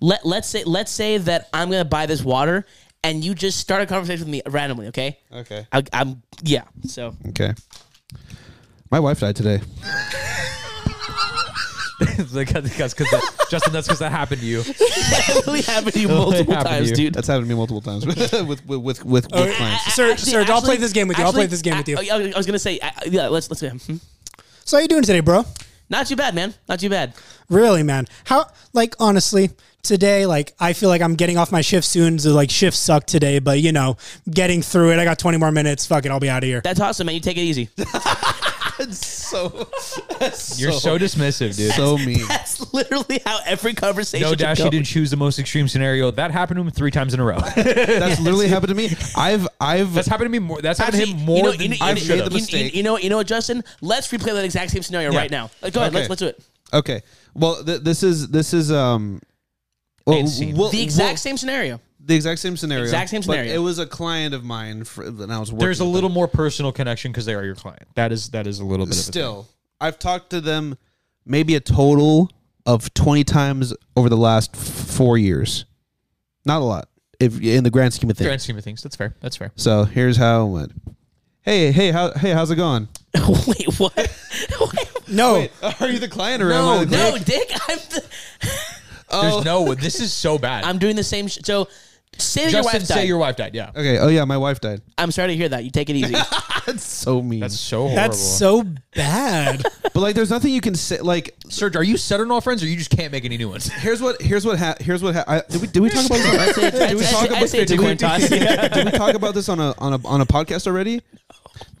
S1: let let's say let's say that I'm gonna buy this water, and you just start a conversation with me randomly. Okay.
S4: Okay.
S1: I, I'm yeah. So
S2: okay. My wife died today.
S3: Like, 'cause- 'cause- 'cause that- Justin, that's because that happened to you.
S1: that only happened to you multiple
S3: happened to
S1: times,
S3: you.
S1: dude.
S2: That's happened to me multiple times with with with, with, with clients.
S5: Sir- sir, I'll play this game with you. I'll play this game
S1: I-
S5: with you.
S1: I, I was gonna say I, I- yeah. Let's let's hmm.
S5: So how you doing today, bro?
S1: not too bad, man. Not too bad.
S5: Really, man. How like honestly, today, like I feel like I'm getting off my shift soon. So like shift sucked today, but you know, getting through it. I got 20 more minutes. Fuck it, I'll be out of here.
S1: That's awesome, man. You take it easy.
S2: So
S3: You're so dismissive, dude.
S2: so mean.
S1: That's literally how every conversation.
S3: no
S1: should
S3: dash,
S1: go.
S3: you didn't choose the most extreme scenario. That happened to him three times in a row.
S2: That's literally happened to me. I've I've
S3: That's happened to me more. That's happened
S1: Actually,
S3: to him more than
S1: you know,
S3: I
S1: you, know,
S3: should
S1: you,
S3: have.
S1: you- you know, you know what, Justin? Let's replay that exact same scenario
S3: Yeah.
S1: right now. Like, go ahead,
S2: Okay.
S1: let's, let's do it.
S2: okay. Well, th- this is this is um. Well,
S3: Ain't seen.
S2: well,
S1: The exact
S2: well,
S1: same scenario.
S2: the exact same scenario.
S1: Exact same
S2: but
S1: scenario.
S2: it was a client of mine, for, and I was working.
S3: There's a
S2: with them.
S3: little more personal connection because they are your client. That is that is a little bit of a thing.
S2: still i've talked to them maybe a total of 20 times over the last f- four years not a lot if in the grand scheme of things
S3: grand scheme of things. That's fair. That's fair.
S2: so here's how it went hey hey how, hey how's it going
S1: Wait, what? Wait,
S5: No,
S2: are you the client or
S3: No,
S2: am I the
S1: no,
S2: client?
S1: Dick, I'm the,
S3: There's no. This is so bad.
S1: I'm doing the same. Sh- so say that your
S3: Justin,
S1: wife
S3: say
S1: died.
S3: your wife died. Yeah,
S2: okay oh yeah my wife died
S1: I'm sorry to hear that. You take it easy.
S2: that's so mean
S3: that's so horrible.
S5: that's so bad.
S2: but like there's nothing you can say like
S3: Serge, are you set on all friends, or you just can't make any new ones?
S2: here's what here's what ha- here's what ha- I, did we did we talk about
S1: I
S2: this
S1: say, I
S2: we
S1: say-
S2: talk
S1: I
S2: about
S1: say it's a coin toss.
S2: did we talk about this on a on a on a podcast already?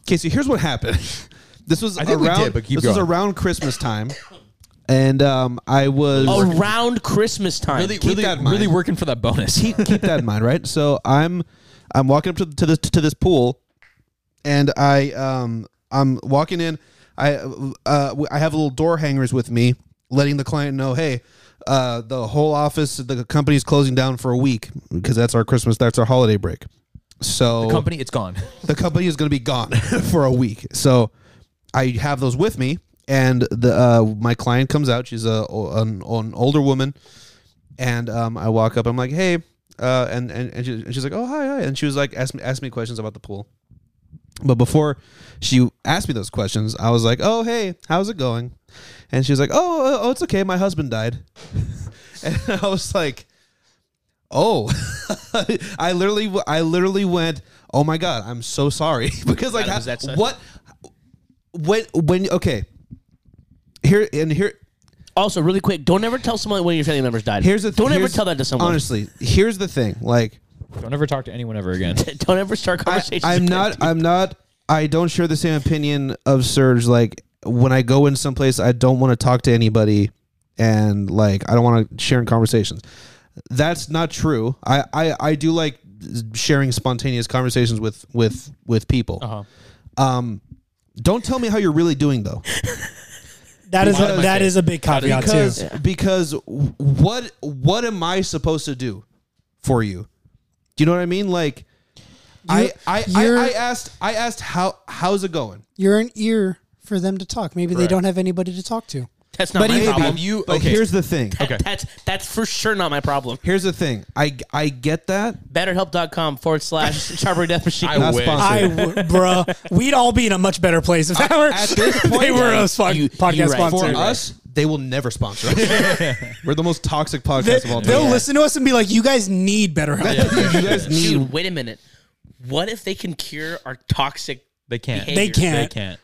S2: Casey, here's what happened. This was
S3: I think we
S2: around
S3: did, but keep
S2: this was
S3: going.
S2: around Christmas time, and um, I was
S3: Oh,
S1: Around Christmas time.
S3: Really,
S2: keep
S3: really,
S2: that in mind.
S3: really working for that bonus.
S2: keep, keep that in mind, right? So I'm I'm walking up to to this to this pool, and I um I'm walking in. I uh w- I have little door hangers with me, letting the client know, hey, uh the whole office, the company's closing down for a week because that's our Christmas, that's our holiday break. So
S3: Company, it's gone.
S2: the company is going to be gone for a week. So I have those with me, and the uh, my client comes out. She's a an, an older woman, and um, I walk up. I'm like, hey, uh, and and, and, she, and she's like, oh hi hi, and she was like, ask me ask me questions about the pool. But before she asked me those questions, I was like, "Oh, hey, how's it going?" And she was like, "Oh, oh, it's okay. My husband died." and I was like, "Oh." I literally I literally went, "Oh my god, I'm so sorry." because like
S1: Adam, is that so-
S2: what when when okay. Here and here
S1: Also, really quick, don't ever tell someone one of your family members died.
S2: here's the
S1: don't ever
S2: here's-
S1: tell that to someone.
S2: Honestly, here's the thing. Like
S3: Don't ever talk to anyone ever again.
S1: Don't ever start
S2: I,
S1: conversations.
S2: I'm not. I'm not. I don't share the same opinion of Serge. Like when I go in someplace, I don't want to talk to anybody, and like I don't want to share in conversations. That's not true. I I, I do like sharing spontaneous conversations with with with people.
S3: Uh-huh.
S2: Um, don't tell me how you're really doing though,
S5: That is
S3: Why am
S5: a,
S3: I
S5: that
S3: saying-
S5: is a big caveat
S2: because
S5: too.
S2: because what what am I supposed to do for you? Do you know what I mean? Like, I I, I
S5: you're-
S2: I asked I asked how how's it going?
S5: You're an ear for them to talk. Maybe they don't have anybody to talk to.
S1: That's not my
S3: even-
S1: problem.
S3: Have you-
S2: But
S3: okay.
S2: here's the thing.
S3: Okay.
S1: That's that's for sure not my problem.
S2: Here's the thing. I I get that.
S1: BetterHelp.com forward slash Chopper Death Machine.
S3: I
S2: Not
S3: wish.
S2: sponsored.
S5: I, w- bruh, we'd all be in a much better place if that were,
S2: at this
S5: they
S2: point,
S5: were a spo-
S1: you-
S5: podcast
S1: you're right.
S5: sponsor.
S2: For
S1: Sorry.
S2: us, they will never sponsor us. We're the most toxic podcast of all
S5: They'll
S2: time.
S5: listen to us and be like, "You guys need better help."
S2: you guys need
S1: Dude, wait a minute. What if they can cure our toxic?
S3: They can't.
S1: Behavior.
S5: They can't.
S3: can't.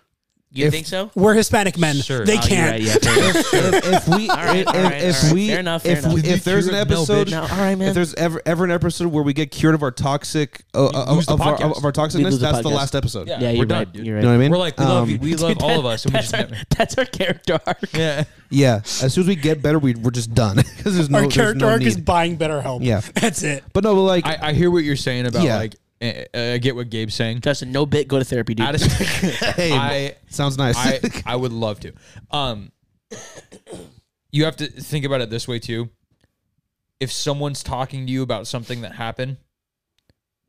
S1: You
S2: If-
S1: think so?
S5: We're Hispanic men.
S3: Sure.
S5: They
S3: Oh,
S1: Oh, you're
S5: can't.
S1: right, yeah, fair enough.
S2: if, if we
S1: right,
S2: if,
S1: all right,
S2: if
S1: all right.
S2: we
S1: Fair enough, fair
S2: if,
S1: enough.
S2: we- if there's an
S3: Did you cure it?
S2: episode
S3: No,
S1: no, all right, man.
S2: if there's ever ever an episode where we get cured of our toxic uh, uh,
S3: lose
S2: of,
S3: the
S2: our,
S3: podcast.
S2: of our
S1: We
S2: toxicness
S1: lose the
S2: that's the
S1: podcast.
S2: last episode
S1: yeah,
S3: We're
S1: you're
S3: done,
S1: right.
S3: dude.
S1: You're
S2: you
S1: right.
S2: know what I mean
S3: We're like, we love
S2: Um,
S3: you. We love all of us. And we
S1: that's,
S3: just
S1: our,
S3: never-
S1: that's our character arc.
S3: yeah.
S2: yeah as soon as we get better we we're just done because there's no
S5: Our
S2: there's
S5: character
S2: no
S5: arc is
S2: need.
S5: buying better help.
S2: Yeah.
S5: that's it.
S2: but no but like
S3: I, I hear what you're saying about
S2: Yeah.
S3: like. eh, eh, I get what Gabe's saying.
S1: Justin, no bit. Go to therapy, dude.
S3: Out of-
S2: hey
S3: I-
S2: sounds nice
S3: I I would love to. Um, you have to think about it this way too. If someone's talking to you about something that happened,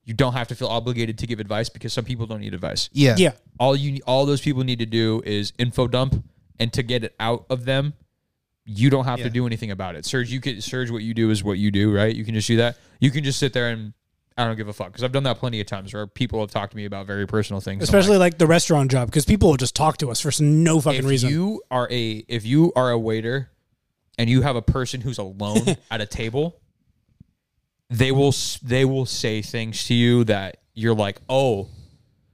S3: you don't have to feel obligated to give advice because some people don't need advice.
S2: yeah
S5: Yeah,
S3: All you all those people need to do is info dump, and to get it out of them, you don't have to do anything about it. Serge, you can Serge. What you do is what you do, right? You can just do that. You can just sit there and. I don't give a fuck because I've done that plenty of times where people have talked to me about very personal things. I'm like,
S5: especially like the restaurant job because people will just talk to us for no fucking
S3: if
S5: reason.
S3: you are a if you are a waiter and you have a person who's alone at a table they will s- they will say things to you that you're like oh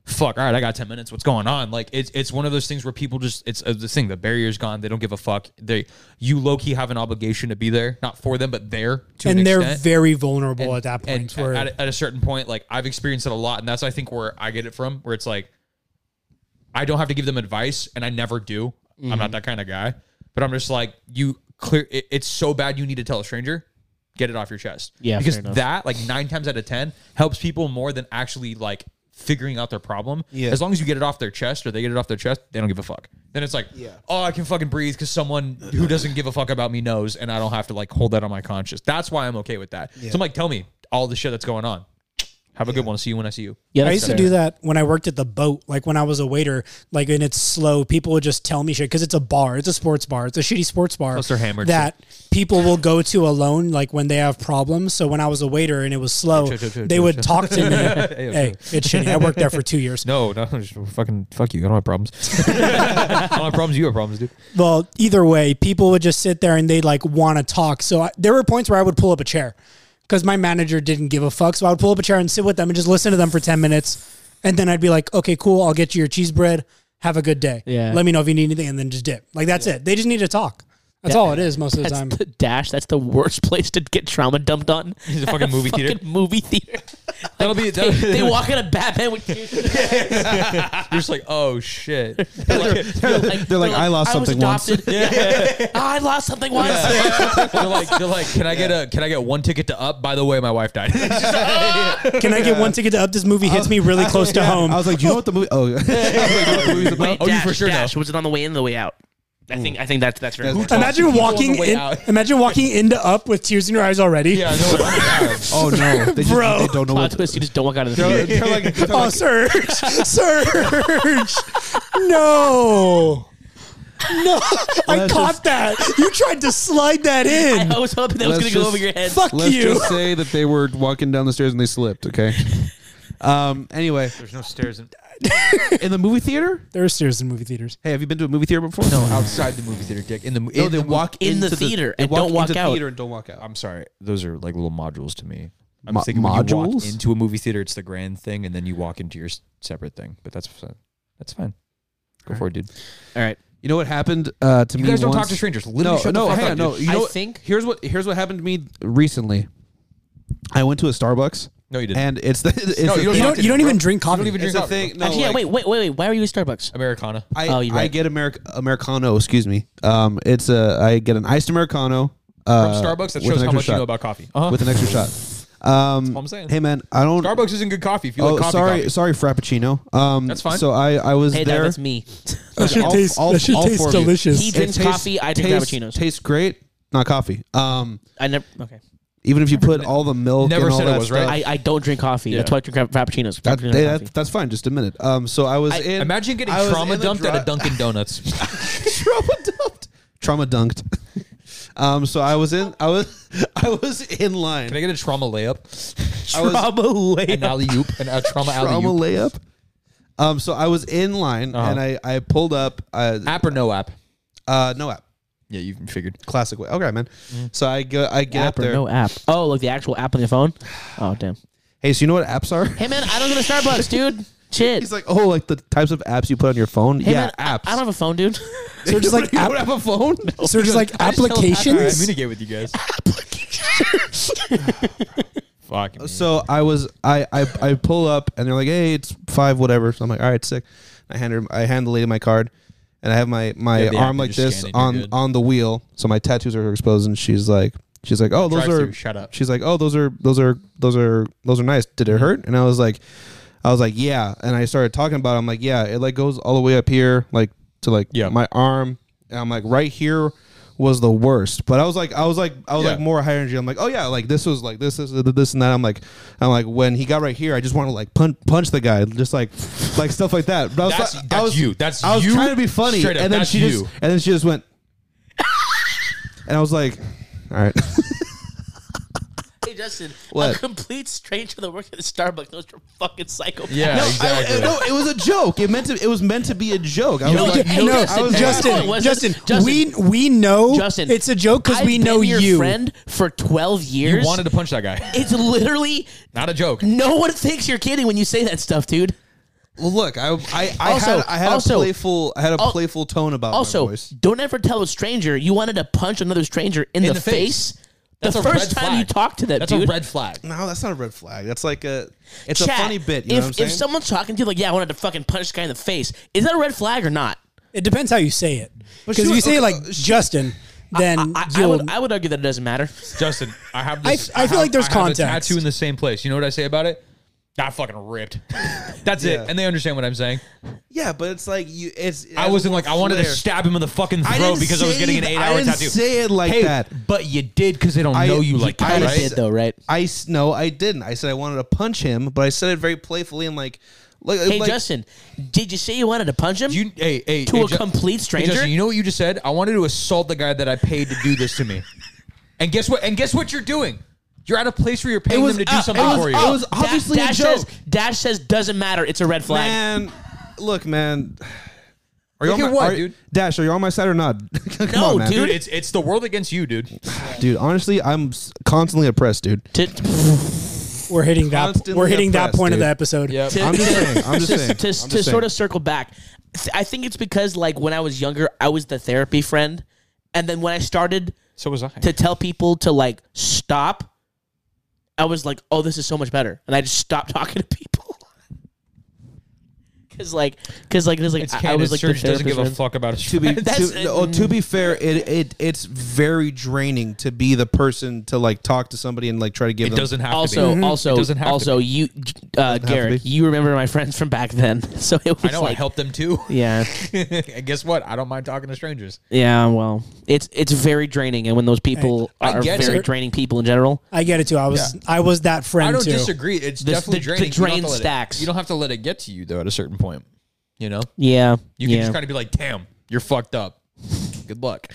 S3: fuck all right i got 10 minutes what's going on like it's it's one of those things where people just it's uh, the thing the barrier's gone they don't give a fuck they you low-key have an obligation to be there not for them but there to an
S5: and they're
S3: extent.
S5: very vulnerable at that
S3: And
S5: point. where
S3: at, at a certain point, like I've experienced it a lot, and that's I think where I get it from, where it's like I don't have to give them advice, and I never do. I'm
S1: Mm-hmm.
S3: not that kind of guy, but I'm just like you. Clear, it, it's so bad you need to tell a stranger, get it off your chest.
S1: Yeah,
S3: because
S1: fair enough.
S3: that like nine times out of ten helps people more than actually like figuring out their problem.
S2: Yeah.
S3: as long as you get it off their chest or they get it off their chest, they don't give a fuck. Then it's like, oh, I can fucking breathe because someone who doesn't give a fuck about me knows, and I don't have to like hold that on my conscience. That's why I'm okay with that. So I'm like, tell me all the shit that's going on. Have a good one. See you when I see you.
S1: yeah,
S5: I
S1: that's
S5: used to
S1: fair.
S5: do that when I worked at the boat, like when I was a waiter, like and it's slow. People would just tell me shit because it's a bar, it's a sports bar, it's a shitty sports bar
S3: they're hammered, so-
S5: that people will go to alone, like when they have problems. So when I was a waiter and it was slow,
S3: chill, chill, chill,
S5: they
S3: chill,
S5: would
S3: chill.
S5: talk to me.
S3: yo,
S5: hey, it's shitty. I worked there for two years.
S3: No, no, just fucking fuck you. I don't have problems. I don't have problems. You have problems, dude.
S5: Well, either way, people would just sit there and they'd like want to talk. So I, there were points where I would pull up a chair because my manager didn't give a fuck. So I would pull up a chair and sit with them and just listen to them for 10 minutes. And then I'd be like, okay, cool. I'll get you your cheese bread. Have a good day.
S1: Yeah.
S5: Let me know if you need anything and then just dip. Like that's it. They just need to talk. That's all it is most of the
S1: That's
S5: time.
S1: the dash. That's the worst place to get trauma dumped on.
S3: Is it fucking
S1: At a
S3: movie theater?
S1: fucking Movie theater.
S3: That'll
S1: they,
S3: be. That'll,
S1: they walk in a Batman with you.
S3: You're just like, oh shit.
S1: They're
S2: They're like, "I lost
S1: was
S2: something once."
S1: adopted." I lost something once.
S3: they're like, they're like, can I get a, can I get one ticket to up? By the way, my wife died.
S5: Can I get one ticket to up? This movie hits me really close to home.
S2: I was like you know what the movie oh
S1: Wait,
S3: Oh, you
S1: dash,
S3: for sure know.
S1: dash. Was it on the way in or the way out? I think I think that's that's very
S2: Hmm. That's-
S1: important.
S5: Imagine walking
S3: way
S5: in,
S3: out.
S5: imagine walking into up with tears in your eyes already.
S3: yeah, no,
S2: oh no they, just,
S5: Bro.
S2: they don't know
S1: Plot
S2: what
S1: twist, you just don't walk out of the
S2: they're,
S1: theater.
S2: they're like, they're
S5: Oh,
S2: like-
S5: Serge! Serge! No! No! I
S2: Let's
S5: caught that! You tried to slide that in!
S1: I was hoping that was going to
S2: Let's
S1: go
S2: just-
S1: over your head.
S5: Fuck
S2: Let's
S5: you!
S2: just say that they were walking down the stairs and they slipped. Okay. Um. Anyway,
S3: There's no stairs. In-
S2: in the movie theater.
S5: there are stairs in movie theaters.
S2: Hey, have you been to a movie theater before? No.
S3: outside the movie theater, dick. In the
S2: No, they walk
S1: In
S2: into
S1: the theater
S2: they
S1: and don't walk
S2: into
S1: out.
S2: Theater and don't walk out.
S3: I'm sorry. Those are like little modules to me. I'm
S2: Mo-
S3: thinking when you walk
S2: modules?
S3: into a movie theater, it's the grand thing, and then you walk into your s- separate thing. But that's that's fine. Go for it, dude.
S1: All right.
S2: You know what happened uh, to
S3: You
S2: me?
S3: guys don't
S2: once?
S3: talk to strangers. Literally,
S2: No,
S3: shut
S2: no,
S3: the fuck
S2: hang
S3: up,
S2: on, no.
S3: dude.
S2: You
S1: I
S2: know, what-
S1: think-
S2: here's what here's what happened to me recently. I went to a Starbucks
S3: No, you didn't.
S2: and it's the it's
S3: No,
S2: the
S3: you don't
S5: You
S2: thing-
S5: don't, you don't even drink coffee.
S3: even
S2: it's
S3: drink
S2: the
S3: coffee,
S2: thing. No,
S1: Actually, yeah,
S2: like,
S1: wait, wait, wait, wait. Why were you at Starbucks?
S3: Americana.
S2: I,
S1: Oh, you're
S2: I
S1: right.
S2: get Ameri- Americano, excuse me. Um, it's a I get an iced Americano uh,
S3: Starbucks. That
S2: with
S3: shows
S2: an extra
S3: how much you
S2: shot.
S3: know about coffee. Uh-huh.
S2: with an extra shot. Um,
S3: all I'm saying.
S2: Hey man, I don't.
S3: Starbucks isn't good coffee. If you
S2: oh,
S3: like coffee,
S2: sorry,
S3: coffee.
S2: sorry, Frappuccino. Um,
S3: That's fine.
S2: So I, I was
S1: Hey,
S2: there. Uh,
S1: no, that's me.
S5: That shit
S2: all-
S5: tastes,
S2: all-
S5: that shit
S2: all
S5: tastes
S2: four of you.
S5: delicious.
S1: He drinks coffee. I drink
S2: tastes,
S1: cappuccinos.
S2: Tastes great, not coffee. Um,
S1: I never. Okay.
S2: even if you put all the milk
S3: Never
S2: and all
S3: said it
S2: that
S3: was,
S2: stuff,
S3: right?
S1: I, I don't drink coffee. That's
S3: Yeah.
S1: why I drink fra- frappuccinos.
S2: That,
S1: Frappuccino
S2: hey,
S1: coffee.
S2: that, that's fine. Just admit it. Um, so I was
S1: I-
S2: in.
S3: Imagine getting
S2: I was
S3: trauma
S2: in the
S3: dumped
S2: dri-
S3: at a Dunkin' Donuts.
S2: trauma dumped. Trauma dunked. um, so I was in. I was. I was in line.
S3: Can I get a trauma layup?
S2: I was-
S3: An alley oop and a trauma alley
S2: trauma
S3: oop.
S2: layup. Um, so I was in line
S3: Uh-huh.
S2: and I, I pulled up. Uh,
S3: App or no app?
S2: uh, no app.
S3: Yeah, you figured.
S2: Classic way. Okay, man. So I go. I get up
S1: Mm. app or
S2: there.
S1: no app? Oh, like the actual app on your phone. Oh damn.
S2: Hey, so you know what apps are?
S1: Hey man, I don't go to Starbucks, dude. Shit.
S2: He's like, oh, like the types of apps you put on your phone.
S1: hey,
S2: yeah,
S1: man, I-
S2: apps.
S1: I don't have a phone, dude.
S5: So just like
S2: you
S5: app,
S2: don't have a phone.
S5: so just like
S3: I just tell them after I
S5: applications.
S3: Communicate with you guys. Fuck.
S2: Uh, So I was. I, I I pull up and they're like, hey, it's five whatever. So I'm like, all right, sick. I hand her. I hand the lady my card. And I have my, my
S3: Yeah, the app,
S2: arm
S3: you
S2: like
S3: just
S2: this
S3: scan it, you're
S2: on,
S3: good.
S2: on the wheel, so my tattoos are exposed. And she's like, she's like, oh, those
S3: Drive-thru,
S2: are
S3: shut up. Mm-hmm.
S2: She's like, oh, those are those are those are those are nice. Did it hurt? And I was like, I was like, yeah. And I started talking about. It. I'm like, yeah, it like goes all the way up here, like to like
S3: Yeah.
S2: my arm. And I'm like, right here was the worst. But I was like, I was like, I was
S3: Yeah.
S2: like more high energy. I'm like, oh yeah, like this was like this this this and that. I'm like, I'm like when he got right here, I just want to like punch punch the guy, just like like stuff like that. But I was,
S3: That's-
S2: I
S3: that's
S2: was-
S3: you. That's
S2: I was
S3: you.
S2: trying to be funny,
S3: Straight up,
S2: and then
S3: that's
S2: she
S3: you.
S2: just and then she just went, and I was like, all right.
S1: Hey Justin,
S2: What?
S1: a complete stranger that works at a Starbucks knows you're a fucking psychopath.
S3: Yeah,
S1: No,
S3: exactly.
S2: I- no, it was a joke. It meant to. It was meant to be a joke. I
S1: No,
S2: was
S1: you-
S2: like,
S1: hey,
S5: no,
S1: Justin,
S2: I was
S5: Justin,
S1: Justin,
S5: Justin,
S1: Justin, Justin.
S5: we we know
S1: Justin,
S5: it's a joke because
S1: I've
S5: we know
S1: been your
S5: you.
S1: friend for 12 years.
S3: You wanted to punch that guy.
S1: it's literally
S3: Not a joke.
S1: no one thinks you're kidding when you say that stuff, dude.
S2: well, look, I, I, I
S1: Also-
S2: had, I had
S1: also-
S2: a playful, I had a
S1: al-
S2: playful tone about
S1: Also,
S2: my voice.
S1: don't ever tell a stranger you wanted to punch another stranger in, the,
S3: the
S1: face.
S3: face. That's
S1: the
S3: a red
S1: first time you
S3: flag.
S1: talk to them,
S3: That's
S1: dude.
S3: a red flag.
S2: No, that's not a red flag. That's like a, it's
S1: Chat,
S2: a funny bit.
S1: if,
S2: You know what I'm saying?
S1: if someone's talking to you like, yeah, I wanted to fucking punch this guy in the face, is that a red flag or not?
S5: It depends how you say it. Because if
S2: she
S5: you
S2: was-
S5: say it
S2: okay,
S5: like Justin, then
S1: I, I
S5: you'll.
S1: would, I would argue that it doesn't matter.
S3: Justin, I have
S5: I-
S3: this.
S5: I feel
S3: have-
S5: like
S3: I
S5: there's
S3: have a
S5: context.
S3: tattoo in the same place. You know what I say about it? Not fucking ripped. That's
S2: Yeah.
S3: it, and they understand what I'm saying.
S2: yeah, but it's like you. It's. it
S3: I
S2: has
S3: wasn't
S2: more
S3: like I wanted to
S2: flair.
S3: stab him in the fucking
S2: I
S3: throat
S2: didn't
S3: because I was
S2: say
S3: getting an
S2: you- I
S3: eight-hour
S2: didn't
S3: tattoo.
S2: say it like
S3: Hey,
S2: that.
S3: but you did because they don't
S2: I-
S3: know you
S2: you
S3: like that,
S2: kinda
S3: right?
S1: did though, right?
S2: I s- no, I didn't. I said I wanted to punch him, but I said it very playfully and like, like,
S1: Hey,
S2: like
S1: Justin, did you say you wanted to punch him?
S3: You, hey, hey,
S1: To
S3: hey,
S1: a
S3: Ju-
S1: complete
S3: hey,
S1: stranger?
S3: Justin, you know what you just said? I wanted to assault the guy that I paid to do this to me. And guess what? And guess what you're doing? You're at a place where you're paying
S2: was
S3: them to do
S2: up.
S3: something
S2: It was
S3: for you.
S2: up. it was
S1: Da-
S2: obviously a
S1: Dash
S2: joke.
S1: Says, Dash says doesn't matter. It's a red flag.
S2: man, look, man. Are you
S3: Look
S2: on
S3: at
S2: my,
S3: what,
S2: are you-
S3: dude?
S2: Dash, are you on my side or not? Come
S1: No,
S2: on, man.
S1: dude.
S3: Dude, it's it's the world against you, dude.
S2: Dude, honestly, I'm s- constantly oppressed, dude.
S1: To,
S5: we're hitting that.
S2: Constantly
S5: We're hitting that
S2: oppressed,
S5: point of
S2: dude.
S5: the episode.
S3: Yep.
S1: to-
S2: I'm just saying. I'm just
S1: to-
S2: saying.
S1: To,
S2: I'm
S1: to
S2: just
S1: sort of
S2: saying.
S1: circle back, th- I think it's because like when I was younger, I was the therapy friend, and then when I started
S3: So was I.
S1: to tell people to like stop, I was like, oh, this is so much better, and I just stopped talking to people. Cause like, cause like, it was like
S3: It's
S1: I, I was
S3: Candace
S1: like
S3: Church
S1: the
S3: doesn't
S1: therapist
S3: give a
S1: friend.
S3: fuck about his
S2: to be
S1: That's-
S2: to, oh, to be fair, it, it it's very draining to be the person to like talk to somebody and like try to give
S3: It
S2: them.
S3: doesn't have to
S1: Also,
S3: be.
S1: also,
S3: it doesn't have
S1: also,
S3: To
S1: you, uh,
S2: to
S1: Garrick,
S2: be.
S1: you remember my friends from back then, so it was
S3: be. I know I
S1: like,
S3: helped them too.
S1: yeah.
S3: and guess what? I don't mind talking to strangers.
S1: Yeah, well, it's it's very draining, and when those people
S3: I
S1: are
S3: get
S1: very
S3: it.
S1: draining people in general,
S5: I get it too. I was I was that friend
S3: I don't
S5: too.
S3: disagree. It's
S1: The-
S3: definitely
S1: the- the
S3: draining. You don't have
S1: drain
S3: to let it-
S1: stacks.
S3: you don't have to let it get to you though. At a certain point, you know,
S1: yeah,
S3: you can
S1: yeah.
S3: just kind of be like, "Damn, you're fucked up. Good luck."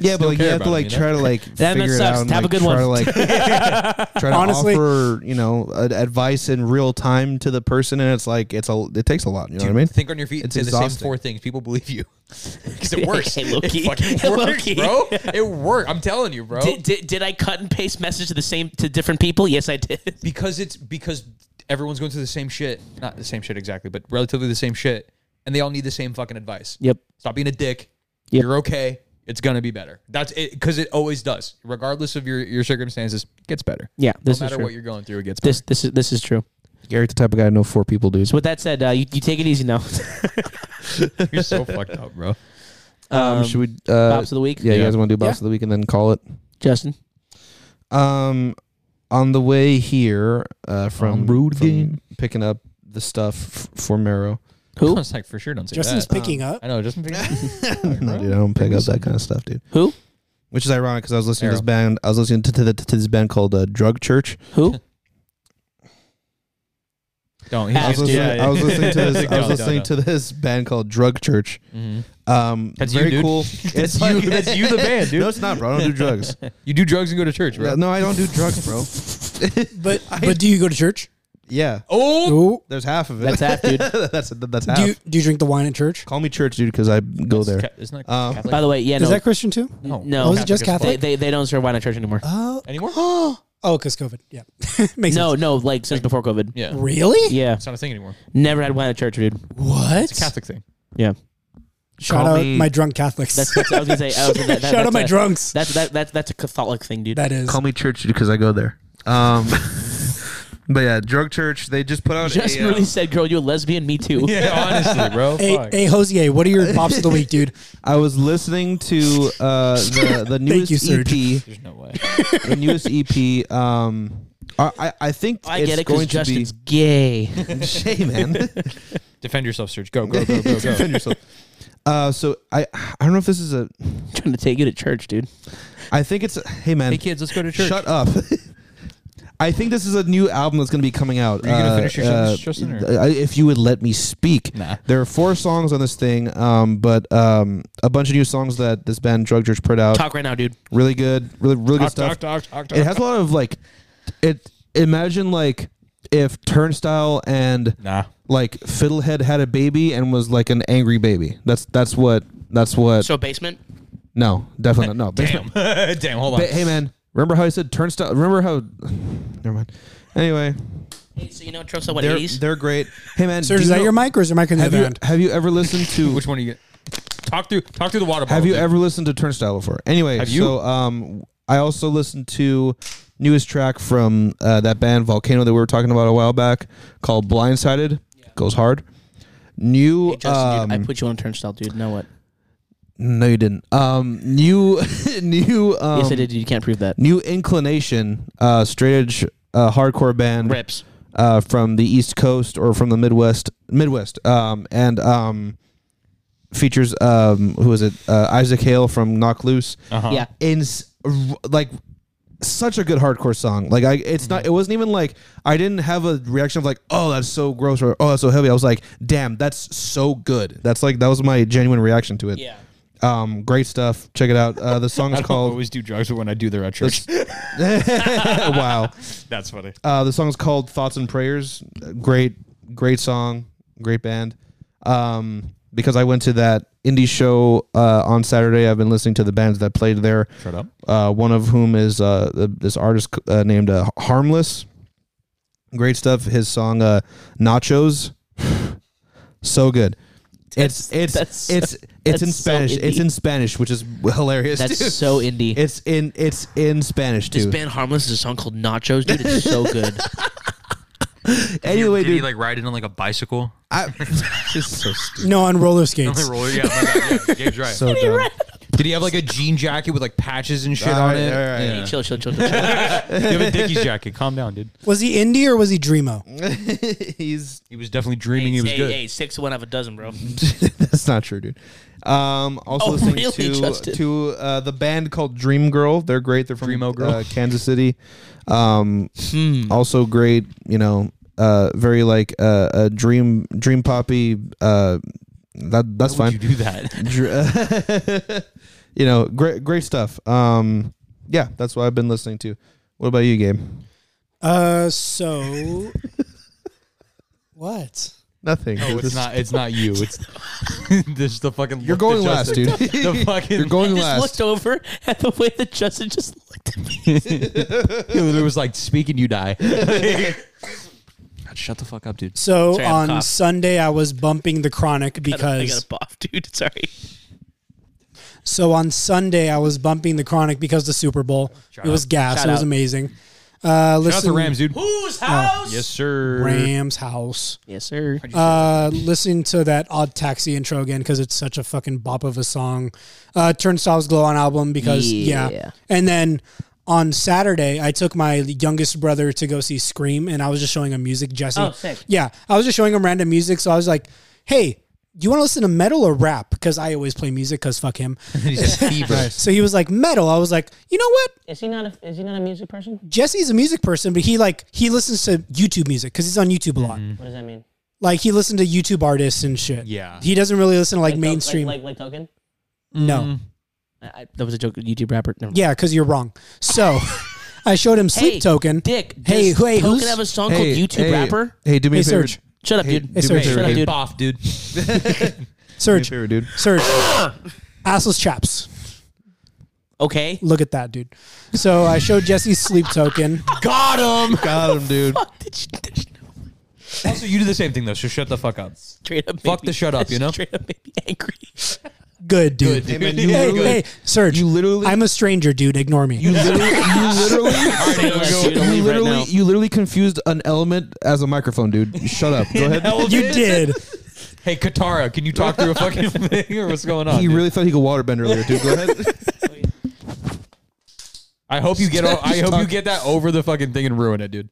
S2: yeah, but like you
S3: care
S2: have to
S3: about
S2: like
S3: them, you
S2: try to like
S1: That
S2: figure it
S1: sucks.
S2: out. And,
S1: Have a
S2: like,
S1: good
S2: try
S1: one.
S2: To, like, try to
S5: Honestly-
S2: offer you know a- advice in real time to the person, and it's like it's a it takes a lot. You know what I mean?
S3: Think on your feet
S2: It's
S3: and say the
S2: exhausting.
S3: same four things. People believe you because it works.
S1: Hey, low-key.
S3: It fucking
S1: Hey,
S3: works,
S1: low-key.
S3: bro. It worked. I'm telling you, bro.
S1: did, did, did I cut and paste message to the same to different people? Yes, I did.
S3: because it's because everyone's going through the same shit. Not the same shit exactly, but relatively the same shit, and they all need the same fucking advice.
S1: Yep.
S3: Stop being a dick.
S1: Yep.
S3: You're okay. It's gonna be better. That's it because it always does, regardless of your your circumstances. It gets better.
S1: Yeah, this
S3: no
S1: is
S3: matter
S1: true.
S3: what you're going through, it gets better.
S1: This this is this is true.
S2: Garrett's the type of guy to know four people, dude.
S1: So with that said, uh, you, you take it easy now.
S3: You're so fucked up, bro.
S2: Um, should we? Uh,
S1: Pops of the week,
S2: yeah, you
S3: Yeah.
S2: guys want to do bops of the week and then call it.
S1: Justin.
S2: Um, on the way here uh, from,
S3: On road
S2: from
S3: game.
S2: picking up the stuff f- for Mero.
S1: Who?
S3: I was like, for sure, don't say
S5: Justin's
S3: that. Uh-huh.
S5: picking up.
S3: I know, Justin. Picking
S2: no, dude, I don't pick up that kind of stuff, dude.
S1: Who?
S2: Which is ironic because I was listening to this
S3: Arrow.
S2: band. I was listening to, to, the, to this band called uh, Drug Church.
S1: Who?
S3: don't.
S2: I was,
S1: Ask,
S2: listening,
S1: yeah,
S2: I was listening to this. I was
S3: Don't,
S2: listening
S3: don't,
S2: to this band called Drug Church.
S3: hmm
S2: Um,
S3: That's you,
S2: very
S3: dude.
S2: cool.
S3: That's you. That's you, the band, dude.
S2: No, it's not, bro. I don't do drugs.
S3: You do drugs and go to church, right?
S2: no, I don't do drugs, bro.
S5: But but do you go to church?
S2: Yeah,
S3: Oh,
S5: Oh,
S2: there's half of it.
S1: That's half, dude.
S2: that's that's half.
S5: do you do you drink the wine at church?
S2: Call me church, dude, because I go there. Oh,
S3: Isn't that
S2: Um,
S3: Catholic?
S1: By the way, yeah,
S5: Is
S1: no,
S5: that Christian too?
S1: no.
S5: was it just
S3: as fuck.
S1: they,
S5: Catholic?
S1: they they don't serve wine at church anymore.
S5: Oh,
S3: anymore?
S5: oh, because COVID. Yeah, makes
S1: no,
S5: sense.
S1: no, like since before COVID.
S3: Yeah,
S5: Really?
S1: Yeah,
S3: it's not a thing anymore.
S1: never had wine at church, dude.
S5: What?
S3: It's a Catholic thing.
S1: Yeah,
S5: Shout
S2: Call
S5: out
S2: me-
S5: my drunk Catholics.
S1: that's, that's I was gonna say. I was gonna say, that, that,
S5: Shout
S1: that's
S5: out my
S1: a,
S5: drunks.
S1: That's that, that that's a Catholic thing, dude.
S5: That is.
S2: Call me church, dude, because I go there. Um, but yeah, drug church. They just put out.
S1: Just
S2: a, uh,
S1: really said, "Girl, you a lesbian? Me too."
S3: Yeah, honestly, bro.
S5: Hey,
S3: fuck.
S5: hey, Jose, what are your pops of the week, dude?
S2: I was listening to uh, the the newest
S5: you, Serge.
S2: EP.
S3: There's no way.
S2: The newest EP. Um, I I- I think
S1: I
S2: it's
S1: get it because
S2: going to be
S1: Justin's gay.
S2: Shay, man.
S3: Defend yourself, Serge. Go, go, go, go, go.
S2: Defend yourself. Uh, so I I don't know if this is a.
S1: trying to take you to church, dude.
S2: I think it's a, hey man.
S3: hey, kids, let's go to church.
S2: Shut up. I think this is a new album that's going to be coming out.
S3: Are you gonna finish your sentence, Justin, or-
S2: I- If you would let me speak.
S3: Nah.
S2: There are four songs on this thing, um, but um, a bunch of new songs that this band Drug Church put out.
S1: Talk right now, dude.
S2: Really good, really really good stuff.
S3: talk, talk,
S2: It has a lot of like, it. Imagine like if Turnstile and
S3: Nah.
S2: like Fiddlehead had a baby and was like an angry baby. That's that's what that's what.
S1: So basement.
S2: no, definitely not. No,
S3: Damn. Damn, hold on.
S2: Ba- hey man, remember how I said turnstile? Remember how? Never mind. Anyway,
S1: Hey, so you know Trosa what
S2: they're
S1: eighties?
S2: they're great. Hey man,
S5: Sir,
S2: do
S5: is
S2: you
S5: that
S2: know-
S5: your mic or is your mic in the
S2: Have
S5: other
S2: you
S5: end?
S2: have you ever listened to?
S3: Which one are you? Talk through, talk through the water bottle.
S2: have you
S3: dude.
S2: ever listened to Turnstile before? Anyway,
S3: Have you?
S2: so um, I also listened to newest track from uh, that band Volcano that we were talking about a while back called Blindsided. Goes hard. New.
S1: Hey, Justin,
S2: um,
S1: dude, I put you on turnstile, dude. Know what?
S2: no, you didn't. Um, new new um,
S1: yes, I did. dude. You can't prove that.
S2: new inclination. Uh, straight edge uh, hardcore band.
S1: Rips.
S2: uh, from the East Coast or from the Midwest, Midwest, um, and um, features um, who is it? Uh, Isaac Hale from Knock Loose.
S3: Uh-huh.
S1: Yeah.
S2: In s- r- like such a good hardcore song. Like I, it's not. It wasn't even like I didn't have a reaction of like, oh, that's so gross or oh, that's so heavy. I was like, damn, that's so good. That's like that was my genuine reaction to it.
S1: Yeah.
S2: Um, great stuff. Check it out. Uh, the song
S3: I
S2: is
S3: don't
S2: called.
S3: always do drugs, but when I do, they're at church.
S2: wow.
S3: That's funny.
S2: Uh, the song is called "Thoughts and Prayers." Great, great song, great band. Um, because I went to that indie show uh, on Saturday, I've been listening to the bands that played there.
S3: Shut up.
S2: Uh, one of whom is uh, the- this artist uh, named uh, Harmless. Great stuff. His song uh, "Nachos," so good. It's it's
S1: that's-
S2: it's it's in
S1: that's so
S2: Spanish. it's
S1: indie.
S2: in Spanish, which is hilarious.
S1: That's
S2: too.
S1: so indie.
S2: It's in it's in Spanish
S1: this
S2: too.
S1: band Harmless is a song called Nachos, dude. It's so good.
S2: anyway,
S3: Did he
S2: dude,
S3: like ride in on like a bicycle?
S2: I, just so stupid.
S5: No, on roller
S3: On the
S5: skates.
S3: roller? Yeah, my God, yeah. Gabe's right.
S2: So dumb.
S3: Did he have like a jean jacket with like patches and shit
S2: All
S3: on
S2: right,
S3: it?
S2: all right.
S3: Yeah.
S1: chill, chill, chill, chill. chill.
S3: You have a Dickies jacket. Calm down, dude.
S5: Was he indie or was he Dreamo?
S2: He's
S3: He was definitely dreaming he was
S1: hey,
S3: good.
S1: hey, six of one out of a dozen, bro.
S2: that's not true, dude. Um, also
S1: Oh,
S2: listening
S1: really,
S2: to
S1: Justin?
S2: to uh, the band called Dream Girl. They're great. They're from
S3: Dreamo Girl.
S2: Uh, Kansas City. Um,
S3: Hmm. Oh,
S2: also great. You know, uh, very like uh, a dream dream poppy. Uh, that that's
S3: Why
S2: fine.
S3: would you do that?
S2: Dr- you know, great great stuff. Um, yeah, that's what I've been listening to. What about you, Gabe?
S5: Uh, so what?
S2: Nothing.
S3: No, it's
S2: This-
S3: not. It's not you. It's this is the fucking.
S2: You're
S3: look
S2: going
S3: that
S2: last,
S3: Justin-
S2: dude.
S3: The fucking.
S2: You're going
S1: Just
S2: last.
S1: looked over at the way that Justin just looked at me.
S3: He literally was like, "Speak and you die." God, shut the fuck up, dude.
S5: So
S1: Sorry, I
S5: on
S1: coughed.
S5: Sunday, I was bumping the chronic
S1: I got
S5: because.
S1: a buff, dude. Sorry.
S5: So on Sunday, I was bumping the chronic because the Super Bowl. it was gas.
S1: Shout
S5: it was
S1: out.
S5: amazing. Uh, listen,
S3: Shout out to Rams, dude.
S1: Whose house?
S3: Yes, sir.
S5: Rams house.
S1: Yes, sir.
S5: Uh, listen to that odd taxi intro again because it's such a fucking bop of a song. Uh, Turnstiles Glow on album because yeah.
S1: Yeah.
S5: and then on Saturday, I took my youngest brother to go see Scream, and I was just showing him music. Jesse,
S1: Oh, sick.
S5: yeah, I was just showing him random music. So I was like, "Hey, you want to listen to metal or rap?" Because I always play music. Because fuck him.
S3: He's just fever.
S5: So he was like, "Metal." I was like, "You know what?
S8: Is he not a is he not a music person?
S5: Jesse's a music person, but he like he listens to YouTube music because he's on YouTube a lot.
S8: What does that mean?
S5: Like he listened to YouTube artists and shit.
S3: Mm-hmm. Yeah.
S5: he doesn't really listen to like,
S8: to-
S5: mainstream.
S8: like, like, like token.
S5: no,
S3: Mm-hmm.
S1: I, that was a joke. YouTube rapper. Never mind.
S5: yeah, because you're wrong. So I showed him Sleep
S1: Hey,
S5: Token.
S1: Dick.
S5: Hey,
S1: does
S5: who- hey,
S1: Token
S5: who's-
S1: have a song called YouTube
S2: hey,
S1: Rapper?
S2: Hey, do me
S5: Hey,
S2: a favor.
S5: Serge.
S1: Shut up,
S2: hey,
S1: dude.
S2: do me a
S5: Serge.
S2: favor,
S1: Shut up,
S2: dude.
S1: dude.
S3: Off, dude.
S5: Serge,
S2: Favor, dude.
S5: Serge, assless chaps.
S1: Okay.
S5: Look at that, dude. So I showed Jesse Sleep Token.
S1: Got him.
S2: Got him, dude.
S1: Did you- did you-
S3: Also, you do the same thing though. So shut the fuck up.
S1: Straight up. made
S3: Fuck
S1: me-
S3: the shut up, you know?
S1: Straight up made me angry.
S5: Good, dude.
S3: dude.
S2: man, you
S5: Hey,
S2: literally-
S5: hey, Serge.
S2: you literally-
S5: I'm a stranger, dude. Ignore me.
S2: You literally, you literally,
S1: Yes, dude, I'll
S2: you
S1: leave right
S2: literally,
S1: now.
S2: you literally confused an element as a microphone, dude. Shut up. Go ahead.
S5: You did.
S3: Hey, Katara, can you talk through a fucking thing or what's going on?
S2: He
S3: dude?
S2: really thought he could waterbend earlier, dude. Go ahead.
S3: I hope you get. o- I
S2: Just
S3: hope you
S2: talk.
S3: get that over the fucking thing and ruin it, dude.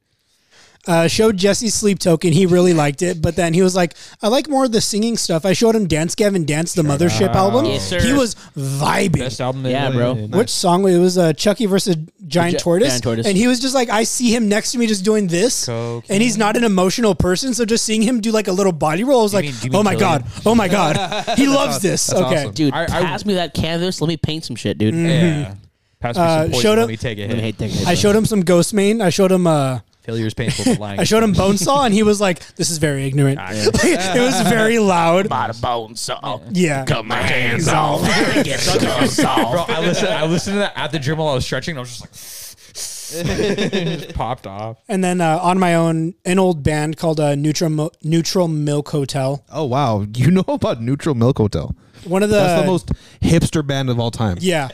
S5: uh, showed Jesse Sleep Token. He really liked it, but then he was like, "I like more of the singing stuff." I showed him Dance Gavin Dance, the Mothership album.
S1: Yes, sir.
S5: He was vibing.
S3: Best album.
S1: Yeah,
S3: ever.
S1: bro.
S5: Which song? It was uh, Chucky versus Giant
S1: Gi-
S5: Tortoise.
S1: Giant Tortoise.
S5: And he was just like, I see him next to me just doing this,
S3: Cocaine.
S5: and he's not an emotional person. So just seeing him do like a little body roll, I was like,
S3: mean- do you
S5: oh
S3: mean
S5: my
S3: Killian?
S5: god, oh my god, he loves this.
S2: That's
S5: okay.
S2: awesome.
S1: Dude,
S3: I- I-
S1: pass me that canvas. Let me paint some shit, dude.
S3: Yeah. Pass me
S5: Uh,
S3: some poison.
S5: showed
S3: Let
S5: up-
S3: me take a
S1: Let me hate
S3: hit.
S1: that guy.
S5: Mm. I showed him some Ghost Main. I showed him. Uh,
S3: Failure's painful. But lying.
S5: I showed him Bonesaw, and he was like, "This is very ignorant." it was very loud.
S1: Bada bone saw.
S5: Yeah.
S1: Cut Oh, my hands off. Get the guns
S3: Bro,
S1: off.
S3: I listened. I listened to that at the gym while I was stretching. And I was just like, just popped off.
S5: And then uh, on my own, an old band called uh, Neutral Mo- Neutral Milk Hotel.
S2: Oh wow, you know about Neutral Milk Hotel?
S5: One of the,
S1: Uh,
S2: That's the most hipster band of all time.
S5: yeah.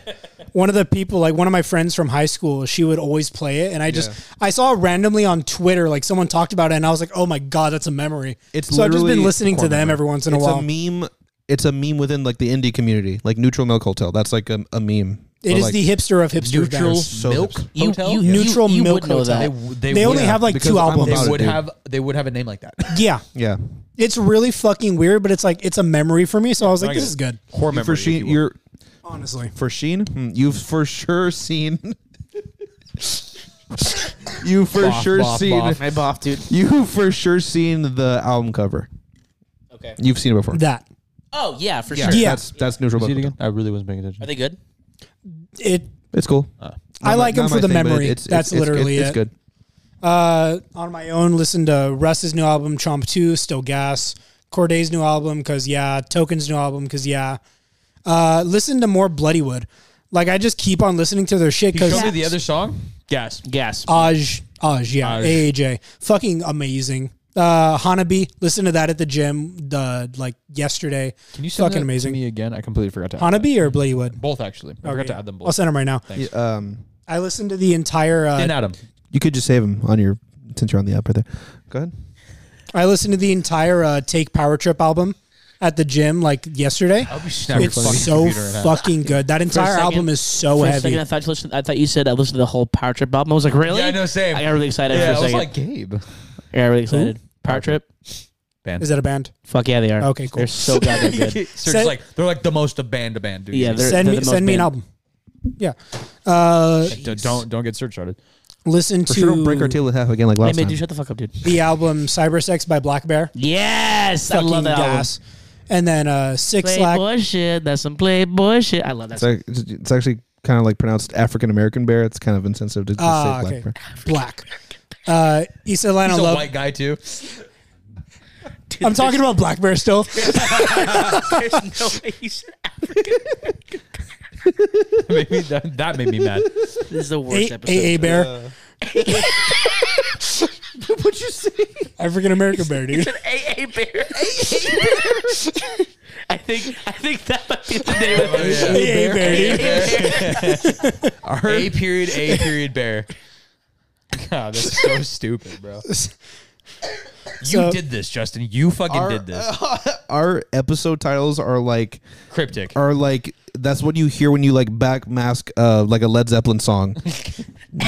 S5: One of the people, like one of my friends from high school, she would always play it, and I just I saw it randomly on Twitter, like someone talked about it, and I was like, oh my god, that's a memory.
S2: It's
S5: so I've just been
S2: literally-
S5: listening to
S2: Core
S5: them
S2: memory.
S5: every once in a
S2: It's
S5: while.
S2: a meme. It's a meme within like the indie community, like Neutral Milk Hotel. That's like a, a meme.
S5: It is
S2: But, like,
S5: the hipster of hipster bands.
S2: so hipster.
S1: You, you,
S5: Yeah.
S1: you,
S5: Neutral
S1: you
S5: milk
S1: would know
S5: hotel.
S1: that.
S3: They,
S5: They only
S3: would-
S5: have like
S2: because
S5: two
S2: I'm
S5: albums.
S2: about
S3: They
S2: it,
S3: would
S2: dude.
S3: have. They would have a name like that.
S5: Yeah,
S2: yeah.
S5: it's really fucking weird, but it's like it's a memory for me. So I was like,
S3: I
S5: this
S3: get
S5: is
S3: it.
S5: good.
S3: Core
S2: You for
S3: memory.
S2: seen you're
S5: Honestly,
S2: for Sheen. Hmm, You've for sure seen. you for
S3: Boff,
S2: sure
S3: boff,
S2: seen.
S3: boff.
S1: I boff, dude.
S2: You for sure seen the album cover.
S1: Okay.
S2: You've seen it before.
S5: that
S1: Oh, yeah, for
S5: yeah,
S1: sure.
S2: That's that's Neutral Milk Hotel.
S3: I really wasn't paying attention.
S1: Are they good?
S5: it.
S2: It's cool.
S5: I
S2: Uh, Not my-
S5: like them
S2: not
S5: for
S2: my
S5: the
S2: thing, but it-
S5: memory.
S2: it's-
S5: That's
S2: it's- it's-
S5: literally
S2: it's
S5: it.
S2: good.
S5: Uh, on my own, listened to Russ's new album, Chomp 2, Still Gas, Corday's new album, because yeah, Token's new album, because yeah. Uh, listen to more Bloodywood. Like, I just keep on listening to their shit
S3: You
S5: because
S3: showed me the other song. Gas.
S1: Gas.
S5: Oh, Aj, Aj, yeah,
S3: Aj.
S5: AAJ. Fucking amazing. Uh, Hanabi, listen to that at the gym, the, like, yesterday.
S3: Can you
S5: send Fucking that to amazing. me
S3: again? I completely forgot to.
S5: Hanabi or Bloodywood?
S3: Both actually. I forgot
S5: Okay.
S3: to add them
S5: I'll
S3: both.
S5: send them right now.
S2: Yeah, um,
S5: I listened to the entire,
S3: Then
S5: uh,
S3: add them.
S2: you could just save them on your since you're on the app right there. Go ahead.
S5: I listened to the entire, uh, Take Power Trip album at the gym, like, yesterday.
S3: I'll be snapping
S5: it's so fucking good. That entire
S1: second-
S5: album is so
S1: for a
S5: heavy.
S1: second, I thought you listened. I thought you said I listened to the whole Power Trip album. I was like, really?
S3: Yeah, I know. Same.
S1: I got really excited
S3: yeah,
S1: for
S3: I
S1: a
S3: was
S1: second.
S3: like Gabe.
S1: I got really excited. Power Trip.
S5: Is that a band?
S1: Fuck yeah, they are.
S5: Okay, cool.
S1: They're so goddamn good.
S3: So
S5: Say-
S3: it's like they're like the most of band to band, dude.
S1: Yeah, they're-
S5: send me
S1: the most
S5: send me an
S1: band-
S5: album. Yeah. Uh,
S3: D- don't don't get search started.
S5: listen
S2: For
S5: to
S2: sure, don't break our tail in half again like
S1: Hey,
S2: last
S1: man,
S2: time.
S1: dude, shut the fuck up, dude.
S5: the album Cybersex by Black Bear.
S1: Yes, I love that album.
S5: gas. And then uh, Six Lack.
S1: Playboy shit. That's some playboy shit. I love that.
S2: It's, like, it's, it's actually kind of like pronounced African American bear. It's kind of insensitive to just say
S5: Ah,
S2: black
S5: okay.
S2: bear.
S5: Black. Uh, East Atlanta
S3: He's a
S5: Love.
S3: white guy too.
S5: I'm talking about Black Bear still.
S1: no way you said
S3: Made me- that, that made me mad.
S1: This is the worst
S5: A-
S1: episode.
S5: AA Bear. What'd you say? African American Bear, dude.
S1: AA Bear. I think I think that might be the name of it.
S5: AA Bear, dude.
S3: A period A period bear. God, that's so stupid, bro.
S5: So-
S9: you did this, Justin. You fucking
S2: Our-
S9: did this.
S3: uh,
S2: Our episode titles are like
S9: Cryptic.
S2: are like that's what you hear when you like back mask uh like a Led Zeppelin song.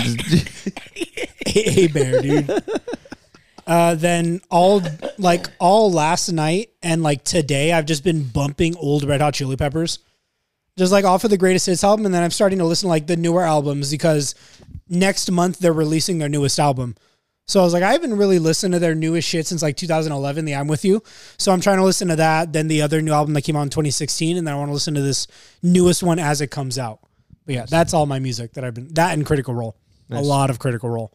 S5: a bear, dude. Uh, then all like all last night and like today, I've just been bumping old Red Hot Chili Peppers, just like off of the greatest hits album, and then I'm starting to listen to like the newer albums because next month they're releasing their newest album. So I was like, I haven't really listened to their newest shit since like 2011, the I'm With You. So I'm trying to listen to that, then the other new album that came out in 2016, and then I want to listen to this newest one as it comes out. But yeah, that's all my music that I've been that and Critical Role, a lot of Critical Role.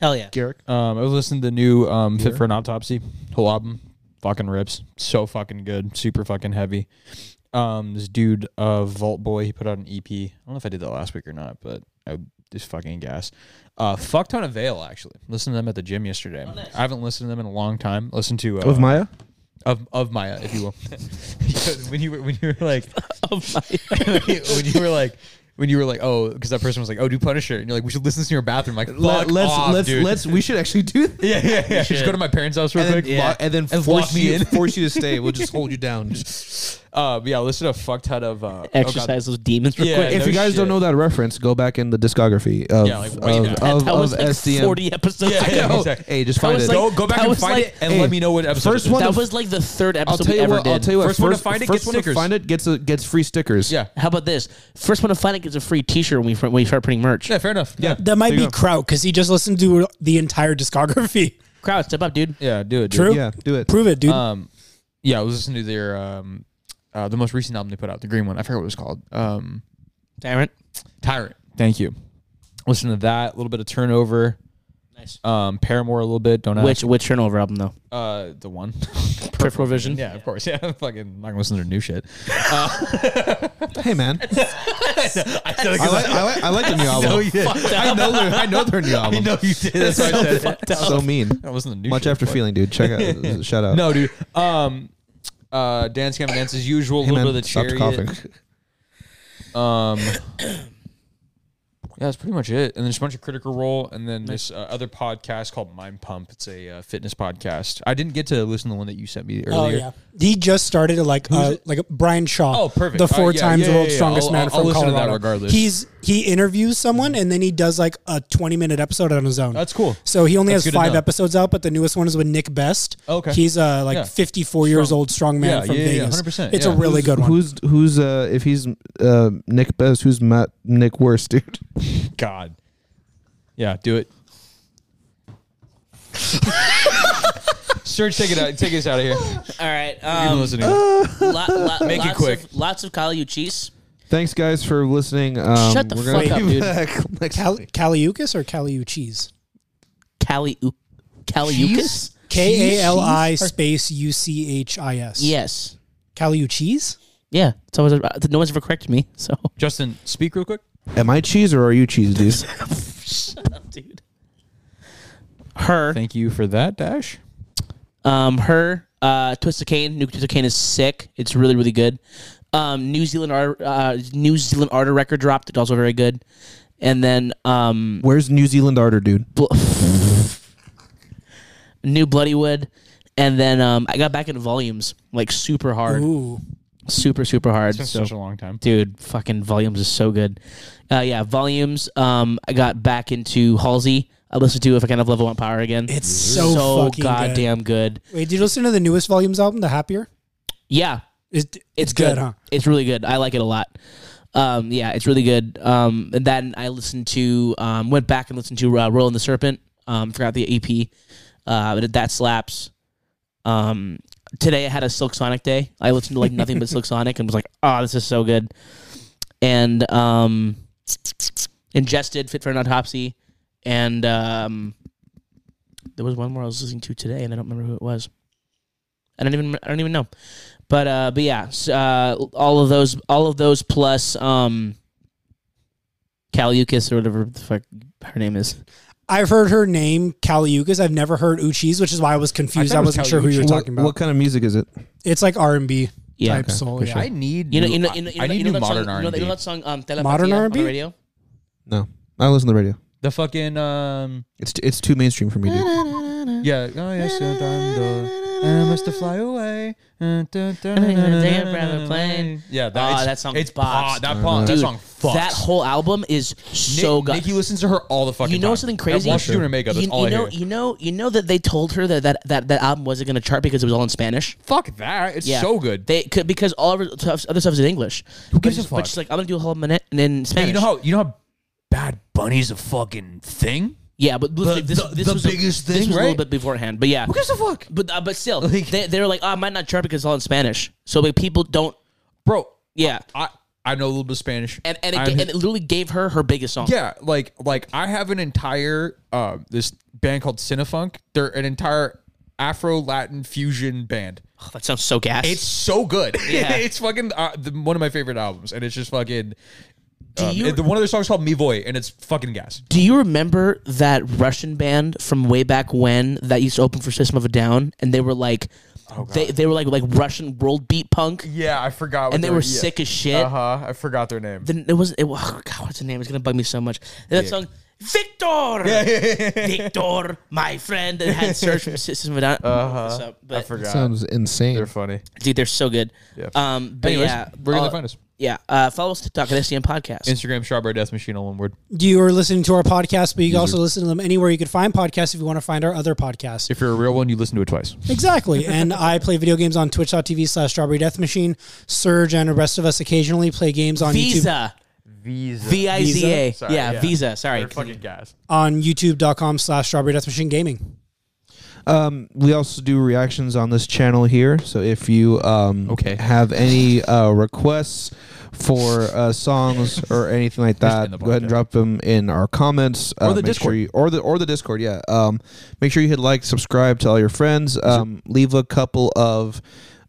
S1: Hell yeah.
S2: Garrick.
S3: Um, I listened to the new um, Fit for an Autopsy whole album. Fucking rips. So fucking good. Super fucking heavy. Um, this dude, uh, Vault Boy, he put out an EP. I don't know if I did that last week or not, but I just fucking gas. Uh, fuck ton of Veil actually. Listened to them at the gym yesterday. I haven't listened to them in a long time. Listened to uh,
S2: With Maya?
S3: of of Maya, if you will. Because when you were when you were like
S1: Of my-
S3: when you when you were like. When you were like, oh, because that person was like, oh, do Punisher, and you're like, we should listen to your bathroom. Like,
S2: Let,
S3: fuck
S2: us
S3: off,
S2: let's
S3: dude.
S2: let's we should actually do that.
S3: Yeah, yeah, yeah. Just
S1: should.
S3: go to my parents' house real
S2: And then,
S3: quick.
S2: lock-
S3: lock-
S2: and then
S3: lock
S2: force
S3: me
S2: you
S3: in.
S2: force you to stay. We'll just hold you down.
S3: Uh, but yeah, listen to a fuck ton of uh, Oh God.
S1: Exercise those demons real
S3: Yeah,
S1: quick.
S2: if
S3: no
S2: you guys don't
S3: shit.
S2: know that reference, go back in the discography of
S3: Yeah, like,
S2: of,
S3: way back.
S2: of,
S1: that was
S2: of
S1: like
S2: SDM.
S1: 40 episodes
S3: Yeah, yeah,
S1: ago.
S3: exactly.
S2: Oh, Hey, just
S1: That
S2: find
S1: was
S2: it.
S1: like-
S3: go, go back
S1: that
S3: and
S1: was
S3: find
S1: like-
S3: it and
S2: Hey,
S3: let me know what episode.
S2: first
S3: it is.
S2: one-
S1: That was like the third
S2: I'll
S1: episode
S2: tell
S1: we
S2: you
S1: ever
S2: what.
S1: did.
S2: I'll tell you what.
S3: First one to find it
S2: first
S3: gets
S2: one to
S3: stickers.
S2: find it gets a, gets free stickers.
S3: Yeah,
S1: How about this? First one to find it gets a free T-shirt when we fr- when we start printing merch.
S3: yeah, fair enough. Yeah,
S5: That might
S2: There you
S5: be
S2: go.
S5: Kraut because he just listened to the entire discography.
S1: Crowd, step up, dude.
S3: yeah, do it. dude.
S5: True.
S2: yeah. Do it.
S5: Prove it, dude.
S3: Um, yeah, I was listening to their um, uh, the most recent album they put out, the green one. I forgot what it was called. Um,
S1: Tyrant.
S3: Tyrant. Thank you. Listen to that. A little bit of turnover.
S1: Nice.
S3: Um, Paramore a little bit.
S2: Uh,
S3: Don't ask.
S1: Which which turnover album though?
S3: uh, the one.
S1: Peripheral Vision.
S3: yeah, of course. Yeah, I'm fucking not gonna listen to their new shit.
S2: Hey man,
S3: I know,
S2: I like I like, I like the new
S3: know
S2: album.
S3: you did.
S2: I know their I know their new
S3: I
S2: album.
S3: know you did. That's why I said it.
S2: So mean.
S3: That wasn't the new
S2: Much
S3: shit,
S2: after
S3: but-
S2: feeling, dude. Check out. Shout out.
S3: No, dude. Um, uh, dance cam and dance as usual. A
S2: Hey
S3: little
S2: man,
S3: bit
S2: stop
S3: of the
S2: coughing.
S3: chariot. Um, yeah, that's pretty much it. And there's a bunch of critical role, and then this uh, other podcast called Mind Pump. It's a uh, fitness podcast. I didn't get to listen to the one that you sent me earlier.
S5: oh yeah, he just started to like uh, like a Brian Shaw.
S3: Oh, perfect.
S5: The
S3: All right,
S5: four
S3: yeah,
S5: times
S3: yeah,
S5: world's
S3: yeah, yeah.
S5: strongest
S3: I'll-
S5: man
S3: I'll-
S5: from
S3: I'll listen to that
S5: Colorado.
S3: regardless.
S5: he's he interviews someone and then he does like a twenty minute episode on his own.
S3: That's cool.
S5: So he only
S3: That's
S5: has
S3: good to
S5: five
S3: know.
S5: episodes out, but the newest one is with Nick Best.
S3: Okay.
S5: he's uh like
S3: Yeah.
S5: fifty four years
S3: Strong.
S5: old strong man
S3: Yeah,
S5: from
S3: yeah, yeah,
S5: Vegas.
S3: 100%,
S5: It's
S3: yeah.
S5: a really good one.
S2: Who's who's uh if he's uh Nick Best, who's Matt Nick Worst, dude?
S3: God. Yeah, do it. Serge, take it out. Take us out of here. uh,
S1: All right.
S3: I'm
S1: Um,
S3: listening.
S1: lo- lo-
S3: Make it
S1: lots
S3: quick.
S1: Of, lots of Kali Uchis.
S2: Thanks guys for listening. Um,
S1: Shut the
S2: we're gonna
S1: fuck up,
S2: be
S1: dude.
S2: back next
S5: Cal- Caliucas or Caliuchis?
S1: Kali U- Kali Uchis.
S5: K A L I space U C H I S.
S1: Yes.
S5: Caliuchis.
S1: Yeah. It's always uh, no one's ever corrected me. So
S3: Justin, speak real quick.
S2: Am I cheese or are you cheese, dude?
S1: dude. Her.
S3: Thank you for that, Dash.
S1: Um, her, uh, Twist of Cane, New Twist of Cane is sick. It's really, really good. Um, New Zealand art, uh, New Zealand Ardor record dropped. It's also very good. And then, um,
S2: Where's New Zealand Ardor, dude?
S1: bl- New Bloodywood. And then, um, I got back into volumes like super hard,
S5: Ooh.
S1: super, super hard.
S3: It's been
S1: So,
S3: such a long time.
S1: dude, fucking volumes is so good. Uh, yeah, volumes. Um, I got back into Halsey. I listened to if I kind of level one power again.
S5: It's so fucking good.
S1: goddamn good.
S5: Wait, did you listen to the newest Volumes album, The Happier?
S1: Yeah,
S5: It's,
S1: It's good. It's really good. I like it a lot. Um, yeah, it's really good. Um, and then I listened to, um, went back and listened to uh, Rolling the Serpent. Um, forgot the EP. Uh, but that slaps. Um, today I had a Silk Sonic day. I listened to like nothing but Silk Sonic and was like, oh, this is so good. And um, Ingested, Fit for an Autopsy. And um, there was one more I was listening to today and I don't remember who it was. I don't even I don't even know. But uh, but yeah, s- uh, all of those, all of those plus um, Caliucas or whatever the fuck her name is.
S5: I've heard her name Caliucas. I've never heard Uchis, which is why I was confused.
S3: I
S5: I,
S3: thought it was
S5: wasn't sure who you were
S2: What,
S5: talking about.
S2: what kind of music is it?
S5: it's like R and B
S1: Yeah,
S5: type soul. Yeah.
S3: I need.
S1: you know,
S3: new-
S1: you know,
S3: I-
S1: you know, you
S3: I
S1: know,
S3: need
S1: you know
S3: new
S1: that
S3: modern
S1: song,
S3: R
S1: you know,
S3: and
S1: that- you know
S3: B.
S1: that song, um, Telepatia
S5: Modern
S1: on
S5: R&B?
S1: the radio.
S2: No, I don't listen to the radio.
S3: The fucking um.
S2: It's it's too mainstream for me, dude.
S3: Yeah. Oh yes, you're done, though. and I must to fly away. Uh, dun, dun,
S8: I'm
S3: dun,
S8: gonna
S3: dun,
S8: dance
S3: dun,
S8: around the
S3: dun,
S8: plane.
S3: Yeah,
S1: Ah,
S3: it's-
S1: that song
S3: it's
S1: bops.
S3: pop. That, pop, that
S1: Dude,
S3: song fucks.
S1: That whole album is
S3: Nick-
S1: so good.
S3: Nikki listens to her all the fucking
S1: you know
S3: time.
S1: something crazy?
S3: While she's doing her makeup, that's
S1: you,
S3: all
S1: you
S3: I
S1: know,
S3: hear.
S1: you know, you know that they told her that that that, that album wasn't going to chart because it was all in Spanish.
S3: Fuck that! It's so good.
S1: They could because all of her stuff, other stuff is in English. Who
S3: gives
S1: but,
S3: a
S1: But
S3: fuck?
S1: she's like, I'm gonna do a whole minute and then
S3: Hey,
S1: Spanish.
S3: you know how you know how Bad Bunny's a fucking thing.
S1: Yeah, but literally, this,
S3: the-
S1: this
S3: the
S1: was a-
S3: biggest
S1: This was
S3: thing,
S1: a little
S3: right?
S1: bit beforehand, but yeah.
S3: Who gives a fuck,
S1: But uh, but still,
S3: Like-
S1: they they were like, oh, I might not chart because it's all in Spanish. So like, people don't.
S3: bro?
S1: Yeah,
S3: I I know a little bit of Spanish,
S1: and and it,
S3: I'm-
S1: ga- and it literally gave her her biggest song.
S3: yeah, like like I have an entire uh this band called Cinefunk. They're an entire Afro Latin fusion band.
S1: Oh, that sounds so gas.
S3: It's so good.
S1: Yeah.
S3: it's fucking uh, the, one of my favorite albums, and it's just fucking.
S1: do
S3: um,
S1: you
S3: the, one of their songs called "Me Voy," and it's fucking gas.
S1: Uh, do you remember that Russian band from way back when that used to open for System of a Down, and they were like, they they were like like Russian world beat punk,
S3: Oh, Yeah, I forgot. What
S1: and they were sick as shit.
S3: Uh huh. I forgot their name.
S1: Then it wasn't. It, wa- oh God, what's the name? It's gonna bug me so much. And that song, Victor, Victor, my friend, and had Serge from System of a Down. Uh-huh.
S3: I
S1: But
S3: forgot.
S2: Sounds insane.
S3: They're funny.
S1: dude, they're so good.
S3: Yeah.
S1: Um. But
S3: Anyways,
S1: yeah,
S3: where can
S1: uh,
S3: they find us?
S1: Yeah. Uh, follow us on TikTok at SDM Podcast.
S3: Instagram, Strawberry Death Machine, all one word.
S5: You are listening to our podcast, but you can also listen to them anywhere you can find podcasts if you want to find our other podcasts.
S3: If you're a real one, you listen to it twice.
S5: Exactly. and I play video games on twitch.tv slash strawberry death machine. Surge and the rest of us occasionally play games on YouTube
S1: Visa. Visa. V I Z A.
S3: Sorry,
S1: Yeah,
S3: yeah.
S1: Visa. Sorry.
S3: gas.
S5: on youtube.com slash strawberry death machine gaming.
S2: Um, we also do reactions on this channel here. So if you um,
S3: Okay.
S2: have any uh, requests for uh, songs or anything like
S3: in the
S2: that, go ahead and
S3: podcast.
S2: drop them in our comments uh,
S3: the
S2: make
S3: Discord.
S2: Sure you, or the or the Discord. Yeah. Um, make sure you hit like, subscribe, tell your friends. Um, leave a couple of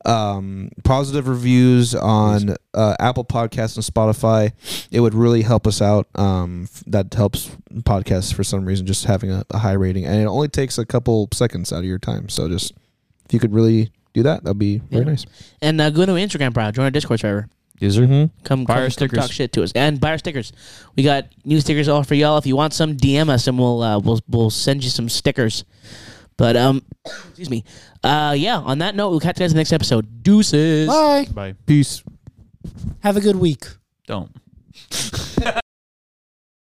S2: um positive reviews on uh, apple podcasts and spotify it would really help us out um f- that helps podcasts for some reason just having a, a high rating and it only takes a couple seconds out of your time so just if you could really do that that'd be very
S1: Yeah.
S2: nice
S1: And uh, go to our Instagram, bro. Join our Discord server. Come,
S3: Buy
S1: come,
S3: our stickers.
S1: come talk shit to us and buy our stickers. We got new stickers all for y'all. If you want some, DM us and we'll uh, we'll we'll send you some stickers. But um, excuse me. Uh, yeah. On that note, we'll catch you guys in the next episode. Deuces.
S5: Bye.
S3: Bye.
S2: peace
S5: Have a good week.
S3: Don't.